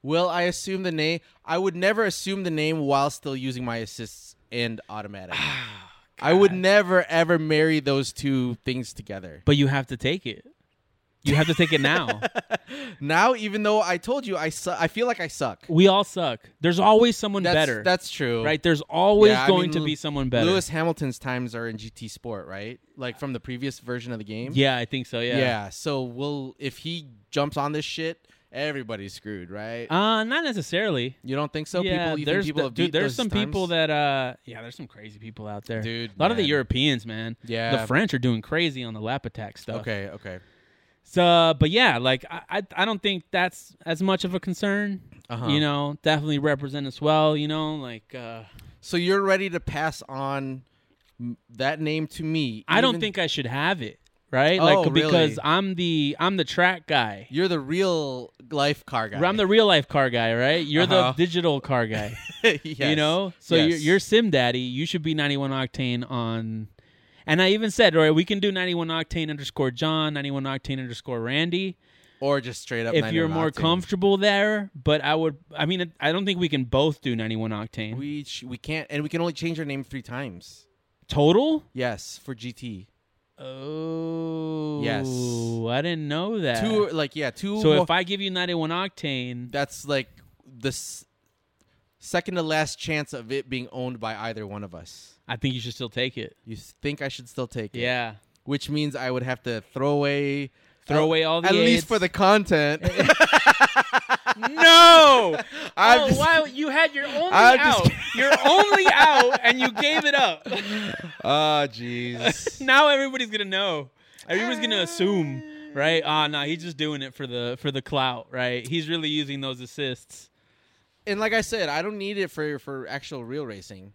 [SPEAKER 3] Will I assume the name? I would never assume the name while still using my assists and automatic.
[SPEAKER 2] Ah,
[SPEAKER 3] I would never ever marry those two things together.
[SPEAKER 2] But you have to take it. You have to take it now.
[SPEAKER 3] Now, even though I told you I su- I feel like I suck.
[SPEAKER 2] we all suck. There's always someone
[SPEAKER 3] That's,
[SPEAKER 2] better.
[SPEAKER 3] That's true.
[SPEAKER 2] right? There's always
[SPEAKER 3] Yeah, I
[SPEAKER 2] going
[SPEAKER 3] mean,
[SPEAKER 2] to
[SPEAKER 3] Lew-
[SPEAKER 2] be someone better.
[SPEAKER 3] Lewis Hamilton's times are in GT Sport, right? Like from the previous version of the game.
[SPEAKER 2] yeah, I think so.
[SPEAKER 3] Yeah.
[SPEAKER 2] Yeah.
[SPEAKER 3] So we'll if he jumps on this shit, everybody's screwed, right?
[SPEAKER 2] Uh, not necessarily.
[SPEAKER 3] You don't think so?
[SPEAKER 2] yeah,
[SPEAKER 3] people, you
[SPEAKER 2] there's
[SPEAKER 3] think people
[SPEAKER 2] the-
[SPEAKER 3] have beat
[SPEAKER 2] dude, there's
[SPEAKER 3] those
[SPEAKER 2] some people
[SPEAKER 3] times?
[SPEAKER 2] that uh, yeah, there's some crazy people out there.
[SPEAKER 3] Dude,
[SPEAKER 2] a lot of the
[SPEAKER 3] man.
[SPEAKER 2] Europeans, man.
[SPEAKER 3] Yeah.
[SPEAKER 2] the French are doing crazy on the lap attack stuff.
[SPEAKER 3] Okay, okay,
[SPEAKER 2] So, but yeah, like I, I, I don't think that's as much of a concern.
[SPEAKER 3] Uh-huh.
[SPEAKER 2] You know, definitely represent us well. You know, like uh,
[SPEAKER 3] so you're ready to pass on m- that name to me?
[SPEAKER 2] I don't
[SPEAKER 3] even-
[SPEAKER 2] think I should have it, right?
[SPEAKER 3] Oh,
[SPEAKER 2] like
[SPEAKER 3] really?
[SPEAKER 2] because I'm the I'm the track guy.
[SPEAKER 3] you're the real life car guy.
[SPEAKER 2] I'm the real life car guy, right? You're
[SPEAKER 3] Uh-huh.
[SPEAKER 2] the digital car guy.
[SPEAKER 3] Yes.
[SPEAKER 2] You know, so
[SPEAKER 3] Yes.
[SPEAKER 2] you're, you're Sim Daddy. You should be 91 octane on. And I even said, all right, we can do 91 octane underscore John, 91 octane underscore Randy,
[SPEAKER 3] or just straight up. oh
[SPEAKER 2] if you're
[SPEAKER 3] 99
[SPEAKER 2] more
[SPEAKER 3] octane.
[SPEAKER 2] comfortable there. But I would, I mean, I don't think we can both do 91 octane
[SPEAKER 3] we sh- we can't, and we can only change our name three times.
[SPEAKER 2] total.
[SPEAKER 3] Yes, for GT.
[SPEAKER 2] Oh, I didn't know that.
[SPEAKER 3] Two, like yeah, two.
[SPEAKER 2] so
[SPEAKER 3] more-
[SPEAKER 2] if I give you 91 octane,
[SPEAKER 3] that's like the s- second to last chance of it being owned by either one of us.
[SPEAKER 2] I think you should still take it.
[SPEAKER 3] You s- think I should still take it?
[SPEAKER 2] Yeah.
[SPEAKER 3] which means I would have to throw away
[SPEAKER 2] Throw away all the
[SPEAKER 3] at
[SPEAKER 2] aids.
[SPEAKER 3] least for the content.
[SPEAKER 2] No.
[SPEAKER 3] I'm
[SPEAKER 2] oh,
[SPEAKER 3] just-
[SPEAKER 2] wow. You had your only
[SPEAKER 3] I'm just
[SPEAKER 2] out. Your only out, and you gave it up.
[SPEAKER 3] oh jeez.
[SPEAKER 2] now everybody's gonna know. Everybody's gonna assume, right? Ah, no, he's just doing it for the for the clout, right? He's really using those assists.
[SPEAKER 3] and like I said, I don't need it for for actual real racing.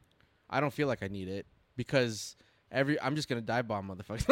[SPEAKER 3] I don't feel like I need it because Every I'm just gonna dive bomb motherfuckers.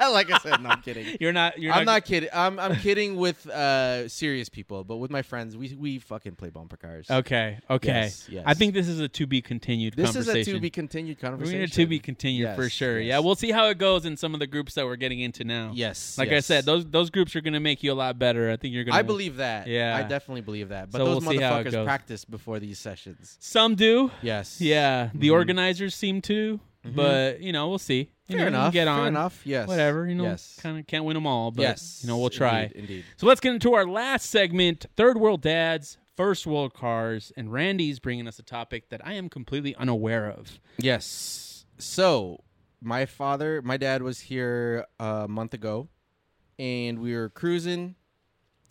[SPEAKER 3] like I said, no, I'm kidding.
[SPEAKER 2] You're not. You're
[SPEAKER 3] I'm not kidding. I'm I'm kidding with uh serious people, but with my friends, we we fucking play bumper cars.
[SPEAKER 2] Okay. Okay.
[SPEAKER 3] Yes, yes.
[SPEAKER 2] I think this is a to be continued.
[SPEAKER 3] This is
[SPEAKER 2] conversation.
[SPEAKER 3] a to be continued
[SPEAKER 2] We're
[SPEAKER 3] conversation.
[SPEAKER 2] gonna to be continued for
[SPEAKER 3] Yes,
[SPEAKER 2] sure.
[SPEAKER 3] yes.
[SPEAKER 2] Yeah, we'll see how it goes in some of the groups that we're getting into now.
[SPEAKER 3] Yes.
[SPEAKER 2] Like
[SPEAKER 3] yes.
[SPEAKER 2] I said, those those groups are gonna make you a lot better. I think you're gonna.
[SPEAKER 3] I believe that.
[SPEAKER 2] Yeah.
[SPEAKER 3] I definitely believe that. But
[SPEAKER 2] So
[SPEAKER 3] those
[SPEAKER 2] we'll see how it
[SPEAKER 3] motherfuckers
[SPEAKER 2] goes.
[SPEAKER 3] practice before these sessions.
[SPEAKER 2] some do.
[SPEAKER 3] Yes.
[SPEAKER 2] Yeah, the
[SPEAKER 3] Mhm.
[SPEAKER 2] organizers seem to, but you know we'll see. You
[SPEAKER 3] Mm-hmm. Fair
[SPEAKER 2] know,
[SPEAKER 3] enough.
[SPEAKER 2] Get on.
[SPEAKER 3] Fair enough. Yes.
[SPEAKER 2] Whatever. You know,
[SPEAKER 3] Yes.
[SPEAKER 2] kind of can't win them all, but
[SPEAKER 3] yes.
[SPEAKER 2] you know we'll try.
[SPEAKER 3] Indeed, indeed.
[SPEAKER 2] So let's get into our last segment Third World Dads, First World Cars. And Randy's bringing us a topic that I am completely unaware of.
[SPEAKER 3] Yes. So my father, my dad was here a month ago, and we were cruising,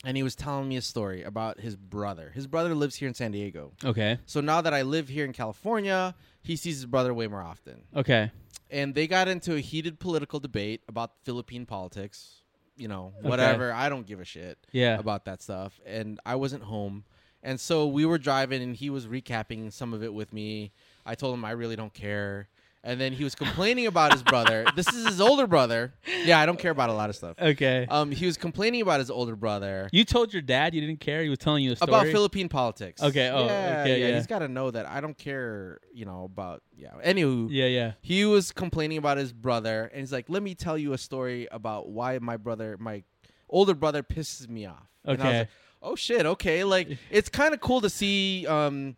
[SPEAKER 3] and he was telling me a story about his brother. His brother lives here in San Diego.
[SPEAKER 2] Okay.
[SPEAKER 3] So now that I live here in California, he sees his brother way more often.
[SPEAKER 2] Okay.
[SPEAKER 3] And they got into a heated political debate about Philippine politics, you know, whatever. I don't give a shit
[SPEAKER 2] Yeah.
[SPEAKER 3] about that stuff. And I wasn't home. And so we were driving and he was recapping some of it with me. I told him I really don't care. And then he was complaining about his brother. This is his older brother. Yeah, I don't care about a lot of stuff.
[SPEAKER 2] Okay.
[SPEAKER 3] Um, he was complaining about his older brother
[SPEAKER 2] Uh, you told your dad you didn't care. He was telling you a story.
[SPEAKER 3] about Philippine politics.
[SPEAKER 2] Okay, oh,
[SPEAKER 3] yeah,
[SPEAKER 2] okay,
[SPEAKER 3] yeah.
[SPEAKER 2] yeah.
[SPEAKER 3] He's got to know that I don't care, you know, about yeah. Anywho,
[SPEAKER 2] Yeah, yeah.
[SPEAKER 3] he was complaining about his brother, and he's like, "Let me tell you a story about why my brother, my older brother, pisses me off." And I was
[SPEAKER 2] Okay.
[SPEAKER 3] like, oh shit. Okay. Like it's kind of cool to see. Um,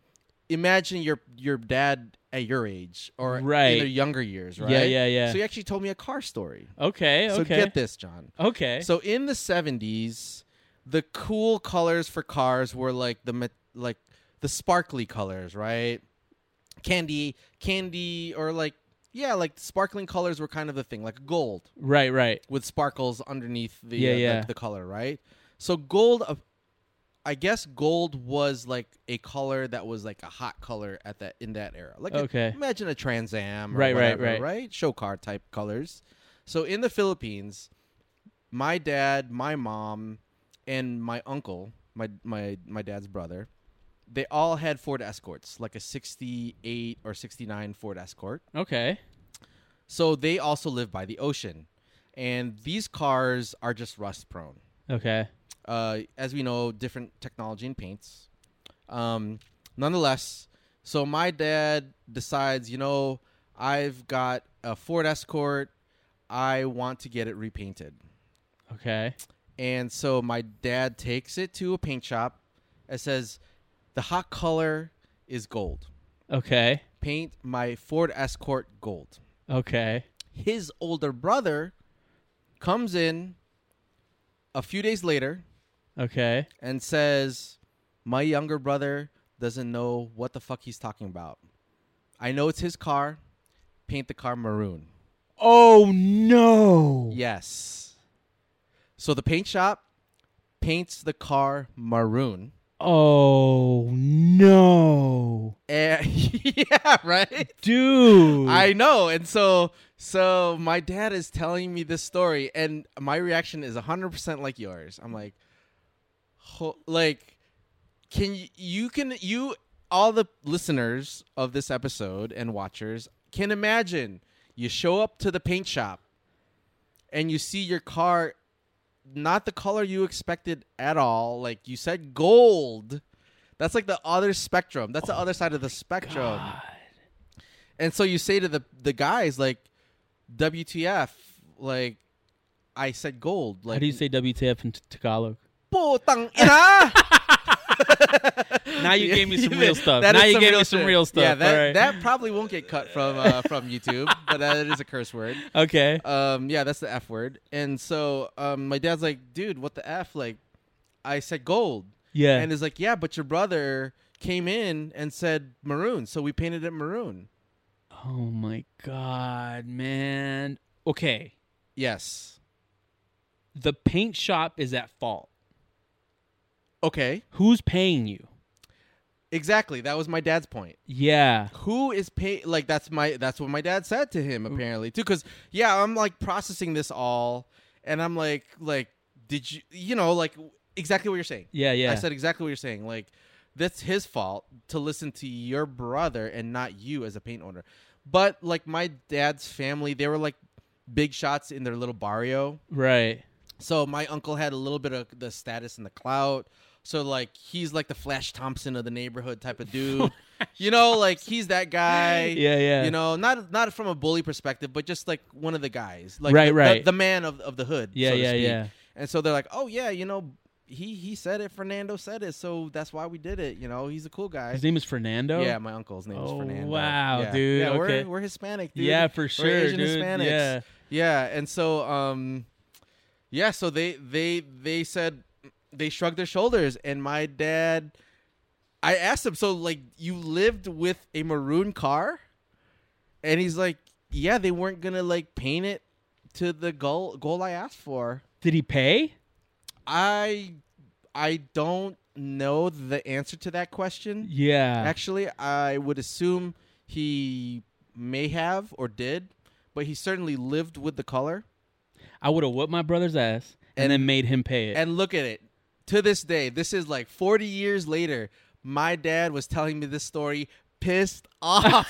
[SPEAKER 3] imagine your your dad at your age or in
[SPEAKER 2] Right.
[SPEAKER 3] their younger years, right?
[SPEAKER 2] Yeah, yeah, yeah.
[SPEAKER 3] So he actually told me a car story.
[SPEAKER 2] Okay, okay.
[SPEAKER 3] So get this, John.
[SPEAKER 2] Okay.
[SPEAKER 3] So in the seventies, the cool colors for cars were like the met- like the sparkly colors, right? Candy, candy, or like yeah, like sparkling colors were kind of the thing, like gold
[SPEAKER 2] right, right.
[SPEAKER 3] with sparkles underneath the
[SPEAKER 2] Yeah,
[SPEAKER 3] uh, the-
[SPEAKER 2] yeah.
[SPEAKER 3] The, color, right? So gold, uh, I guess gold was like a color that was like a hot color at that in that era. Like a-
[SPEAKER 2] Okay.
[SPEAKER 3] imagine a Trans Am, or
[SPEAKER 2] Right, right,
[SPEAKER 3] whatever,
[SPEAKER 2] right.
[SPEAKER 3] right, show car type colors. So in the Philippines, my dad, my mom, and my uncle, my my my dad's brother, they all had Ford Escorts, like a '68 or '69 Ford Escort.
[SPEAKER 2] Okay.
[SPEAKER 3] So they also live by the ocean. And these cars are just rust prone.
[SPEAKER 2] Okay.
[SPEAKER 3] Uh, as we know, different technology and paints. Um, nonetheless, so my dad decides, you know, I've got a Ford Escort. I want to get it repainted.
[SPEAKER 2] Okay.
[SPEAKER 3] And so my dad takes it to a paint shop and says, the hot color is gold.
[SPEAKER 2] Okay.
[SPEAKER 3] Paint my Ford Escort gold.
[SPEAKER 2] Okay.
[SPEAKER 3] his older brother comes in a few days later
[SPEAKER 2] Okay.
[SPEAKER 3] and says, My younger brother doesn't know what the fuck he's talking about. I know it's his car. Paint the car maroon.
[SPEAKER 2] Oh no.
[SPEAKER 3] Yes. So the paint shop paints the car maroon.
[SPEAKER 2] Oh no.
[SPEAKER 3] And Eh, yeah, right?
[SPEAKER 2] Dude.
[SPEAKER 3] I know. And so so my dad is telling me this story and my reaction is 100% like yours. I'm like ho- like can you you can you all the listeners of this episode and watchers can imagine you show up to the paint shop and you see your car not the color you expected at all. Like you said gold. That's like the other spectrum. That's
[SPEAKER 2] Oh
[SPEAKER 3] the other side of the spectrum. And so you say to the the guys like, WTF? Like, I said gold. Like,
[SPEAKER 2] How do you say WTF in t- Tagalog?
[SPEAKER 3] "Putang ina!"
[SPEAKER 2] Now you gave me some
[SPEAKER 3] Yeah,
[SPEAKER 2] real stuff.
[SPEAKER 3] that
[SPEAKER 2] Now
[SPEAKER 3] is
[SPEAKER 2] you
[SPEAKER 3] some
[SPEAKER 2] gave me
[SPEAKER 3] real
[SPEAKER 2] some
[SPEAKER 3] shit.
[SPEAKER 2] real stuff.
[SPEAKER 3] Yeah, that,
[SPEAKER 2] All right.
[SPEAKER 3] that probably won't get cut from uh, from YouTube, but that is a curse word.
[SPEAKER 2] okay.
[SPEAKER 3] Um, yeah, that's the F word. And so um, my dad's like, "Dude, what the f?" Like, I said gold,
[SPEAKER 2] Yeah.
[SPEAKER 3] and it's like, "Yeah, but your brother came in and said maroon, so we painted it maroon."
[SPEAKER 2] oh my god, man. Okay.
[SPEAKER 3] Yes.
[SPEAKER 2] The paint shop is at fault.
[SPEAKER 3] Okay.
[SPEAKER 2] Who's paying you?
[SPEAKER 3] Exactly. That was my dad's point.
[SPEAKER 2] Yeah.
[SPEAKER 3] who is pay like that's my that's what my dad said to him apparently too because yeah i'm like processing this all and i'm like like did you you know like exactly what you're saying
[SPEAKER 2] Yeah, yeah.
[SPEAKER 3] i said exactly what you're saying like that's his fault to listen to your brother and not you as a paint owner But like my dad's family, they were like big shots in their little barrio.
[SPEAKER 2] Right.
[SPEAKER 3] So my uncle had a little bit of the status and the clout. So like he's like the Flash Thompson of the neighborhood type of dude. you know, like he's that guy.
[SPEAKER 2] Yeah, yeah.
[SPEAKER 3] You know, not not from a bully perspective, but just like one of the guys. Like
[SPEAKER 2] Right,
[SPEAKER 3] the, the-
[SPEAKER 2] right.
[SPEAKER 3] The, man of, of the hood.
[SPEAKER 2] Yeah,
[SPEAKER 3] so to
[SPEAKER 2] yeah,
[SPEAKER 3] speak.
[SPEAKER 2] yeah.
[SPEAKER 3] And so they're like, Oh yeah, you know, he he said it, Fernando said it, so that's why we did it, you know, he's a cool guy.
[SPEAKER 2] His name is Fernando.
[SPEAKER 3] Yeah, my uncle's name is
[SPEAKER 2] Oh,
[SPEAKER 3] Fernando.
[SPEAKER 2] wow,
[SPEAKER 3] Yeah.
[SPEAKER 2] dude,
[SPEAKER 3] Yeah,
[SPEAKER 2] okay.
[SPEAKER 3] we're, we're Hispanic, dude.
[SPEAKER 2] Yeah, for
[SPEAKER 3] We're
[SPEAKER 2] sure,
[SPEAKER 3] Asian
[SPEAKER 2] dude,
[SPEAKER 3] Hispanics.
[SPEAKER 2] yeah.
[SPEAKER 3] Yeah, and so um yeah, so they they they said they shrugged their shoulders and my dad I asked him, so like you lived with a maroon car? And he's like, Yeah, they weren't gonna like paint it to the goal goal I asked for.
[SPEAKER 2] Did he pay?
[SPEAKER 3] I I don't know the answer to that question.
[SPEAKER 2] Yeah.
[SPEAKER 3] Actually, I would assume he may have or did, but he certainly lived with the color.
[SPEAKER 2] I would have whooped my brother's ass and,
[SPEAKER 3] And-
[SPEAKER 2] then made him pay it.
[SPEAKER 3] And look at it. To this day, this is like 40 years later. My dad was telling me this story pissed off.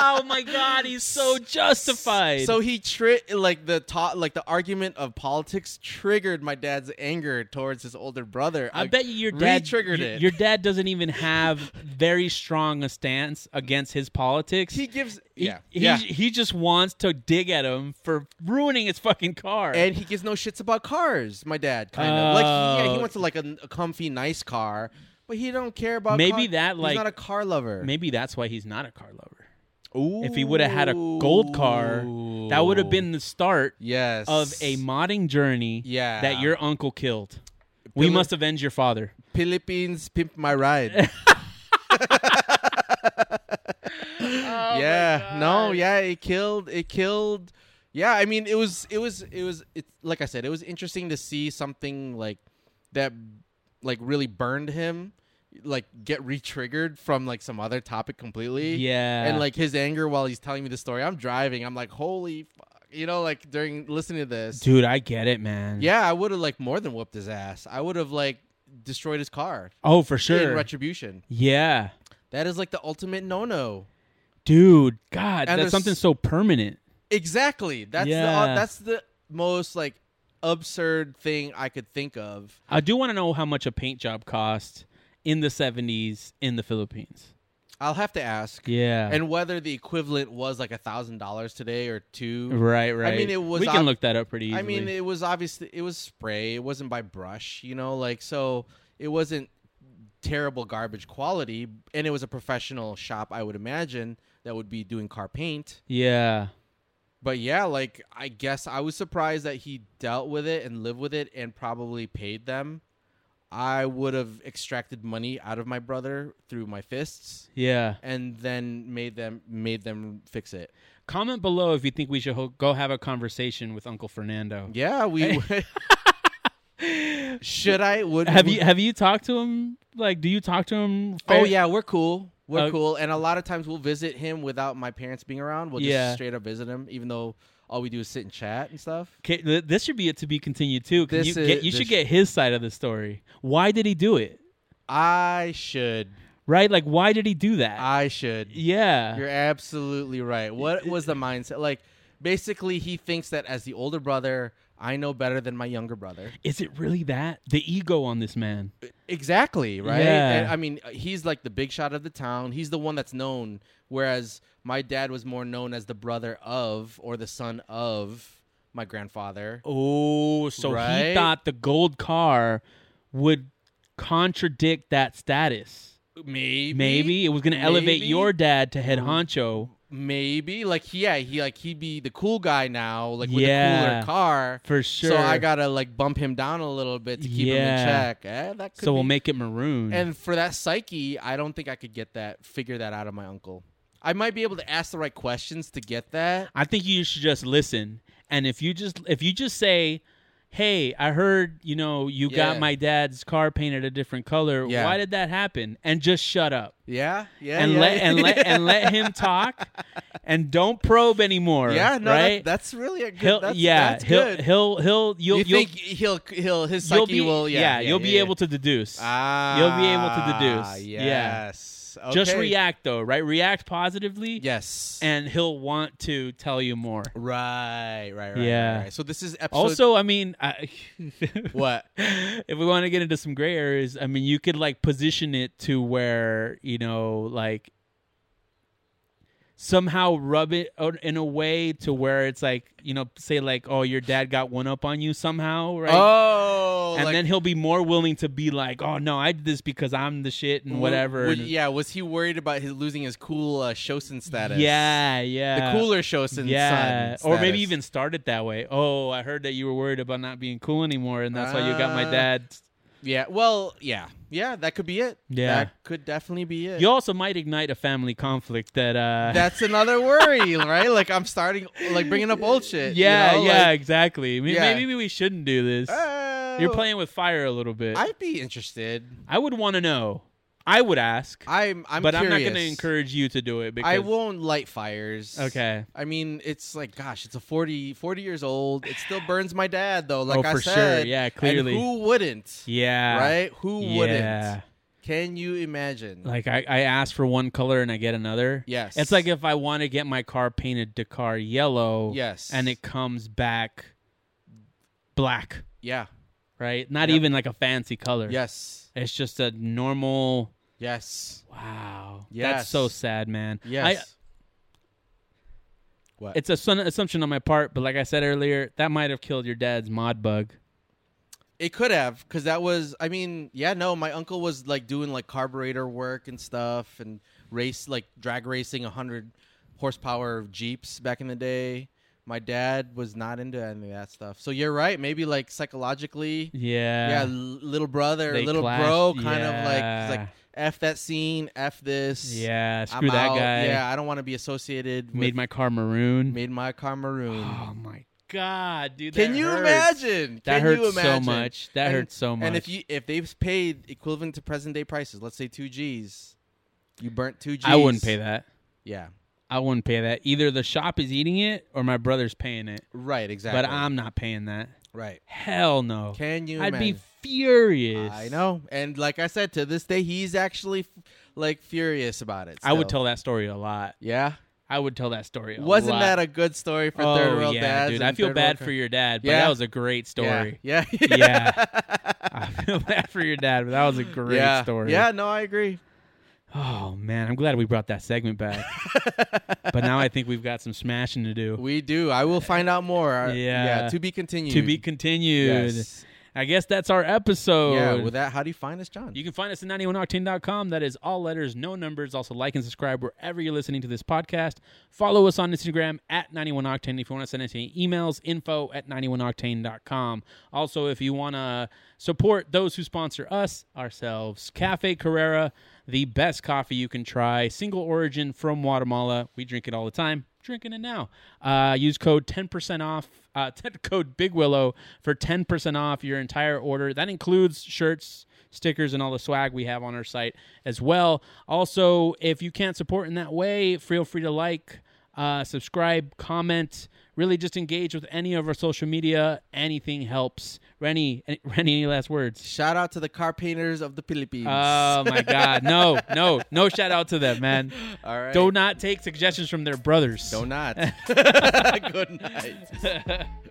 [SPEAKER 2] oh my god, he's so justified.
[SPEAKER 3] so he tri- like the ta- like the argument of politics triggered my dad's anger towards his older brother.
[SPEAKER 2] I
[SPEAKER 3] Like,
[SPEAKER 2] bet you your dad
[SPEAKER 3] re-triggered
[SPEAKER 2] y-
[SPEAKER 3] it.
[SPEAKER 2] Your dad doesn't even have very strong a stance against his politics.
[SPEAKER 3] he gives
[SPEAKER 2] He-
[SPEAKER 3] yeah.
[SPEAKER 2] he,
[SPEAKER 3] yeah.
[SPEAKER 2] he just wants to dig at him for ruining his fucking car.
[SPEAKER 3] and he gives no shits about cars. My dad kind of like he, yeah, he
[SPEAKER 2] Oh.
[SPEAKER 3] wants like a, a comfy, nice car, but he don't care about
[SPEAKER 2] Maybe
[SPEAKER 3] car-
[SPEAKER 2] that, like-
[SPEAKER 3] he's not a car lover.
[SPEAKER 2] Maybe that's why he's not a car lover.
[SPEAKER 3] Ooh.
[SPEAKER 2] If he would have had a gold car, that would have been the start
[SPEAKER 3] yes
[SPEAKER 2] of a modding journey
[SPEAKER 3] Yeah.
[SPEAKER 2] that your uncle killed. We
[SPEAKER 3] Billy-
[SPEAKER 2] must avenge your father.
[SPEAKER 3] Philippines pimp my ride. yeah, no, yeah, it killed. It killed. Yeah, I mean, it was, it was, it was. It's like I said, it was interesting to see something like that, like really burned him, like get re-triggered from like some other topic completely.
[SPEAKER 2] Yeah.
[SPEAKER 3] and like his anger while he's telling me the story. I'm driving. I'm like, holy, fuck. you know, like during listening to this.
[SPEAKER 2] Dude, I get it, man.
[SPEAKER 3] Yeah, I would have like more than whooped his ass. I would have like destroyed his car
[SPEAKER 2] Oh, for
[SPEAKER 3] in
[SPEAKER 2] sure.
[SPEAKER 3] retribution.
[SPEAKER 2] yeah.
[SPEAKER 3] That is like the ultimate no no.
[SPEAKER 2] Dude, God,
[SPEAKER 3] And
[SPEAKER 2] that's
[SPEAKER 3] there's-
[SPEAKER 2] something so permanent.
[SPEAKER 3] Exactly. That's the uh,
[SPEAKER 2] Yeah.
[SPEAKER 3] that's the most like absurd thing I could think of.
[SPEAKER 2] I do want to know how much a paint job cost in the 70s in the Philippines.
[SPEAKER 3] I'll have to ask.
[SPEAKER 2] Yeah.
[SPEAKER 3] And whether the equivalent was like a thousand dollars today or two.
[SPEAKER 2] right, right.
[SPEAKER 3] mean, it was
[SPEAKER 2] We can
[SPEAKER 3] ob-
[SPEAKER 2] look that up pretty easily.
[SPEAKER 3] I mean, it was obviously it was spray. It wasn't by brush, you know, like so it wasn't terrible garbage quality, and it was a professional shop. I would imagine that would be doing car paint.
[SPEAKER 2] yeah.
[SPEAKER 3] But yeah, like I guess I was surprised that he dealt with it and lived with it and probably paid them. I would have extracted money out of my brother through my fists
[SPEAKER 2] Yeah.
[SPEAKER 3] and then made them made them fix it.
[SPEAKER 2] Comment below if you think we should ho- go have a conversation with Uncle Fernando.
[SPEAKER 3] Yeah, we Should I would
[SPEAKER 2] Have you have you talked to him? Like, do you talk to him?
[SPEAKER 3] Oh
[SPEAKER 2] fair-
[SPEAKER 3] yeah, we're cool. We're
[SPEAKER 2] Oh.
[SPEAKER 3] cool, and a lot of times we'll visit him without my parents being around. We'll just
[SPEAKER 2] Yeah.
[SPEAKER 3] straight up visit him, even though all we do is sit and chat and stuff.
[SPEAKER 2] Okay, th- this should be it to be continued too. 'cause
[SPEAKER 3] This
[SPEAKER 2] You,
[SPEAKER 3] is-
[SPEAKER 2] get, you should
[SPEAKER 3] this-
[SPEAKER 2] get his side of the story. Why did he do it?
[SPEAKER 3] I should,
[SPEAKER 2] Right? Like, why did he do that?
[SPEAKER 3] I should.
[SPEAKER 2] yeah.
[SPEAKER 3] You're absolutely right. What was the mindset? Like, basically, he thinks that as the older brother, I know better than my younger brother.
[SPEAKER 2] Is it really that the ego on this man?
[SPEAKER 3] Exactly, right?
[SPEAKER 2] Yeah.
[SPEAKER 3] And, I mean, he's like the big shot of the town. He's the one that's known, whereas my dad was more known as the brother of or the son of my grandfather.
[SPEAKER 2] Oh, so he
[SPEAKER 3] Right?
[SPEAKER 2] thought the gold car would contradict that status.
[SPEAKER 3] Maybe,
[SPEAKER 2] Maybe it was going to elevate
[SPEAKER 3] Maybe. Mm.
[SPEAKER 2] your dad to head honcho
[SPEAKER 3] maybe like yeah he like he'd be the cool guy now like with a
[SPEAKER 2] Yeah.
[SPEAKER 3] cooler car
[SPEAKER 2] for sure.
[SPEAKER 3] so i gotta like bump him down a little bit to keep him
[SPEAKER 2] Yeah.
[SPEAKER 3] in check eh, that could
[SPEAKER 2] So we'll
[SPEAKER 3] be-
[SPEAKER 2] make it maroon.
[SPEAKER 3] and for that psyche i don't think i could get that figure that out of my uncle i might be able to ask the right questions to get that
[SPEAKER 2] I think you should just listen. And if you just if you just say, "Hey, I heard you know you got
[SPEAKER 3] Yeah.
[SPEAKER 2] my dad's car painted a different color.
[SPEAKER 3] Yeah.
[SPEAKER 2] Why did that happen?" And just shut up
[SPEAKER 3] yeah yeah
[SPEAKER 2] and
[SPEAKER 3] yeah.
[SPEAKER 2] let and let and let him talk, and don't probe anymore.
[SPEAKER 3] yeah no
[SPEAKER 2] right.
[SPEAKER 3] that, that's really a good
[SPEAKER 2] he'll,
[SPEAKER 3] that's,
[SPEAKER 2] yeah,
[SPEAKER 3] that's
[SPEAKER 2] he'll,
[SPEAKER 3] good
[SPEAKER 2] he'll he'll you'll
[SPEAKER 3] you
[SPEAKER 2] will
[SPEAKER 3] think he'll he'll his
[SPEAKER 2] you'll
[SPEAKER 3] psyche
[SPEAKER 2] be
[SPEAKER 3] will yeah,
[SPEAKER 2] you'll be able to deduce.
[SPEAKER 3] ah,
[SPEAKER 2] you'll be able to deduce. Yeah.
[SPEAKER 3] yes Okay.
[SPEAKER 2] Just react though, right? React positively.
[SPEAKER 3] Yes.
[SPEAKER 2] And he'll want to tell you more.
[SPEAKER 3] right, right, right.
[SPEAKER 2] Yeah.
[SPEAKER 3] Right, right. So this is episode.
[SPEAKER 2] also, I mean, I,
[SPEAKER 3] what?
[SPEAKER 2] if we want to get into some gray areas, I mean, you could like position it to where you know, like somehow rub it out in a way to where it's like you know, say like, oh, your dad got one up on you somehow, right?
[SPEAKER 3] Oh,
[SPEAKER 2] and
[SPEAKER 3] like-
[SPEAKER 2] then he'll be more willing to be like, oh no, I did this because I'm the shit and
[SPEAKER 3] w-
[SPEAKER 2] whatever.
[SPEAKER 3] w-
[SPEAKER 2] and-
[SPEAKER 3] yeah. Was he worried about his losing his cool uh, Shosen status?
[SPEAKER 2] yeah, yeah.
[SPEAKER 3] The cooler Shosen.
[SPEAKER 2] yeah,
[SPEAKER 3] son
[SPEAKER 2] or maybe
[SPEAKER 3] status.
[SPEAKER 2] even start it that way. Oh, I heard that you were worried about not being cool anymore, and that's why you got my
[SPEAKER 3] Ah.
[SPEAKER 2] dad.
[SPEAKER 3] Yeah. Well. Yeah. Yeah. That could be it.
[SPEAKER 2] Yeah.
[SPEAKER 3] That could definitely be it.
[SPEAKER 2] You also might ignite a family conflict that. uh
[SPEAKER 3] That's another worry, right? Like I'm starting, like bringing up old shit. you
[SPEAKER 2] Yeah,
[SPEAKER 3] know,
[SPEAKER 2] yeah,
[SPEAKER 3] like,
[SPEAKER 2] exactly. Maybe,
[SPEAKER 3] Yeah.
[SPEAKER 2] maybe we shouldn't do this.
[SPEAKER 3] oh,
[SPEAKER 2] You're playing with fire a little bit. I,
[SPEAKER 3] I'd be interested.
[SPEAKER 2] would want to know. I would ask,
[SPEAKER 3] I'm. I'm.
[SPEAKER 2] but I'm not
[SPEAKER 3] going
[SPEAKER 2] to encourage you to do it because
[SPEAKER 3] I won't light fires.
[SPEAKER 2] Okay.
[SPEAKER 3] I mean, it's like, gosh, it's a 40, 40 years old. It still burns my dad, though. Like
[SPEAKER 2] Oh,
[SPEAKER 3] I
[SPEAKER 2] for sure.
[SPEAKER 3] said,
[SPEAKER 2] Yeah,
[SPEAKER 3] And
[SPEAKER 2] clearly.
[SPEAKER 3] who wouldn't?
[SPEAKER 2] Yeah.
[SPEAKER 3] Right? Who
[SPEAKER 2] Yeah.
[SPEAKER 3] wouldn't? Can you imagine?
[SPEAKER 2] Like I, I ask for one color and I get another.
[SPEAKER 3] Yes.
[SPEAKER 2] It's like if I want to get my car painted Dakar yellow.
[SPEAKER 3] Yes.
[SPEAKER 2] And it comes back black,
[SPEAKER 3] yeah.
[SPEAKER 2] right? Not
[SPEAKER 3] Yep.
[SPEAKER 2] even like a fancy color.
[SPEAKER 3] Yes.
[SPEAKER 2] It's just a normal.
[SPEAKER 3] Yes.
[SPEAKER 2] Wow. That's
[SPEAKER 3] Yes.
[SPEAKER 2] so sad, man. I,
[SPEAKER 3] Yes. what?
[SPEAKER 2] it's a son- assumption on my part, but like I said earlier, that might have killed your dad's mod bug.
[SPEAKER 3] It could have, because that was. I mean, yeah, no. My uncle was like doing like carburetor work and stuff, and race like drag racing hundred horsepower jeeps back in the day. My dad was not into any of that stuff. So you're right. Maybe like psychologically, yeah,
[SPEAKER 2] Yeah.
[SPEAKER 3] l- little brother,
[SPEAKER 2] They
[SPEAKER 3] little
[SPEAKER 2] clashed,
[SPEAKER 3] bro, kind of like
[SPEAKER 2] yeah.
[SPEAKER 3] he's like f that scene, f this.
[SPEAKER 2] Yeah,
[SPEAKER 3] I'm
[SPEAKER 2] Screw that
[SPEAKER 3] out.
[SPEAKER 2] guy.
[SPEAKER 3] Yeah, I don't want to be associated.
[SPEAKER 2] Made
[SPEAKER 3] Made
[SPEAKER 2] my car maroon.
[SPEAKER 3] with, made my car maroon.
[SPEAKER 2] oh my god, dude.
[SPEAKER 3] Can
[SPEAKER 2] that
[SPEAKER 3] you
[SPEAKER 2] hurts.
[SPEAKER 3] imagine?
[SPEAKER 2] That
[SPEAKER 3] Can
[SPEAKER 2] hurts
[SPEAKER 3] you
[SPEAKER 2] so
[SPEAKER 3] imagine?
[SPEAKER 2] much. That
[SPEAKER 3] and,
[SPEAKER 2] hurts so
[SPEAKER 3] And if
[SPEAKER 2] much.
[SPEAKER 3] you if they've paid equivalent to present day prices, let's say two G's, you burnt two G's.
[SPEAKER 2] I wouldn't pay that.
[SPEAKER 3] Yeah,
[SPEAKER 2] I wouldn't pay that. Either the shop is eating it or my brother's paying it.
[SPEAKER 3] right. Exactly.
[SPEAKER 2] But I'm not paying that.
[SPEAKER 3] right.
[SPEAKER 2] Hell no.
[SPEAKER 3] Can you?
[SPEAKER 2] I'd be
[SPEAKER 3] imagine?
[SPEAKER 2] furious.
[SPEAKER 3] I know. And like I said, to this day, he's actually f- like furious about it.
[SPEAKER 2] I would
[SPEAKER 3] still.
[SPEAKER 2] tell that story a lot.
[SPEAKER 3] Yeah.
[SPEAKER 2] I would tell that story a
[SPEAKER 3] Wasn't
[SPEAKER 2] lot.
[SPEAKER 3] that a good story for
[SPEAKER 2] oh,
[SPEAKER 3] third world
[SPEAKER 2] yeah,
[SPEAKER 3] dads?
[SPEAKER 2] Dude, I
[SPEAKER 3] and
[SPEAKER 2] feel
[SPEAKER 3] third
[SPEAKER 2] bad
[SPEAKER 3] world
[SPEAKER 2] for your dad, but
[SPEAKER 3] Yeah.
[SPEAKER 2] that was a great
[SPEAKER 3] cou- Yeah.
[SPEAKER 2] story.
[SPEAKER 3] Yeah.
[SPEAKER 2] Yeah. I feel bad for your dad, but that was a great
[SPEAKER 3] yeah.
[SPEAKER 2] story.
[SPEAKER 3] Yeah. No, I agree.
[SPEAKER 2] Oh man, I'm glad we brought that segment back. but now I think we've got some smashing to do.
[SPEAKER 3] We do. I will find out more. Uh,
[SPEAKER 2] Yeah.
[SPEAKER 3] To be continued.
[SPEAKER 2] To be continued.
[SPEAKER 3] Yes.
[SPEAKER 2] I guess that's our episode.
[SPEAKER 3] Yeah, with that, how do you find us, John?
[SPEAKER 2] You can find us at 91octane.com. That is all letters, no numbers. Also, like and subscribe wherever you're listening to this podcast. Follow us on Instagram at 91octane. If you want to send us any emails, info at 91octane.com. Also, if you want to support those who sponsor us, ourselves, Cafe Carrera, the best coffee you can try, single origin from Guatemala. We drink it all the time. Drinking it now. Uh, use code 10% off uh, code Big Willow for 10% off your entire order. That includes shirts, stickers, and all the swag we have on our site as well. Also, if you can't support in that way, feel free to like, uh, subscribe, comment, really just engage with any of our social media. Anything helps. Rennie, any, Rennie, any last words?
[SPEAKER 3] Shout out to the car painters of the Philippines.
[SPEAKER 2] Oh my God! No, no, no! Shout out to them, man.
[SPEAKER 3] All right.
[SPEAKER 2] Do not take suggestions from their brothers.
[SPEAKER 3] Do not. Good night.